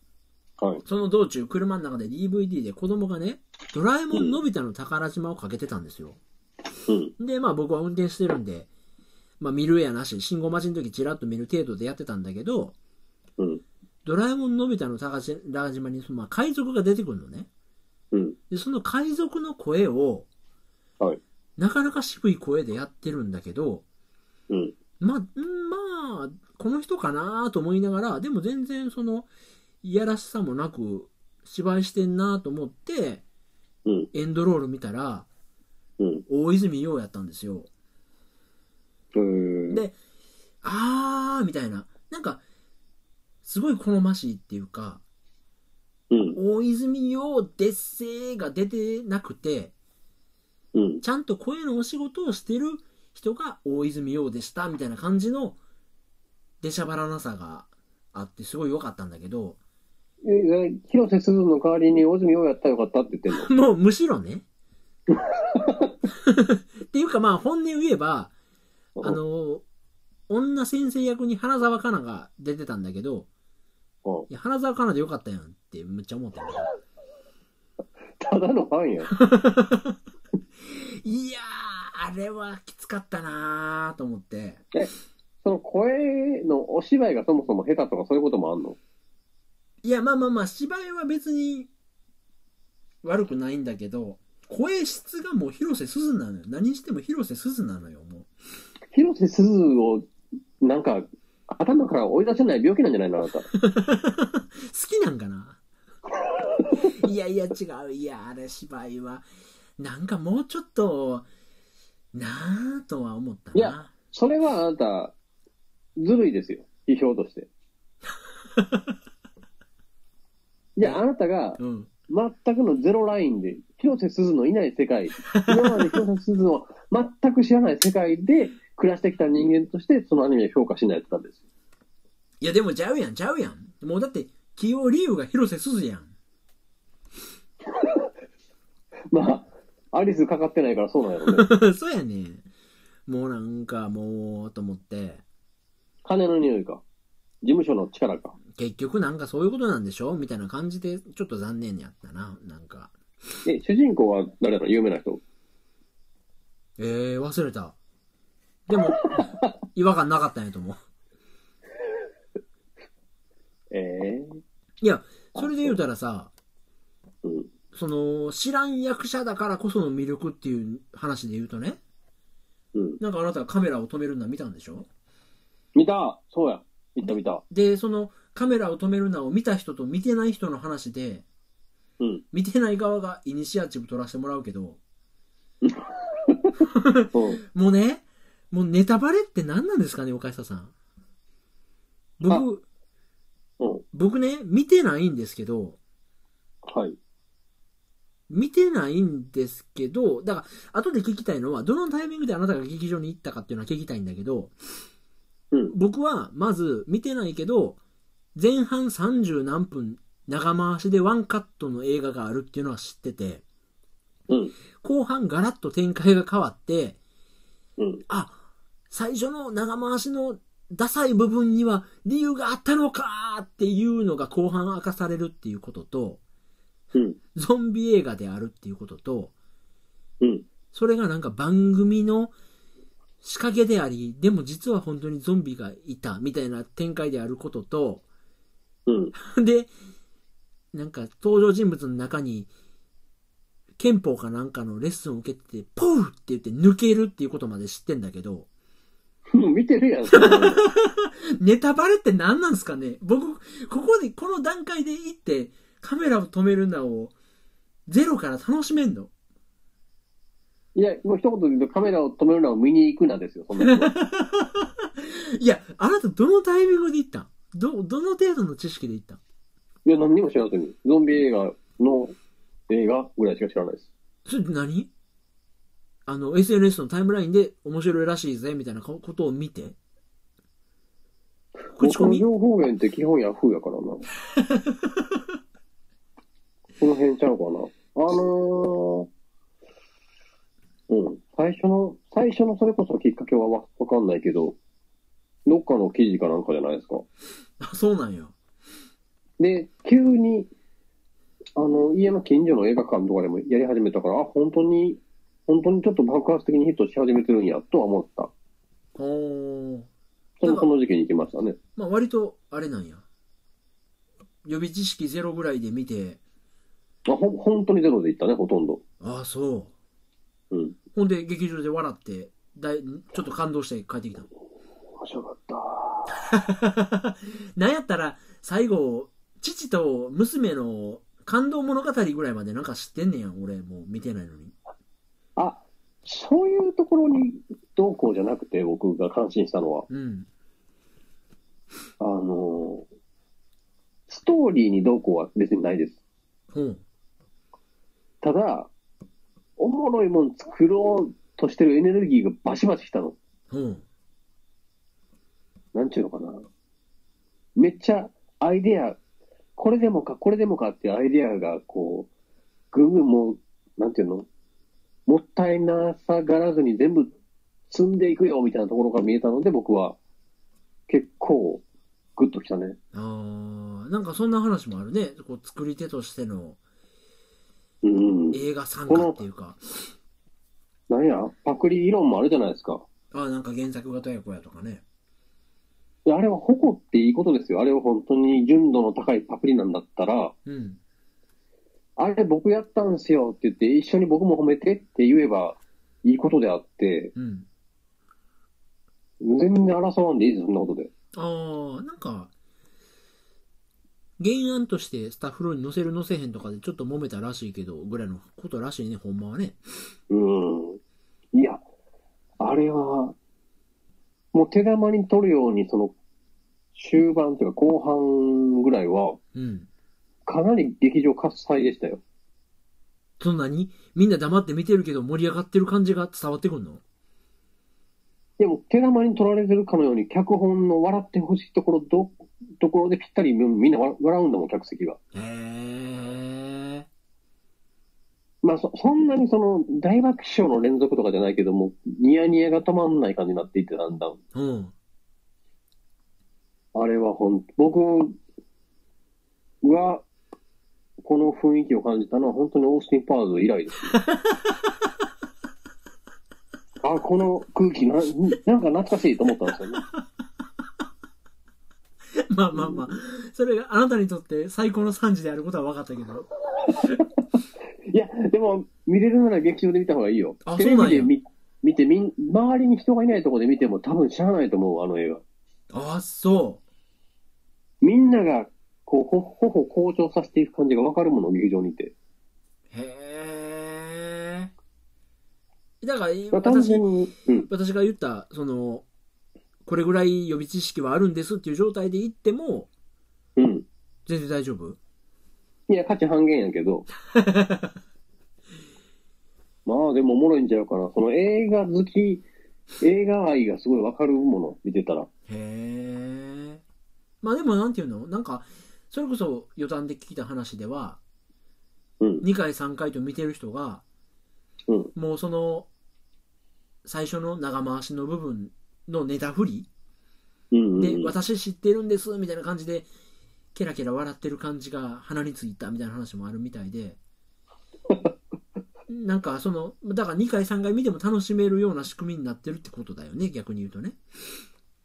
Speaker 1: はい。
Speaker 2: その道中、車の中で DVD で子供がね、ドラえもんのび太の宝島をかけてたんですよ。
Speaker 1: うん。
Speaker 2: で、まあ僕は運転してるんで、まあ見るやなし、信号待ちの時ちらっと見る程度でやってたんだけど、
Speaker 1: うん。
Speaker 2: ドラえもんのび太の宝島に、まあ海賊が出てくるのね。
Speaker 1: うん。
Speaker 2: で、その海賊の声を、
Speaker 1: はい
Speaker 2: なかなか渋い声でやってるんだけど、
Speaker 1: うん。
Speaker 2: まあ、うんまあ、この人かなと思いながら、でも全然その、いやらしさもなく、芝居してんなと思って、
Speaker 1: うん。
Speaker 2: エンドロール見たら、
Speaker 1: うん。
Speaker 2: 大泉洋やったんですよ。
Speaker 1: うーん。
Speaker 2: で、あーみたいな。なんか、すごい好ましいっていうか、
Speaker 1: うん。
Speaker 2: 大泉洋でっせーが出てなくて、
Speaker 1: うん。
Speaker 2: ちゃんと声のお仕事をしてる人が大泉洋でした、みたいな感じの、出しゃばらなさがあって、すごい良かったんだ けど、
Speaker 1: え、広瀬すずの代わりに大泉洋やったらよかったって言ってんの。
Speaker 2: もうむし ろね。っていうかまあ本音言えば、あの、女先生役に花澤香菜が出てたんだけど、
Speaker 1: うん
Speaker 2: いや花澤香菜でよかったやんってむっちゃ思ったよね。
Speaker 1: ただのファンや。
Speaker 2: いやー、あれはきつかったなーと思って。
Speaker 1: その声のお芝居がそもそも下手とかそういうこともあんの
Speaker 2: いや、まあまあまあ、芝居は別に悪くないんだけど、声質がもう広瀬すずなのよ。何しても広瀬すずなのよ、もう。
Speaker 1: 広瀬すずを、なんか、頭から追い出せない病気なんじゃないのあなた。
Speaker 2: 好きなんかな いやいや違ういやあれ芝居はなんかもうちょっとなあとは思ったない
Speaker 1: やそれはあなた、ずるいですよ。批評と して。いや、あなたが
Speaker 2: うん
Speaker 1: 全くのゼロラインで、広瀬すずのいない世界、今まで広瀬すずを全く知らない世界で暮らしてきた人間として、そのアニメを評価しないとダメですよ。
Speaker 2: いやでもちゃうやんちゃうやんもうだって起用理由が広瀬すずやん
Speaker 1: まあ、アリスかかってないからそうなんやろ うね。
Speaker 2: そうやねんもうなんかもうと思って
Speaker 1: 金の匂いか。事務所の力か。
Speaker 2: 結局なんかそういうことなんでしょみたいな感じでちょっと残念やったななんか
Speaker 1: え、主人公は誰なの有名な人。
Speaker 2: えー、忘れた でも違和感なかったんやと思う
Speaker 1: ええ
Speaker 2: いやそれで言うたらさ
Speaker 1: うん。
Speaker 2: その知らん役者だからこその魅力っていう話で言うとね
Speaker 1: うん。
Speaker 2: なんかあなたがカメラを止めるな見たんでしょ
Speaker 1: 見たそうや。見た見 た。
Speaker 2: でそのカメラを止めるなを見た人と見てない人の話で
Speaker 1: うん。
Speaker 2: 見てない側がイニシアチブ取らせてもらうけど
Speaker 1: うん。
Speaker 2: もうねもうネタバレって何なんですかね岡下さん僕
Speaker 1: うん。
Speaker 2: 僕ね見てないんですけど
Speaker 1: はい。
Speaker 2: 見てないんですけどだから後で聞きたいのはどのタイミングであなたが劇場に行ったかっていうのは聞きたいんだけど
Speaker 1: うん。
Speaker 2: 僕はまず見てないけど前半30何分長回しでワンカットの映画があるっていうのは知ってて
Speaker 1: うん。
Speaker 2: 後半ガラッと展開が変わって
Speaker 1: うん。
Speaker 2: あ最初の長回しのダサい部分には理由があったのかっていうのが後半明かされるっていうことと
Speaker 1: うん。
Speaker 2: ゾンビ映画であるっていうことと
Speaker 1: うん。
Speaker 2: それがなんか番組の仕掛けであり、でも実は本当にゾンビがいた、みたいな展開であることと、
Speaker 1: うん。
Speaker 2: で、なんか登場人物の中に、憲法かなんかのレッスンを受けてて、ポウって言って抜けるっていうことまで知ってんだけど、
Speaker 1: もう見てるやん、そんなの
Speaker 2: ネタバレって何なんすかね僕、ここで、この段階で行って、カメラを止めるなを、ゼロから楽しめんの
Speaker 1: いや、もう一言で言うとカメラを止めるのを見に行くなですよ、そんなの
Speaker 2: いや、あなたどのタイミングで行ったんど、どの程度の知識で行ったん
Speaker 1: いや、何にも知らずに。ゾンビ映画の映画ぐらいしか知らないです。
Speaker 2: それって何あの、SNS のタイムラインで面白いらしいぜ、みたいなこことを見て。口コ
Speaker 1: 僕の
Speaker 2: ミ
Speaker 1: 情報源って基本ヤフーやからな。この辺ちゃうかな。あのー、うん。最初の、最初のそれこそきっかけはわわかんないけど、どっかの記事かなんかじゃないですか。
Speaker 2: あ、そうなんや。
Speaker 1: で、急に、あの、家の近所の映画館とかでもやり始めたから、あ、本当に、本当にちょっと爆発的にヒットし始めてるんや、とは思った。
Speaker 2: おー。
Speaker 1: そ
Speaker 2: なん
Speaker 1: の
Speaker 2: か
Speaker 1: その時期に行きましたね。
Speaker 2: まあ割と、あれなんや。予備知識ゼロぐらいで見て、
Speaker 1: あほん本当にゼロで行ったね、ほとんど。
Speaker 2: ああ、そう。
Speaker 1: うん。
Speaker 2: ほんで、劇場で笑って、だいちょっと感動して帰ってきたの。
Speaker 1: 面白かった。
Speaker 2: なんやったら、最後、父と娘の感動物語ぐらいまでなんか知ってんねやん、俺。もう見てないのに。
Speaker 1: あ、そういうところにどうこうじゃなくて、僕が感心したのは、
Speaker 2: うん。
Speaker 1: あのーストーリーにどうこうは別にないです。
Speaker 2: ほう。
Speaker 1: ただ、おもろいもん作ろうとしてるエネルギーがバシバシきたの。
Speaker 2: ほう。
Speaker 1: なんちゅうのかな。めっちゃアイデア、これでもか、これでもかっていうアイデアが、こう、ぐんぐんもう、なんていうの、もったいなさがらずに全部積んでいくよみたいなところが見えたので、僕は結構グッときたね。
Speaker 2: あーなんかそんな話もあるね。こう作り手としての
Speaker 1: うん。
Speaker 2: 映画参加っていうか、
Speaker 1: なんや、パクリ理論もあるじゃないですか。
Speaker 2: あーなんか原作型やこやとかね。
Speaker 1: であれは誇っていいことですよ。あれは本当に純度の高いパクリなんだったら、
Speaker 2: うん。
Speaker 1: あれ僕やったんすよって言って、一緒に僕も褒めてって言えばいいことであって、
Speaker 2: うん。
Speaker 1: 全然争わんでいいです、そんなことで。
Speaker 2: ああ、なんか、原案としてスタッフローに載せる載せへんとかでちょっと揉めたらしいけど、ぐらいのことらしいね、ほんまはね。
Speaker 1: うん。いや、あれは、もう手玉に取るように、その、終盤というか後半ぐらいは、
Speaker 2: うん。
Speaker 1: かなり劇場喝采でしたよ。
Speaker 2: そんなにみんな黙って見てるけど盛り上がってる感じが伝わってくんの
Speaker 1: でも、手玉に取られてるかのように、脚本の笑ってほしいところど、ところでぴったりみんな笑笑うんだもん、客席が。
Speaker 2: へえ。
Speaker 1: まあそ、そんなにその、大爆笑の連続とかじゃないけども、ニヤニヤが止まんない感じになっていって、だんだん。
Speaker 2: うん。
Speaker 1: あれはほん、僕は、この雰囲気を感じたのは本当にオースティン・パワーズ以来 です。あ、この空気な、なんか懐かしいと思ったんですよね。
Speaker 2: まあまあまあ、それがあなたにとって最高の惨事であることは分かったけど。
Speaker 1: いや、でも、見れるなら劇場で見た方がいいよ。
Speaker 2: あ
Speaker 1: テ
Speaker 2: そう
Speaker 1: レ
Speaker 2: なん
Speaker 1: ビ
Speaker 2: や
Speaker 1: で見見てみん、周りに人がいないところで見ても多分しゃあないと思う、あの映画。
Speaker 2: ああ、そ
Speaker 1: みんなが、こう、ほ、ほほ好調させていく感じがわかるもの、劇場にいて。
Speaker 2: う。へえ。だから、
Speaker 1: まあ、単
Speaker 2: 私
Speaker 1: 純、に、うん。
Speaker 2: 私が言った、その、これぐらい予備知識はあるんですっていう状態で行っても、
Speaker 1: うん。
Speaker 2: 全然大丈夫
Speaker 1: いや、価値半減やけ ど。まあ、でもおもろいんちゃうかな。その映画好き、映画愛がすごいわかるもの、見てたら。
Speaker 2: へえ。まあでもなんていうのなんか、それこそ余談で聞いた話では、
Speaker 1: うん。
Speaker 2: 2回3回と見てる人が、
Speaker 1: うん。
Speaker 2: もうその、最初の長回しの部分のネタ振り
Speaker 1: うん、うん。
Speaker 2: で、私知ってるんです、みたいな感じで、ケラ ケラ笑ってる感じが鼻についたみたいな話もあるみたいで、なんかその、だから2回3回見ても楽しめるような仕組みになってるってことだよね、逆に言うとね。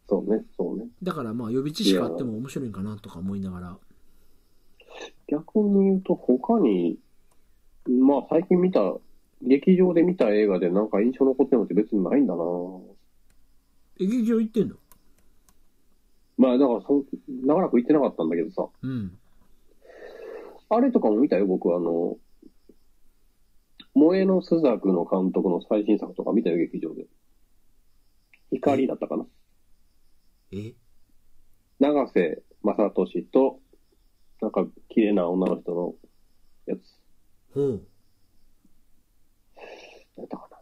Speaker 1: そうね、そうね。
Speaker 2: だからまあ予備知識あっても面白いんかなとか思いながら。
Speaker 1: 逆に言うと、他に、まあ最近見た、劇場で見た映画でなんか印象残ってるのって別にないんだな
Speaker 2: え、劇場行ってんの
Speaker 1: まあだからそう、長らく行ってなかったんだけどさ、
Speaker 2: うん。
Speaker 1: あれとかも見たよ、僕、あの、萌えの朱雀の監督の最新作とか見たよ、劇場で。光だったかな
Speaker 2: え
Speaker 1: 長瀬正俊と、なんか、綺麗な女の人のやつ。
Speaker 2: ほう。
Speaker 1: やったかな。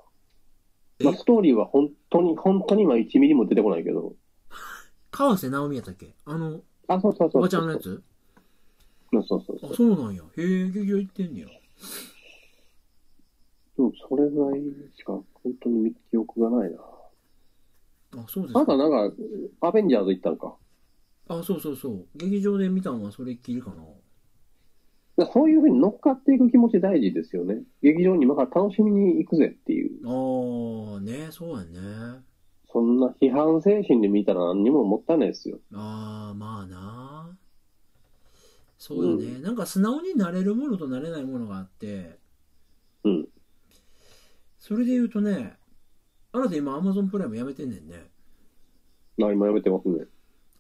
Speaker 2: え
Speaker 1: まあ、ストーリーは本当に、本当に今1ミリも出てこないけど。
Speaker 2: 川瀬直美やったっけあの、
Speaker 1: あ、そうそうそうそう。
Speaker 2: おばちゃんのやつ
Speaker 1: そうそうそう
Speaker 2: あ
Speaker 1: そう。、
Speaker 2: そうなんや。へえ、劇場行ってんねや。
Speaker 1: でもそれぐらいしか本当に記憶がないな。
Speaker 2: あ、そうです
Speaker 1: あな
Speaker 2: か
Speaker 1: た。なんか、アベンジャーズ行ったのか。
Speaker 2: あ、そうそうそう。劇場で見たのはそれっきりかな。
Speaker 1: だからそういうふうに乗っかっていく気持ち大事ですよね。劇場に今から楽しみに行くぜっていう。
Speaker 2: あー、ね、そうやね。
Speaker 1: そんな批判精神で見たら何にももったいないですよ。
Speaker 2: ああまあなそうよね、なんか素直になれるものとなれないものがあって
Speaker 1: うん
Speaker 2: それで言うとねあなた今アマゾンプライムやめてんねんね
Speaker 1: な今やめてますね。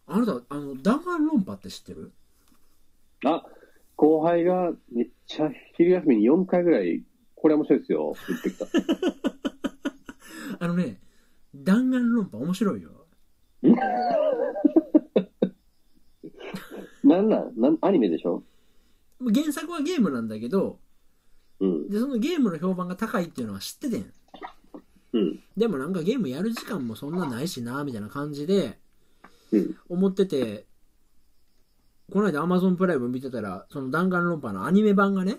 Speaker 2: あなたあの弾丸論破って知ってる
Speaker 1: あ、後輩がめっちゃ昼休みに4回ぐらい、これ面白いですよ、言ってきた。
Speaker 2: あのね弾丸論破面白いよ
Speaker 1: なんなんなんアニメでしょ
Speaker 2: 原作はゲームなんだけど
Speaker 1: うん。
Speaker 2: でそのゲームの評判が高いっていうのは知っててん
Speaker 1: うん。
Speaker 2: でもなんかゲームやる時間もそんなないしなみたいな感じで
Speaker 1: うん。
Speaker 2: 思ってて、この間 Amazon プライム見てたら、その弾丸論破のアニメ版がね、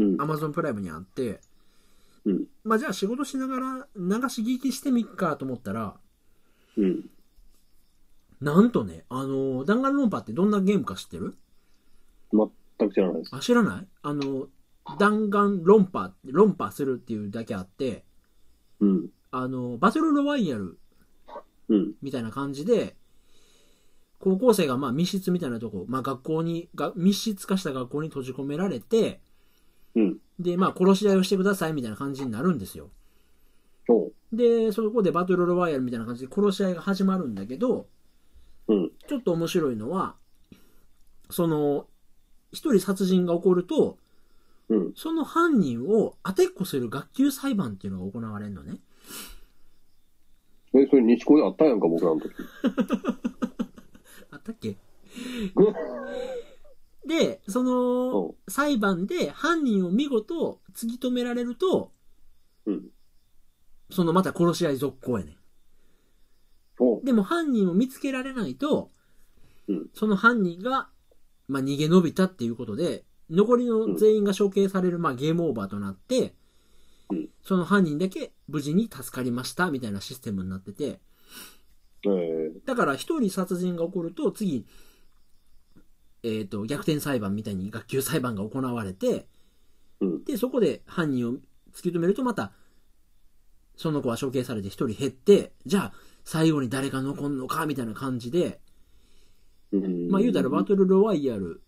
Speaker 1: うん。
Speaker 2: Amazon プライムにあって、
Speaker 1: うん
Speaker 2: まあじゃあ仕事しながら流し聞きしてみっかと思ったら、
Speaker 1: うん。
Speaker 2: なんとね、あのー弾丸論破ってどんなゲームか知ってる
Speaker 1: 全く知らないです。
Speaker 2: あ、知らないあのー弾丸論破、論破するっていうだけあって、
Speaker 1: うん。
Speaker 2: あのーバトルロワイヤル
Speaker 1: うん。
Speaker 2: みたいな感じで、高校生がまあ密室みたいなとこ、まあ学校に、が密室化した学校に閉じ込められて、
Speaker 1: うん。
Speaker 2: で、まあ、殺し合いをしてくださいみたいな感じになるんですよ。
Speaker 1: おう。
Speaker 2: で、そこでバトルロワイヤルみたいな感じで殺し合いが始まるんだけど、
Speaker 1: うん。
Speaker 2: ちょっと面白いのは、その、一人殺人が起こると、
Speaker 1: うん。
Speaker 2: その犯人を当てっこする学級裁判っていうのが行われるのね。
Speaker 1: え、それ、西高であったやんか、僕らの時。
Speaker 2: あったっ けで、その、
Speaker 1: おう。
Speaker 2: 裁判で犯人を見事突き止められると、
Speaker 1: うん。
Speaker 2: そのまた殺し合い続行やねん。
Speaker 1: おう。
Speaker 2: でも犯人を見つけられないと、
Speaker 1: うん
Speaker 2: その犯人が、まあ、逃げ延びたっていうことで、残りの全員が処刑される、まあ、ゲームオーバーとなって、
Speaker 1: うん
Speaker 2: その犯人だけ無事に助かりましたみたいなシステムになってて、
Speaker 1: えー、
Speaker 2: だから一人殺人が起こると次、えっ、と、逆転裁判みたいに学級裁判が行われて、
Speaker 1: うん
Speaker 2: で、そこで犯人を突き止めるとまた、その子は処刑されて一人減って、じゃあ最後に誰が残んのかみたいな感じで、
Speaker 1: うん。
Speaker 2: まあ言うたらバトルロワイヤル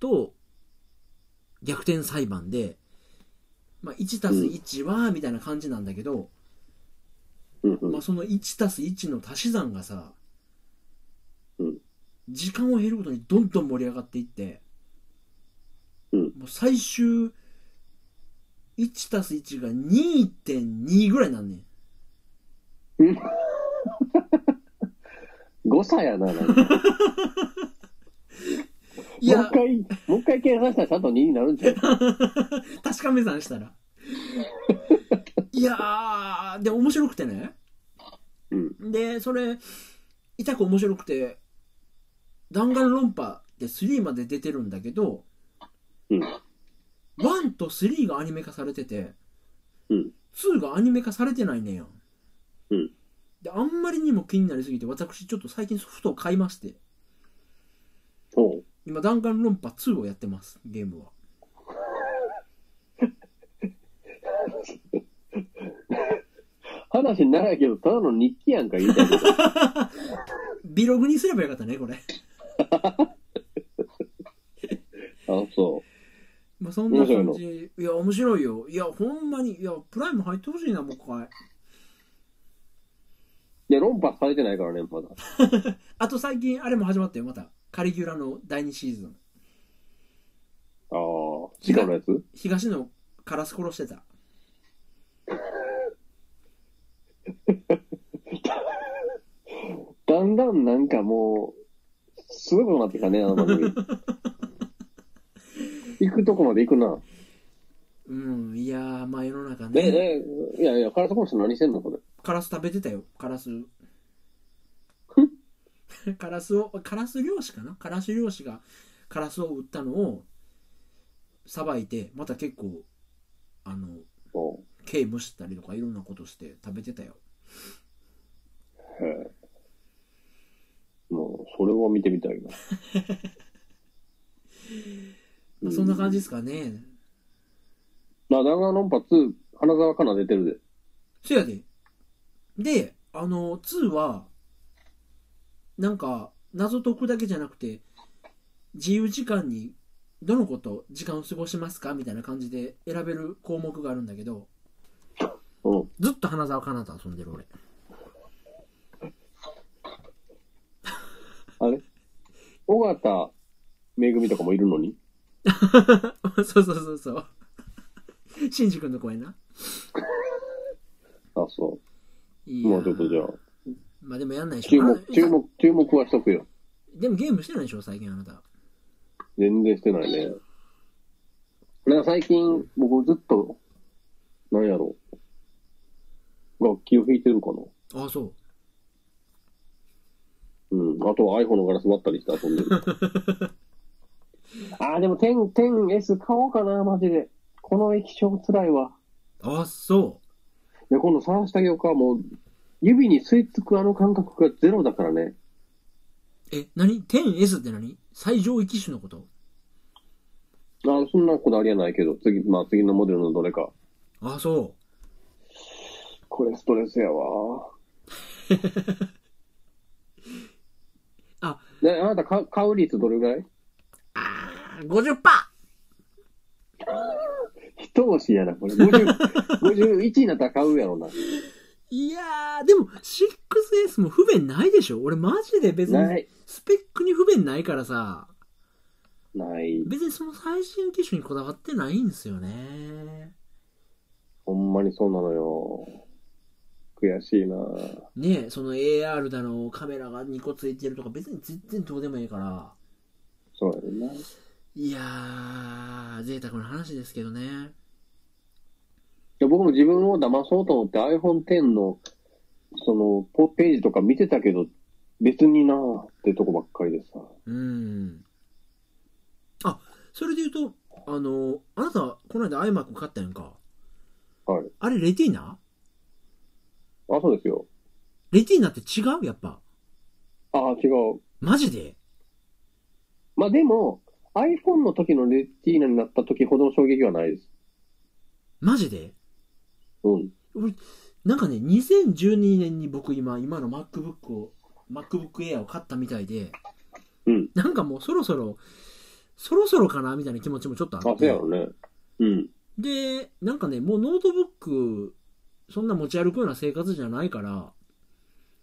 Speaker 2: と逆転裁判で、まあ1たす1は、みたいな感じなんだけど、
Speaker 1: うんう
Speaker 2: ま
Speaker 1: ん
Speaker 2: あ、その1たす1の足し算がさ、
Speaker 1: うん
Speaker 2: 時間を減るごとにどんどん盛り上がっていって、
Speaker 1: うん
Speaker 2: もう最終1たす1が2.2ぐらいなんねん
Speaker 1: 誤差やな、なんか。
Speaker 2: いや
Speaker 1: もう一回、もう一回計算したらちゃんと2になるんちゃう
Speaker 2: 確かめ算したらいやーで面白くてね
Speaker 1: うん。
Speaker 2: でそれ痛く面白くて弾丸論破で3まで出てるんだけど、
Speaker 1: うん
Speaker 2: 1と3がアニメ化されてて、
Speaker 1: うん
Speaker 2: 2がアニメ化されてないねんやん、
Speaker 1: うん
Speaker 2: であんまりにも気になりすぎて私ちょっと最近ソフトを買いまして
Speaker 1: おう。
Speaker 2: 今弾丸論破2をやってますゲームは
Speaker 1: 話長いけど、ただの日記やんか言いたい こと。
Speaker 2: ビログにすればよかったね、これ。
Speaker 1: あ、そ
Speaker 2: まあ、そんな感じ。いや、面白いよ。いや、ほんまに、いや、プライム入ってほしいな、もう一回。
Speaker 1: う。で、論破されてないからね、まだ。
Speaker 2: あと最近、あれも始まったよ、また。カリギュラの第2シーズン。
Speaker 1: ああ、地下のやつ
Speaker 2: 東野カラス殺してた。
Speaker 1: だんだんなんかもう、すごいことなってきたね、あの番 組。行くとこまで行くな。
Speaker 2: うん、いやー、まあ世の中
Speaker 1: え、
Speaker 2: ね、
Speaker 1: え、いやいや、カラスコロス何してんのこれ。
Speaker 2: カラス食べてたよ、カラス。 カラスを、カラス漁師かなカラス漁師がカラスを売ったのを、さばいて、また結構、あの、
Speaker 1: そ
Speaker 2: 刑務したりとかいろんなことして食べてたよ。
Speaker 1: う。へえ。もう、それは見てみたいな。
Speaker 2: まあそんな感じですかね。
Speaker 1: な、弾丸論破2、花沢香菜出てるで。
Speaker 2: そやで。で、あの、2は、なんか、謎解くだけじゃなくて、自由時間に、どの子と時間を過ごしますかみたいな感じで選べる項目があるんだけど、
Speaker 1: うん。
Speaker 2: ずっと花沢香菜と遊んでる俺。
Speaker 1: あれ尾形めぐみとかもいるのに
Speaker 2: そうそうそうそう。新次君の声な。
Speaker 1: あ、そ。
Speaker 2: いうやー
Speaker 1: もうちょっとじゃあ、
Speaker 2: まあでもやんないでし
Speaker 1: 注
Speaker 2: ょ。
Speaker 1: 目、注目、注目はしとくよ。
Speaker 2: でもゲームしてないでしょ、最近あなた。
Speaker 1: 全然してないね。なんか最近、僕ずっと、なんやろう。楽器を弾いてるかな。
Speaker 2: ああ、そう。
Speaker 1: うん。あとは iPhone のガラス割ったりして遊んでる。 ああ、でも 10, 10S 買おうかな、マジで。この液晶辛いわ。
Speaker 2: ああ、そ
Speaker 1: いや、今度探してあげようか。もう、指に吸い付くあの感覚がゼロだからね。
Speaker 2: う。え、何 ?10S って何最上位機種のこと
Speaker 1: あそんなこだわりはないけど、次、まあ次のモデルのどれか。
Speaker 2: ああ、そう。
Speaker 1: これストレスやわ。
Speaker 2: あ、
Speaker 1: ね、あなた買う買う率どれぐらい
Speaker 2: あー、50%!
Speaker 1: 一押しやな、これ。50 51になったら買うやろな。
Speaker 2: いやー、でも 6S も不便ないでしょ俺マジで別
Speaker 1: な
Speaker 2: に、
Speaker 1: い。
Speaker 2: スペックに不便ないからさ、
Speaker 1: ない。
Speaker 2: 別にその最新機種にこだわってないんですよね。
Speaker 1: ほんまにそうなのよ。悔しいな
Speaker 2: ねえ、その AR だの、カメラが2個ついてるとか別に全然どうでもいいから。
Speaker 1: そうやねんな。
Speaker 2: いやー、贅沢な話ですけどね。
Speaker 1: で僕も自分を騙そうと思って iPhone X の、その、ポページとか見てたけど、別になぁってとこばっかりでさ。
Speaker 2: うん。あ、それで言うと、あの、あなた、この間 iMac 買ったやんか。
Speaker 1: はい。
Speaker 2: あれレティーナ
Speaker 1: あ、そうですよ。
Speaker 2: レティーナって違うやっぱ。
Speaker 1: ああ、違う。
Speaker 2: マジで
Speaker 1: まあでも、iPhone の時のレティーナになった時ほどの衝撃はないです。
Speaker 2: マジで
Speaker 1: うん。
Speaker 2: なんかね、2012年に僕今、今の MacBook を、MacBook Air を買ったみたいで、
Speaker 1: うん。
Speaker 2: なんかもうそろそろ、そろそろかなみたいな気持ちもちょっと
Speaker 1: あ、
Speaker 2: あ
Speaker 1: そ
Speaker 2: っ
Speaker 1: うや
Speaker 2: て。
Speaker 1: ろね。うん。
Speaker 2: で、なんかね、もうノートブック、そんな持ち歩くような生活じゃないから、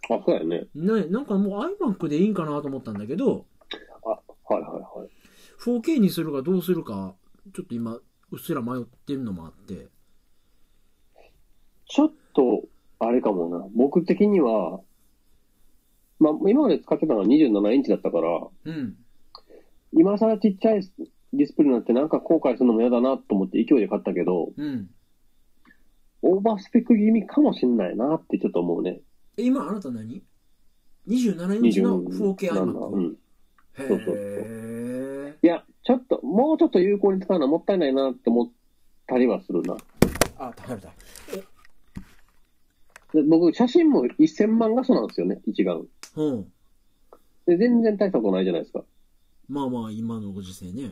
Speaker 1: あ、そうやね。
Speaker 2: ね、なんかもう iMac でいいんかなと思ったんだけど、
Speaker 1: はいはいはい。
Speaker 2: 4K にするかどうするか、ちょっと今、うっすら迷ってるのもあって。
Speaker 1: ちょっと、あれかもな。僕的には、まあ今まで使ってたのは27インチだったから、
Speaker 2: うん。
Speaker 1: 今更ちっちゃいディスプレイになってなんか後悔するのも嫌だなと思って勢いで買ったけど、
Speaker 2: うん。
Speaker 1: オーバースペック気味かもしんないなってちょっと思うね。
Speaker 2: え、今あなた何 ?27 インチの 4K
Speaker 1: なん
Speaker 2: iMac。
Speaker 1: だうん。
Speaker 2: へ
Speaker 1: そうそうそう
Speaker 2: え。
Speaker 1: いや、ちょっと、もうちょっと有効に使うのはもったいないなって思ったりはするな。
Speaker 2: あ、食べた。
Speaker 1: で僕、写真も1000万画素なんですよね、一眼。
Speaker 2: うん。
Speaker 1: で、全然大したことないじゃないですか。
Speaker 2: まあまあ、今のご時世ね。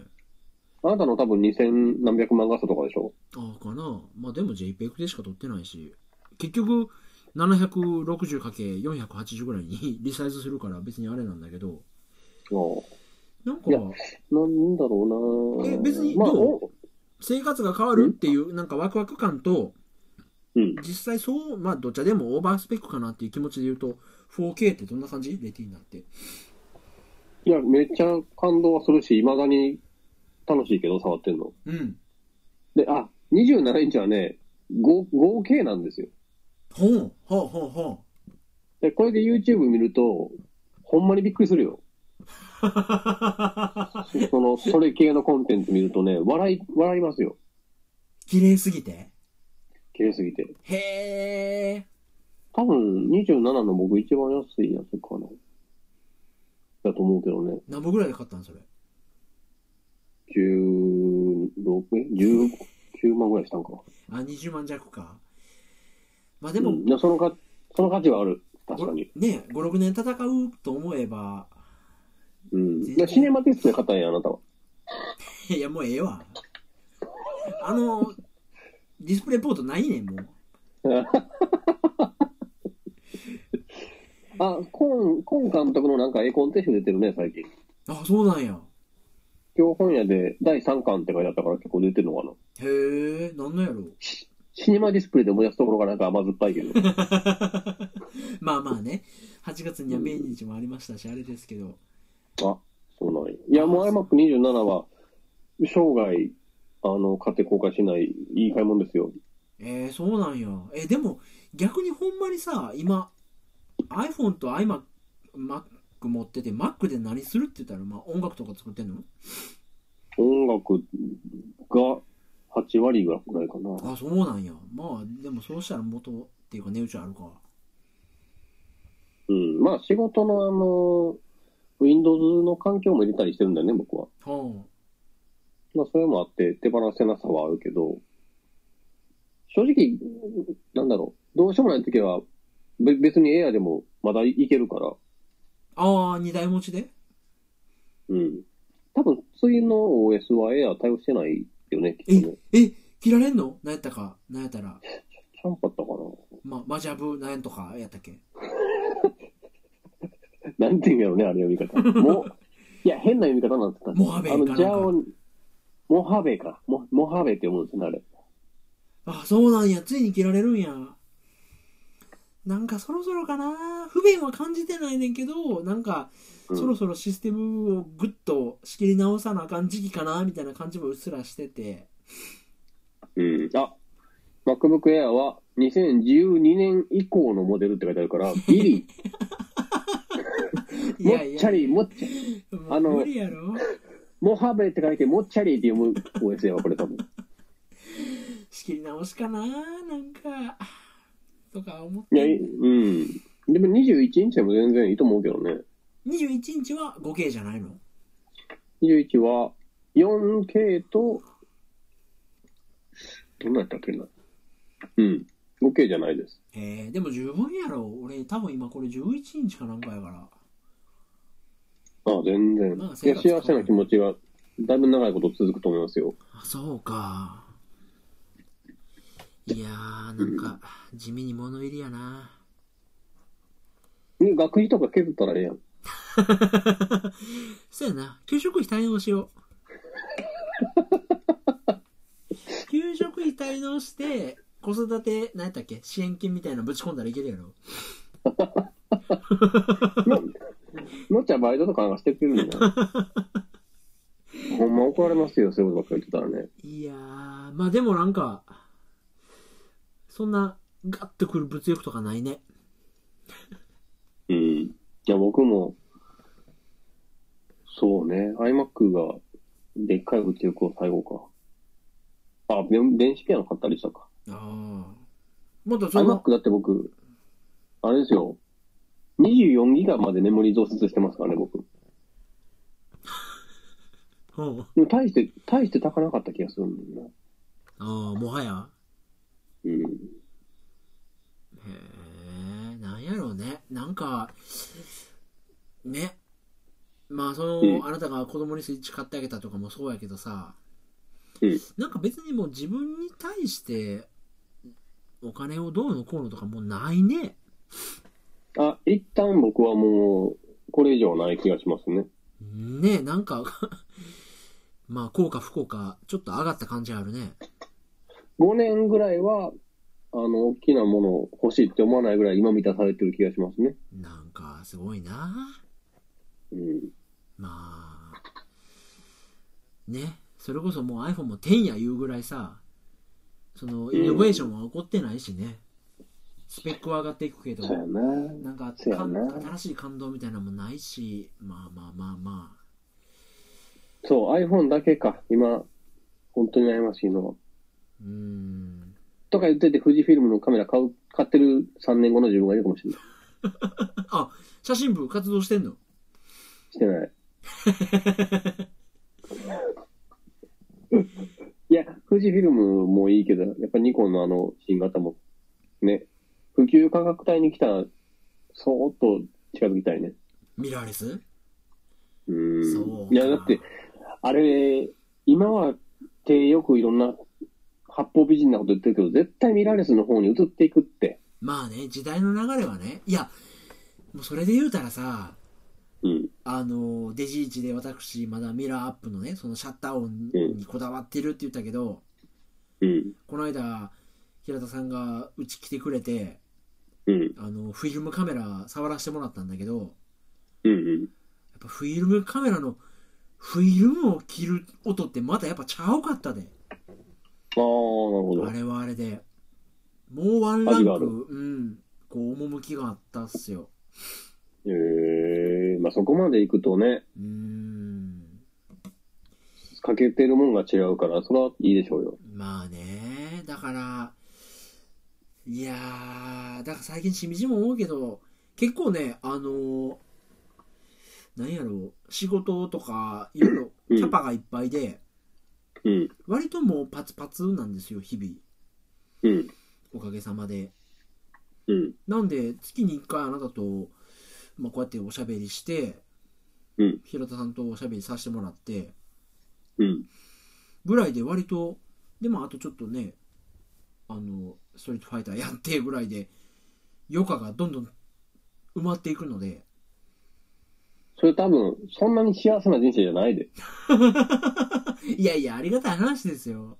Speaker 1: あなたの多分2000何百万画素とかでしょ
Speaker 2: ああ、かな。まあでも JPEG でしか撮ってないし。結局、 760×480 ぐらいに リサイズするから別にあれなんだけど、
Speaker 1: お
Speaker 2: なん
Speaker 1: いや
Speaker 2: か、
Speaker 1: なんだろうな
Speaker 2: え別に
Speaker 1: まあ、
Speaker 2: どう
Speaker 1: お
Speaker 2: 生活が変わるっていう、なんかワクワク感と、
Speaker 1: うん。
Speaker 2: 実際そう、まあ、どっちでもオーバースペックかなっていう気持ちで言うと、4K ってどんな感じレティーナって。
Speaker 1: いや、めっちゃ感動はするし、未だに楽しいけど、触ってんの。
Speaker 2: うん。
Speaker 1: で、あ、27インチはね、5- 5K なんですよ。
Speaker 2: ほう、ほうほうほ
Speaker 1: で、これで YouTube 見ると、ほんまにびっくりす るよ。
Speaker 2: う。
Speaker 1: その、それ系のコンテンツ見るとね、笑い、笑いますよ。
Speaker 2: 綺麗すぎて。
Speaker 1: 綺麗すぎて。
Speaker 2: へえ。
Speaker 1: 多分、27の僕一番安いやつかな。だと思うけどね。
Speaker 2: 何本ぐらいで買ったんそれ。
Speaker 1: 16円 ?19 万ぐらいしたんか。
Speaker 2: あ、20万弱か。まあで
Speaker 1: う
Speaker 2: も
Speaker 1: ん、いやそのか、その価値はある。確かに。
Speaker 2: ね、5、6年戦うと思えば、
Speaker 1: うん。いやシネマティストで買ったんや、あなたは。
Speaker 2: いや、もうええわ。あの、ディスプレイポートないねん、もう。
Speaker 1: あ、コン、コン監督のなんか絵コンテスト出てるね、最近。
Speaker 2: あ、そうなんや。
Speaker 1: 今日本屋で第3巻って書いてあったから結構出てるのかな。
Speaker 2: へえ、なんのやろう。
Speaker 1: シネマディスプレイで思い出すところがなんか甘酸っぱい けど。
Speaker 2: まあまあね、8月には命日もありましたし、あれですけど。
Speaker 1: あ、そうなんや。いや、もう iMac27 は、生涯、あの、買って後悔しない、いい買い物ですよ。
Speaker 2: えー、そうなんや。えでも、逆にほんまにさ、今、iPhone と iMac、Mac 持ってて、Mac で何するって言ったら、まあ音楽とか作ってんの
Speaker 1: 音楽が8割ぐらいかな。
Speaker 2: あ、そうなんや。まあ、でもそうしたら元っていうか値打ちあるか。
Speaker 1: うん。まあ、仕事のあの、Windows の環境も入れたりしてるんだよね、僕は。
Speaker 2: は
Speaker 1: まあ、それもあって、手放せなさはあるけど、正直、なんだろう、どうしようもないときは、べ別にエアでもまだいけるから、
Speaker 2: あ。ああ、二台持ちで
Speaker 1: うん。多分、次の OS はエア対応してないよね、きっとね。
Speaker 2: え、切られんのなんやったか、なんやったら。
Speaker 1: ちゃんかったか
Speaker 2: ま、マジャブ、なんとか、やったっけ
Speaker 1: な。なんていうんやろね、あれ読み方。 もう、いや、変な読み方なんて言った
Speaker 2: モハベか
Speaker 1: あ
Speaker 2: なん
Speaker 1: の、ジャ
Speaker 2: か。
Speaker 1: オ、モハベか。モモハベって読むんですね、あれ。
Speaker 2: あ、そうなんや。ついに切られるんや。なんかそろそろかな。不便は感じてないねんけど、なんか
Speaker 1: うん
Speaker 2: そろそろシステムをぐっと仕切り直さなあかん時期かな、みたいな感じもうっすらしてて。
Speaker 1: うん。あ、MacBook Air は2012年以降のモデルって書いてある から、ギリ、
Speaker 2: い
Speaker 1: もっ
Speaker 2: やいや
Speaker 1: ちゃ、り、もっちゃり、
Speaker 2: もう
Speaker 1: あの
Speaker 2: 無理やろ。
Speaker 1: モハベって書いて、もっちゃりって読む OS やわ、これ多分。
Speaker 2: 仕切り直しかな、なんか、とか思っ
Speaker 1: いや、い
Speaker 2: て。
Speaker 1: うん。でも21インチでも全然いいと思うけどね。
Speaker 2: 21日は 5K じゃないの
Speaker 1: 21は 4K と、どんなんやったっけな。うん。5K じゃないです。
Speaker 2: へえ、でも十分やろ。俺多分今これ11日かなんかやから。
Speaker 1: ああ全然
Speaker 2: まあ。
Speaker 1: い
Speaker 2: 生
Speaker 1: や、
Speaker 2: 活
Speaker 1: 幸せな気持ちが、だいぶ長いこと続くと思いますよ。
Speaker 2: あそうかいやーなんか地味に物入りやな
Speaker 1: ね学費とか削ったらええやん。
Speaker 2: そうやな給食費滞納しよ う給食費滞納して子育て何やったっけ支援金みたいなのぶち込んだらいけるやろ
Speaker 1: ののっちゃんバイトとかなんかしてくれるんだ よ。ほんま怒られますよ、そういうことばっかり言ってたらね。
Speaker 2: いやーまあでもなんかそんなガッとくる物欲とかないね
Speaker 1: うん。いや、僕も、そうね、iMac が、でっかい物欲を最後か。あ、で電子ピアノ買ったりしたか。
Speaker 2: ああまたその
Speaker 1: iMac だって僕、あれですよ、24ギガまでメモリ増設してますからね、僕。
Speaker 2: うんあ
Speaker 1: でも大して、大して高なかった気がするんだよ
Speaker 2: あもはや
Speaker 1: な。うん。
Speaker 2: へえ、なんやろうね。なんか、ね。まあ、その、
Speaker 1: うん
Speaker 2: あなたが子供にスイッチ買ってあげたとかもそうやけどさ、
Speaker 1: うん
Speaker 2: なんか別にもう自分に対して、お金をどうのこうのとかもうないね。
Speaker 1: あ、一旦僕はもう、これ以上ない気がしますね。
Speaker 2: ねえ、なんか、 まあ、効果不効果、ちょっと上がった感じあるね。
Speaker 1: 5年ぐらいは、あの、大きなものを欲しいって思わないぐらい今満たされてる気がしますね。
Speaker 2: なんか、すごいな
Speaker 1: うん。
Speaker 2: まあ、ね、それこそもう iPhone も10や言うぐらいさ、その、イノベーションは起こってないしね。スペックは上がっていくけど、
Speaker 1: そうやな。
Speaker 2: なんか、
Speaker 1: そうや
Speaker 2: かん
Speaker 1: な
Speaker 2: 新しい感動みたいなのもないし、まあまあまあまあ。
Speaker 1: そう、iPhone だけか。今、本当に悩ましいのは。
Speaker 2: うーん。
Speaker 1: とか言ってて、富士フィルムのカメラ買う、買ってる3年後の自分がいるかもしれない。
Speaker 2: あ、写真部活動してんの
Speaker 1: してない。いや、富士フィルムもいいけど、やっぱニコンのあの新型も、ね、普及価格帯に来たら、そーっと近づきたいね。
Speaker 2: ミラーレス
Speaker 1: う
Speaker 2: そ
Speaker 1: ー。
Speaker 2: うんか
Speaker 1: いや、だって、あれ、今は手よくいろんな八方美人なこと言ってるけど、絶対ミラーレスの方に移っていくって。
Speaker 2: まあね、時代の流れはね、いや、もうそれで言うたらさ、
Speaker 1: うん。
Speaker 2: あの、デジイチで私、まだミラーアップのね、そのシャッター音にこだわってるって言ったけど、
Speaker 1: うん。
Speaker 2: この間、平田さんがうち来てくれて、
Speaker 1: うん。
Speaker 2: あの、フィルムカメラ触らせてもらったんだけど、や
Speaker 1: うん。うん。
Speaker 2: っぱフィルムカメラのフィルムを切る音ってまたやっぱちゃうかったで。
Speaker 1: ああ、なるほど
Speaker 2: あ。れはあれで。もうワンラン
Speaker 1: 味がある
Speaker 2: ク、うん、こう、趣があったっすよ。
Speaker 1: ええまあそこまで行くとね、
Speaker 2: うーん。
Speaker 1: かけてるもんが違うから、それはいいでしょうよ。
Speaker 2: まあね、だから、いやー、だから最近しみじも思うけど、結構ね、あのー、なんやろう、仕事とか、いろいろ
Speaker 1: うん
Speaker 2: キャパがいっぱいで、
Speaker 1: うん。
Speaker 2: 割ともうパツパツなんですよ、日
Speaker 1: う
Speaker 2: 々。
Speaker 1: ん。
Speaker 2: おかげさまで。
Speaker 1: うん。
Speaker 2: なんで、月に1回あなたと、まあ、こうやっておしゃべりして、
Speaker 1: うん
Speaker 2: 平田さんとおしゃべりさせてもらって、
Speaker 1: うん。
Speaker 2: ぐらいで割と、でもあとちょっとね、あの、ストリートファイターやってぐらいで、余暇がどんどん埋まっていくので、
Speaker 1: それ多分、そんなに幸せな人生じゃないで。
Speaker 2: いやいや、ありがたい話です よ。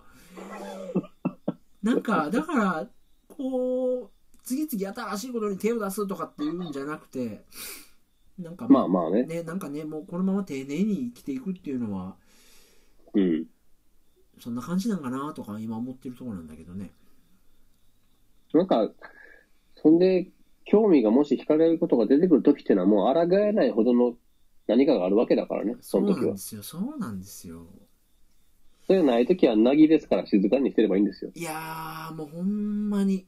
Speaker 2: なんか、だから、こう、次々新しいことに手を出すとかっていうんじゃなくて、なんか、
Speaker 1: まあまあね。
Speaker 2: ね、なんかね、もうこのまま丁寧に生きていくっていうのは、
Speaker 1: うん。
Speaker 2: そんな感じなんかなとか今思ってるところなんだけどね。
Speaker 1: なんか、そんで、興味がもし惹かれることが出てくるときってのは、もう抗えないほどの何かがあるわけだからね、そ
Speaker 2: そ
Speaker 1: うの
Speaker 2: な
Speaker 1: 時
Speaker 2: ん
Speaker 1: は
Speaker 2: で。すよ、そうなんですよ。
Speaker 1: それないときは、なぎですから静かにしてればいいんですよ。
Speaker 2: いやー、もうほんまに、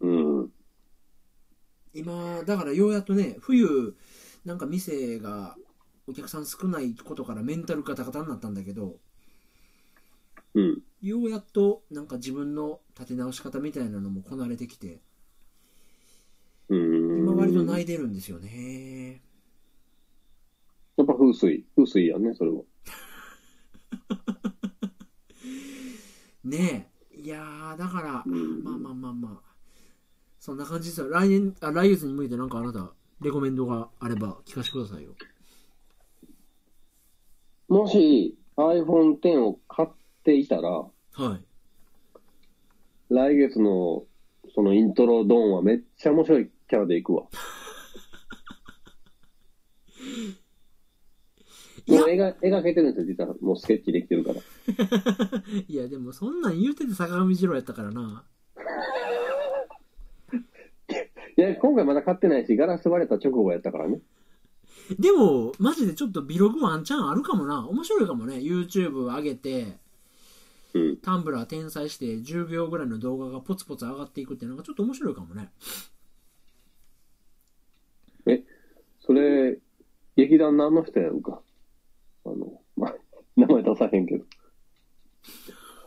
Speaker 1: うん。
Speaker 2: 今、だからようやっとね、冬、なんか店がお客さん少ないことからメンタルガタガタになったんだけど、
Speaker 1: うん。
Speaker 2: ようやっとなんか自分の立て直し方みたいなのもこなれてきて、
Speaker 1: うん。
Speaker 2: 今割と泣いてるんですよね。
Speaker 1: やっぱ風水。風水やんね、それは。
Speaker 2: ねえ。いやー、だから、
Speaker 1: うん
Speaker 2: まあまあまあまあ。そんな感じですよ。来年、あ、来月に向いてなんかあなた、レコメンドがあれば聞かせてくださいよ。
Speaker 1: もし iPhone X を買っていたら、
Speaker 2: はい。
Speaker 1: 来月のそのイントロドーンはめっちゃ面白いキャラでいくわ。
Speaker 2: いや
Speaker 1: もう絵が、絵が描けてるんですよ、実は。もうスケッチできてるから。
Speaker 2: いや、でもそんなん言うてて坂上二郎やったからな。
Speaker 1: いや、今回まだ買ってないし、ガラス割れた直後やったからね。
Speaker 2: でも、マジでちょっとビログワンチャンあるかもな。面白いかもね。YouTube 上げて、
Speaker 1: うん。
Speaker 2: タンブラー転載して10秒ぐらいの動画がポツポツ上がっていくってなんかちょっと面白いかもね。
Speaker 1: それ、劇団何の人やるか。あの、ま、名前出さへんけど。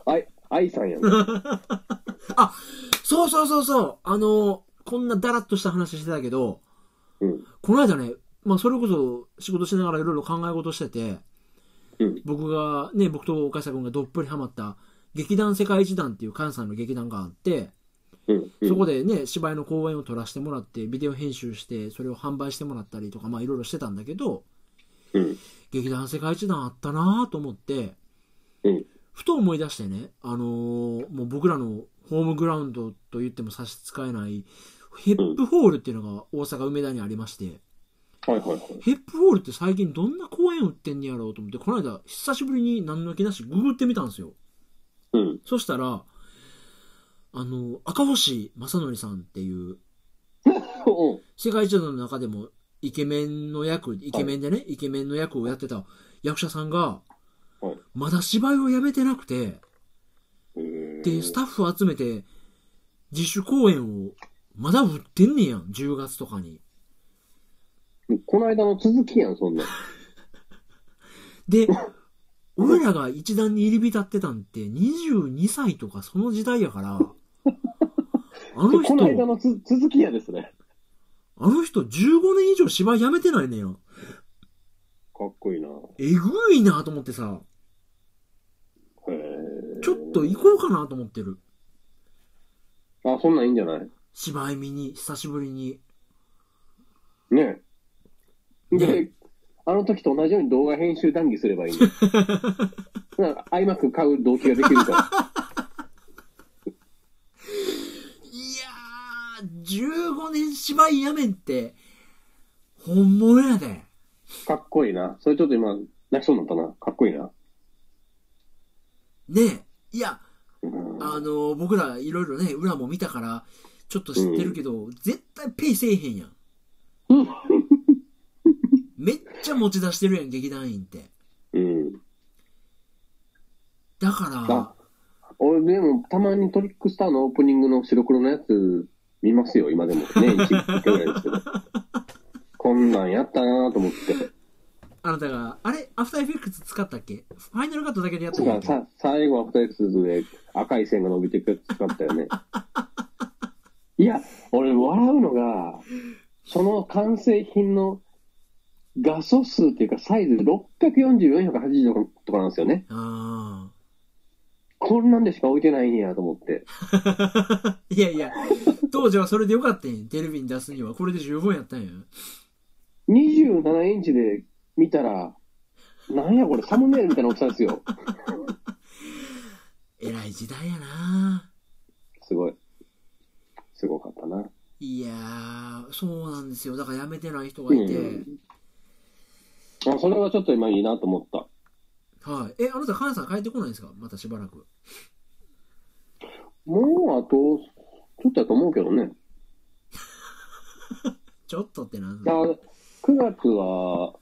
Speaker 1: あい、愛さんや んか。
Speaker 2: そうそうそうそうあの、こんなダラッとした話してたけど、
Speaker 1: うん。
Speaker 2: この間ね、まあそれこそ仕事しながらいろいろ考え事してて、
Speaker 1: うん。
Speaker 2: 僕が、ね、僕と岡下君がどっぷりハマった劇団世界一団っていう関西の劇団があって、
Speaker 1: うんうん、
Speaker 2: そこでね、芝居の公演を撮らせてもらって、ビデオ編集して、それを販売してもらったりとか、まあいろいろしてたんだけど、
Speaker 1: うん
Speaker 2: 劇団世界一団あったなぁと思って、
Speaker 1: うん
Speaker 2: ふと思い出してね、あのーもう僕らのホームグラウンドと言っても差し支えない、ヘップホールっていうのが大阪梅田にありまして、
Speaker 1: はいはいはい。
Speaker 2: ヘップホールって最近どんな公演売ってんねやろうと思って、この間久しぶりに何の気なしググってみたんですよ。
Speaker 1: うん。
Speaker 2: そしたら、あの、赤星正則さんっていう、
Speaker 1: うん
Speaker 2: 世界一の中でもイケメンの役、イケメンでね、イケメンの役をやってた役者さんが、
Speaker 1: はい
Speaker 2: まだ芝居をやめてなくて、
Speaker 1: うん。
Speaker 2: で、スタッフを集めて、自主公演を、まだ売ってんねやん、10月とかに。
Speaker 1: この間の続きやん、そんなん。
Speaker 2: で、俺らが一段に入り浸ってたんって、22歳とかその時代やから、 あの
Speaker 1: こ
Speaker 2: 人、
Speaker 1: の間のつ続きやですね。
Speaker 2: あの人15年以上芝居やめてないねやん。
Speaker 1: かっこいいな。
Speaker 2: えぐいなと思ってさ、
Speaker 1: へえ。
Speaker 2: ちょっと行こうかなと思ってる。
Speaker 1: あ、そんなんいいんじゃない
Speaker 2: 芝居見に、久しぶりに。
Speaker 1: ねえ。で、
Speaker 2: ね
Speaker 1: あの時と同じように動画編集談義すればいい んだよ。だから iMac 買う動機ができるから。
Speaker 2: いやー、15年芝居やめんって、本物やで。
Speaker 1: かっこいいな。それちょっと今、泣きそうになったな。かっこいいな。
Speaker 2: ねえ。いや、
Speaker 1: うん
Speaker 2: あのー僕らいろいろね、裏も見たから、ちょっと知ってるけど、絶対ペイせえへんやん。めっちゃ持ち出してるやん、劇団員って。
Speaker 1: うん。
Speaker 2: だから
Speaker 1: あ、俺でも、たまにトリックスターのオープニングの白黒のやつ見ますよ、今でも。年一回ぐらいです けど。こんなんやったなと思って。
Speaker 2: あなたが、あれアフターエフェクツ使ったっけファイナルカットだけでやった
Speaker 1: だ
Speaker 2: ん
Speaker 1: か
Speaker 2: やっ
Speaker 1: ら
Speaker 2: け
Speaker 1: さ、最後は二人ずつで赤い線が伸びていくやつ使ったよ ね。いや、俺笑うのが、その完成品の画素数っていうかサイズ640、480とかなんですよね。
Speaker 2: あ
Speaker 1: こんなんでしか置いてないんやと思って。
Speaker 2: あ。いやいや、当時はそれでよかったんや。テレビに出すにはこれで十分やったんや。
Speaker 1: 27インチで見たら、なんやこれ、サムネイルみたいな大きさですよ。
Speaker 2: 偉い時代やな
Speaker 1: すごい。すごかったな。
Speaker 2: いやー、そうなんですよ。だからやめてない人が
Speaker 1: う
Speaker 2: いて。
Speaker 1: ん。あそれはちょっと今いいなと思った。
Speaker 2: はい。え、あなた関西帰ってこないんですかまたしばらく。
Speaker 1: もうあと、ちょっとやと思うけどね。
Speaker 2: ちょっとってなん
Speaker 1: あ9月は、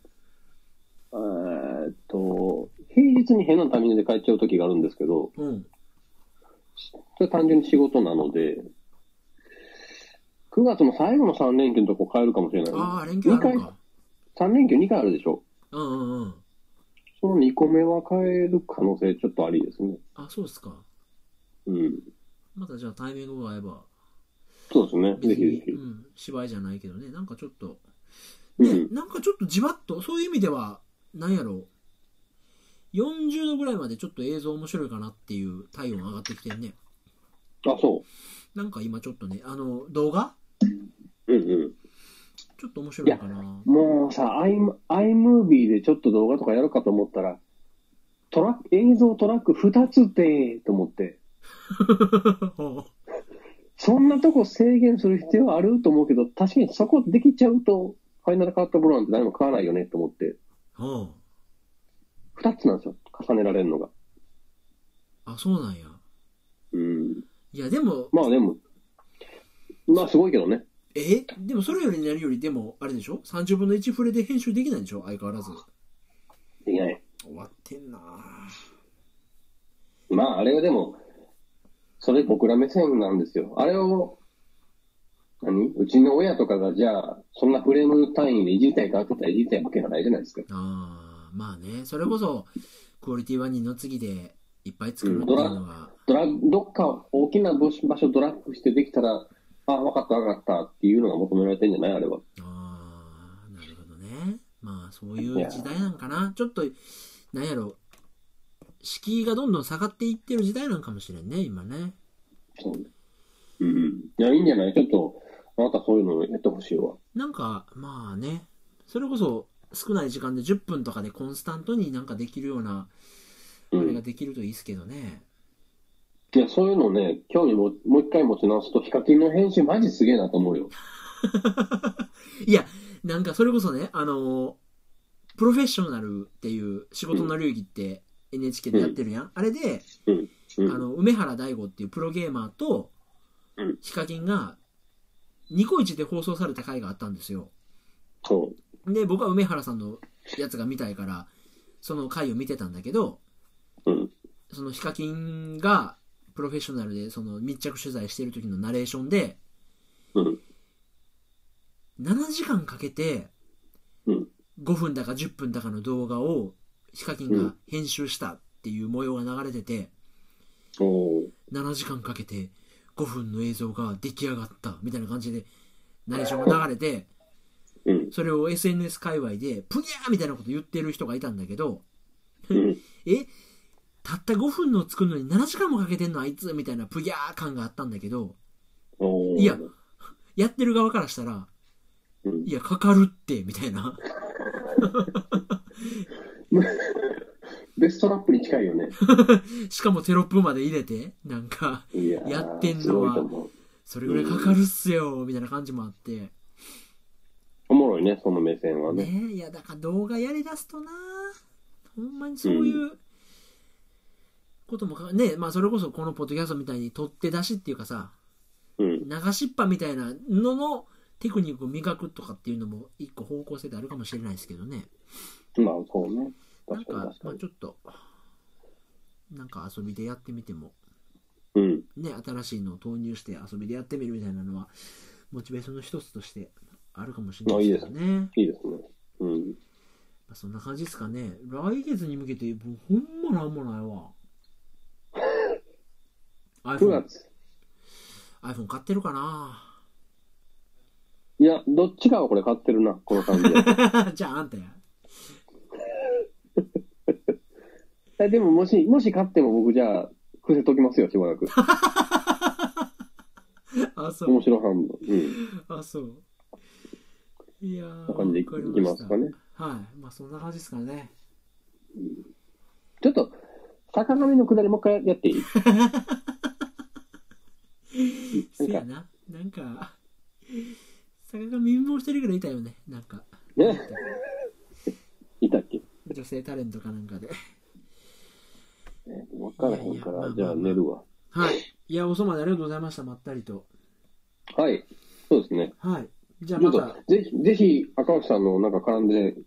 Speaker 1: えーっと、平日に変なタイミングで帰っちゃう時があるんですけど、
Speaker 2: うん。
Speaker 1: それ単純に仕事なので、9月の最後の3連休のとこ帰るかもしれない。
Speaker 2: ああ、連休あるのか。
Speaker 1: 3連休2回あるでしょ。
Speaker 2: うんうんうん。
Speaker 1: その2個目は帰る可能性ちょっとありですね。
Speaker 2: あ、そうっすか。
Speaker 1: うん。
Speaker 2: またじゃあタイミングが合えば、
Speaker 1: そうですね。ぜ
Speaker 2: 別
Speaker 1: ひぜ
Speaker 2: に、
Speaker 1: ひ
Speaker 2: う。ん、芝居じゃないけどね。なんかちょっと、
Speaker 1: う
Speaker 2: ね
Speaker 1: ん、。
Speaker 2: なんかちょっとじわっと、そういう意味では、なんやろう。40度ぐらいまでちょっと映像面白いかなっていう体温上がってきてんね。
Speaker 1: あ、そ
Speaker 2: なんか今ちょっとね、あの、動画
Speaker 1: う。うんうん。
Speaker 2: ちょっと面白いかな。
Speaker 1: もうさ、アイム iMovie でちょっと動画とかやるかと思ったら、トラック、映像トラック2つで、と思って、 そんなとこ制限する必要あると思うけど、確かにそこできちゃうと、ファイナルカットボロなんて誰も買わないよねと思って、
Speaker 2: おう
Speaker 1: 2つなんですよ、重ねられるのが。
Speaker 2: あ、そうなんや。
Speaker 1: うん。
Speaker 2: いや、でも、
Speaker 1: まあでも、まあすごいけどね。
Speaker 2: えでもそれよりなるより、でも、あれでしょ ?30 分の1フレで編集できないでしょ相変わらず。
Speaker 1: できない。
Speaker 2: 終わってんなぁ
Speaker 1: まああれはでも、それ僕ら目線なんですよ。あれを、何うちの親とかがじゃあ、そんなフレーム単位でいじりたいかって言ったらいじりたいわけがないじゃないですか。
Speaker 2: あーまあね、それこそ、クオリティは二の次でいっぱい作るっていうのが、
Speaker 1: ドラどっか大きな場所場所ドラッグしてできたら、ああ、わかったわかったっていうのが求められてんじゃないあれは。
Speaker 2: ああ、なるほどね。まあ、そういう時代なんかな。ちょっと、なんやろ。敷居がどんどん下がっていってる時代なんかもしれんね、今ね。
Speaker 1: そうね。うんうん。いや、いいんじゃないちょっと、あなたそういうのやってほしいわ。
Speaker 2: なんか、まあね、それこそ少ない時間で10分とかでコンスタントになんかできるような、
Speaker 1: う
Speaker 2: あれ
Speaker 1: ん
Speaker 2: が。できるといいですけどね。
Speaker 1: いや、そういうのね、興味も、もう一回持ち直すと、ヒカキンの編集マジすげえなと思うよ。
Speaker 2: いや、なんかそれこそね、あの、プロフェッショナルっていう仕事の流儀って NHK でやってるやん。あれで、
Speaker 1: う
Speaker 2: あ
Speaker 1: ん。
Speaker 2: の、梅原大吾っていうプロゲーマーと
Speaker 1: うん、
Speaker 2: ヒカキンが、ニコイチで放送された回があったんですよ。
Speaker 1: そう。
Speaker 2: で、僕は梅原さんのやつが見たいから、その回を見てたんだけど、
Speaker 1: うん
Speaker 2: そのヒカキンが、プロフェッショナルでその密着取材してる時のナレーションで、
Speaker 1: うん。
Speaker 2: 7時間かけて、
Speaker 1: うん
Speaker 2: 5分だか10分だかの動画をヒカキンが編集したっていう模様が流れてて、
Speaker 1: おー
Speaker 2: 7時間かけて5分の映像が出来上がったみたいな感じでナレーションが流れて
Speaker 1: うん。
Speaker 2: それを SNS 界隈でプニャーみたいなこと言ってる人がいたんだけど
Speaker 1: うん。
Speaker 2: えたった5分の作るのに7時間もかけてんのあいつみたいなプギャー感があったんだけど
Speaker 1: おー
Speaker 2: いややってる側からしたら
Speaker 1: うん
Speaker 2: いやかかるってみたいな
Speaker 1: ベストラップに近いよね。
Speaker 2: しかもテロップまで入れてなんか
Speaker 1: いやー
Speaker 2: やってんのは
Speaker 1: すごいと思う。
Speaker 2: それぐらいかかるっすよみたいな感じもあって
Speaker 1: おもろいね、その目線はね。
Speaker 2: ねいやだから動画やりだすとなほんまにそういううこともかねまあそれこそこのポッドキャストみたいに取って出しっていうかさ
Speaker 1: うん。
Speaker 2: 流しっぱみたいなののテクニックを磨くとかっていうのも一個方向性であるかもしれないですけどね
Speaker 1: まあ、そうね。
Speaker 2: なん
Speaker 1: 確
Speaker 2: か
Speaker 1: かに確か
Speaker 2: まあ、
Speaker 1: に。
Speaker 2: ちょっとなんか遊びでやってみても
Speaker 1: うん。
Speaker 2: ね新しいのを投入して遊びでやってみるみたいなのはモチベーションの一つとしてあるかもしれないですよね
Speaker 1: いいですね。うん。
Speaker 2: まあそんな感じですかね。来月に向けて、もうほんまなんもないわ。
Speaker 1: 9
Speaker 2: iPhone,
Speaker 1: 月。
Speaker 2: iPhone 買ってるかな
Speaker 1: いや、どっちかはこれ買ってるな、この感 じで
Speaker 2: じゃああんたや。
Speaker 1: え。でも、もし、もし買っても僕じゃあ、伏せときますよ、しばらく。
Speaker 2: あ、そ
Speaker 1: 面
Speaker 2: う。
Speaker 1: 白半分。うん。
Speaker 2: あ、そう。いやー、
Speaker 1: こんな感じでい
Speaker 2: わり
Speaker 1: きますかね。
Speaker 2: した。はい。まあそんな感じですからね。
Speaker 1: ちょっと、坂上の下りもう一回やっていい
Speaker 2: せやな。なんか、坂上貧乏してるぐらいいたよね。なんか、
Speaker 1: ね いたっけ
Speaker 2: 女性タレントかなんかで。
Speaker 1: わからへんか
Speaker 2: いやい
Speaker 1: ら、
Speaker 2: や
Speaker 1: じゃあ寝るわ。
Speaker 2: はい。いや、遅までありがとうございました。まったりと。
Speaker 1: はい。そうですね。
Speaker 2: はい。じ
Speaker 1: ち
Speaker 2: ゃあ
Speaker 1: ょ
Speaker 2: ま。
Speaker 1: ったと、ぜひ、ぜひ、赤星さんのなんか絡んで、ち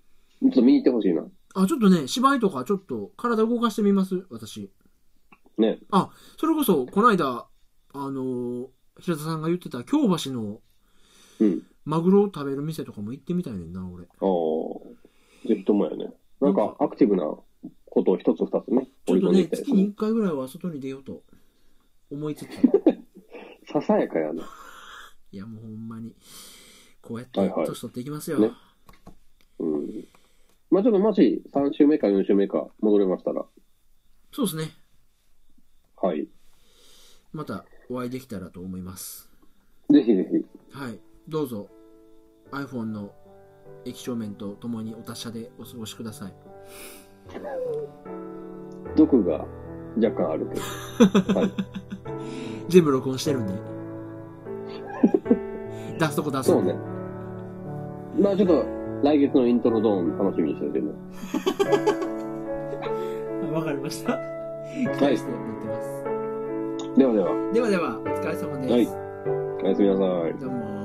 Speaker 1: ょっと見に行ってほしいな。
Speaker 2: あ、ちょっとね、芝居とかちょっと体動かしてみます、私。
Speaker 1: ね。
Speaker 2: あ、それこそ、この間、あのー平田さんが言ってた、京橋の
Speaker 1: うん。
Speaker 2: マグロを食べる店とかも行ってみたいねんな、俺。
Speaker 1: ああ。ぜひともやね。なんか、アクティブなことを一つ二つね、
Speaker 2: ちょっと
Speaker 1: 織り込んでい
Speaker 2: ね
Speaker 1: き、たいです
Speaker 2: 月に1回ぐらいは外に出ようと思いつつ。
Speaker 1: ささやかやな。
Speaker 2: いや、もうほんまに、こうやっ
Speaker 1: は
Speaker 2: て
Speaker 1: いはい
Speaker 2: 年取っていきますよ。
Speaker 1: ねうん。まあちょっともし3週目か4週目か戻れましたら、
Speaker 2: そうですね。
Speaker 1: はい。
Speaker 2: またお会いできたらと思います。
Speaker 1: ぜひぜひ。
Speaker 2: はい。どうぞ、iPhone の液晶面とともにお達者でお過ごしください。
Speaker 1: 毒が若干あるけ ど。はい。
Speaker 2: 全部録音してるん で出すとこ出す
Speaker 1: そ
Speaker 2: と
Speaker 1: う
Speaker 2: こ
Speaker 1: ね。まあちょっと、来月のイントロドーン楽しみにしててね。
Speaker 2: わかりました期待 して待ってます、
Speaker 1: ではでは、
Speaker 2: ではではお疲れ様です、
Speaker 1: はいおやすみなさい。
Speaker 2: どうも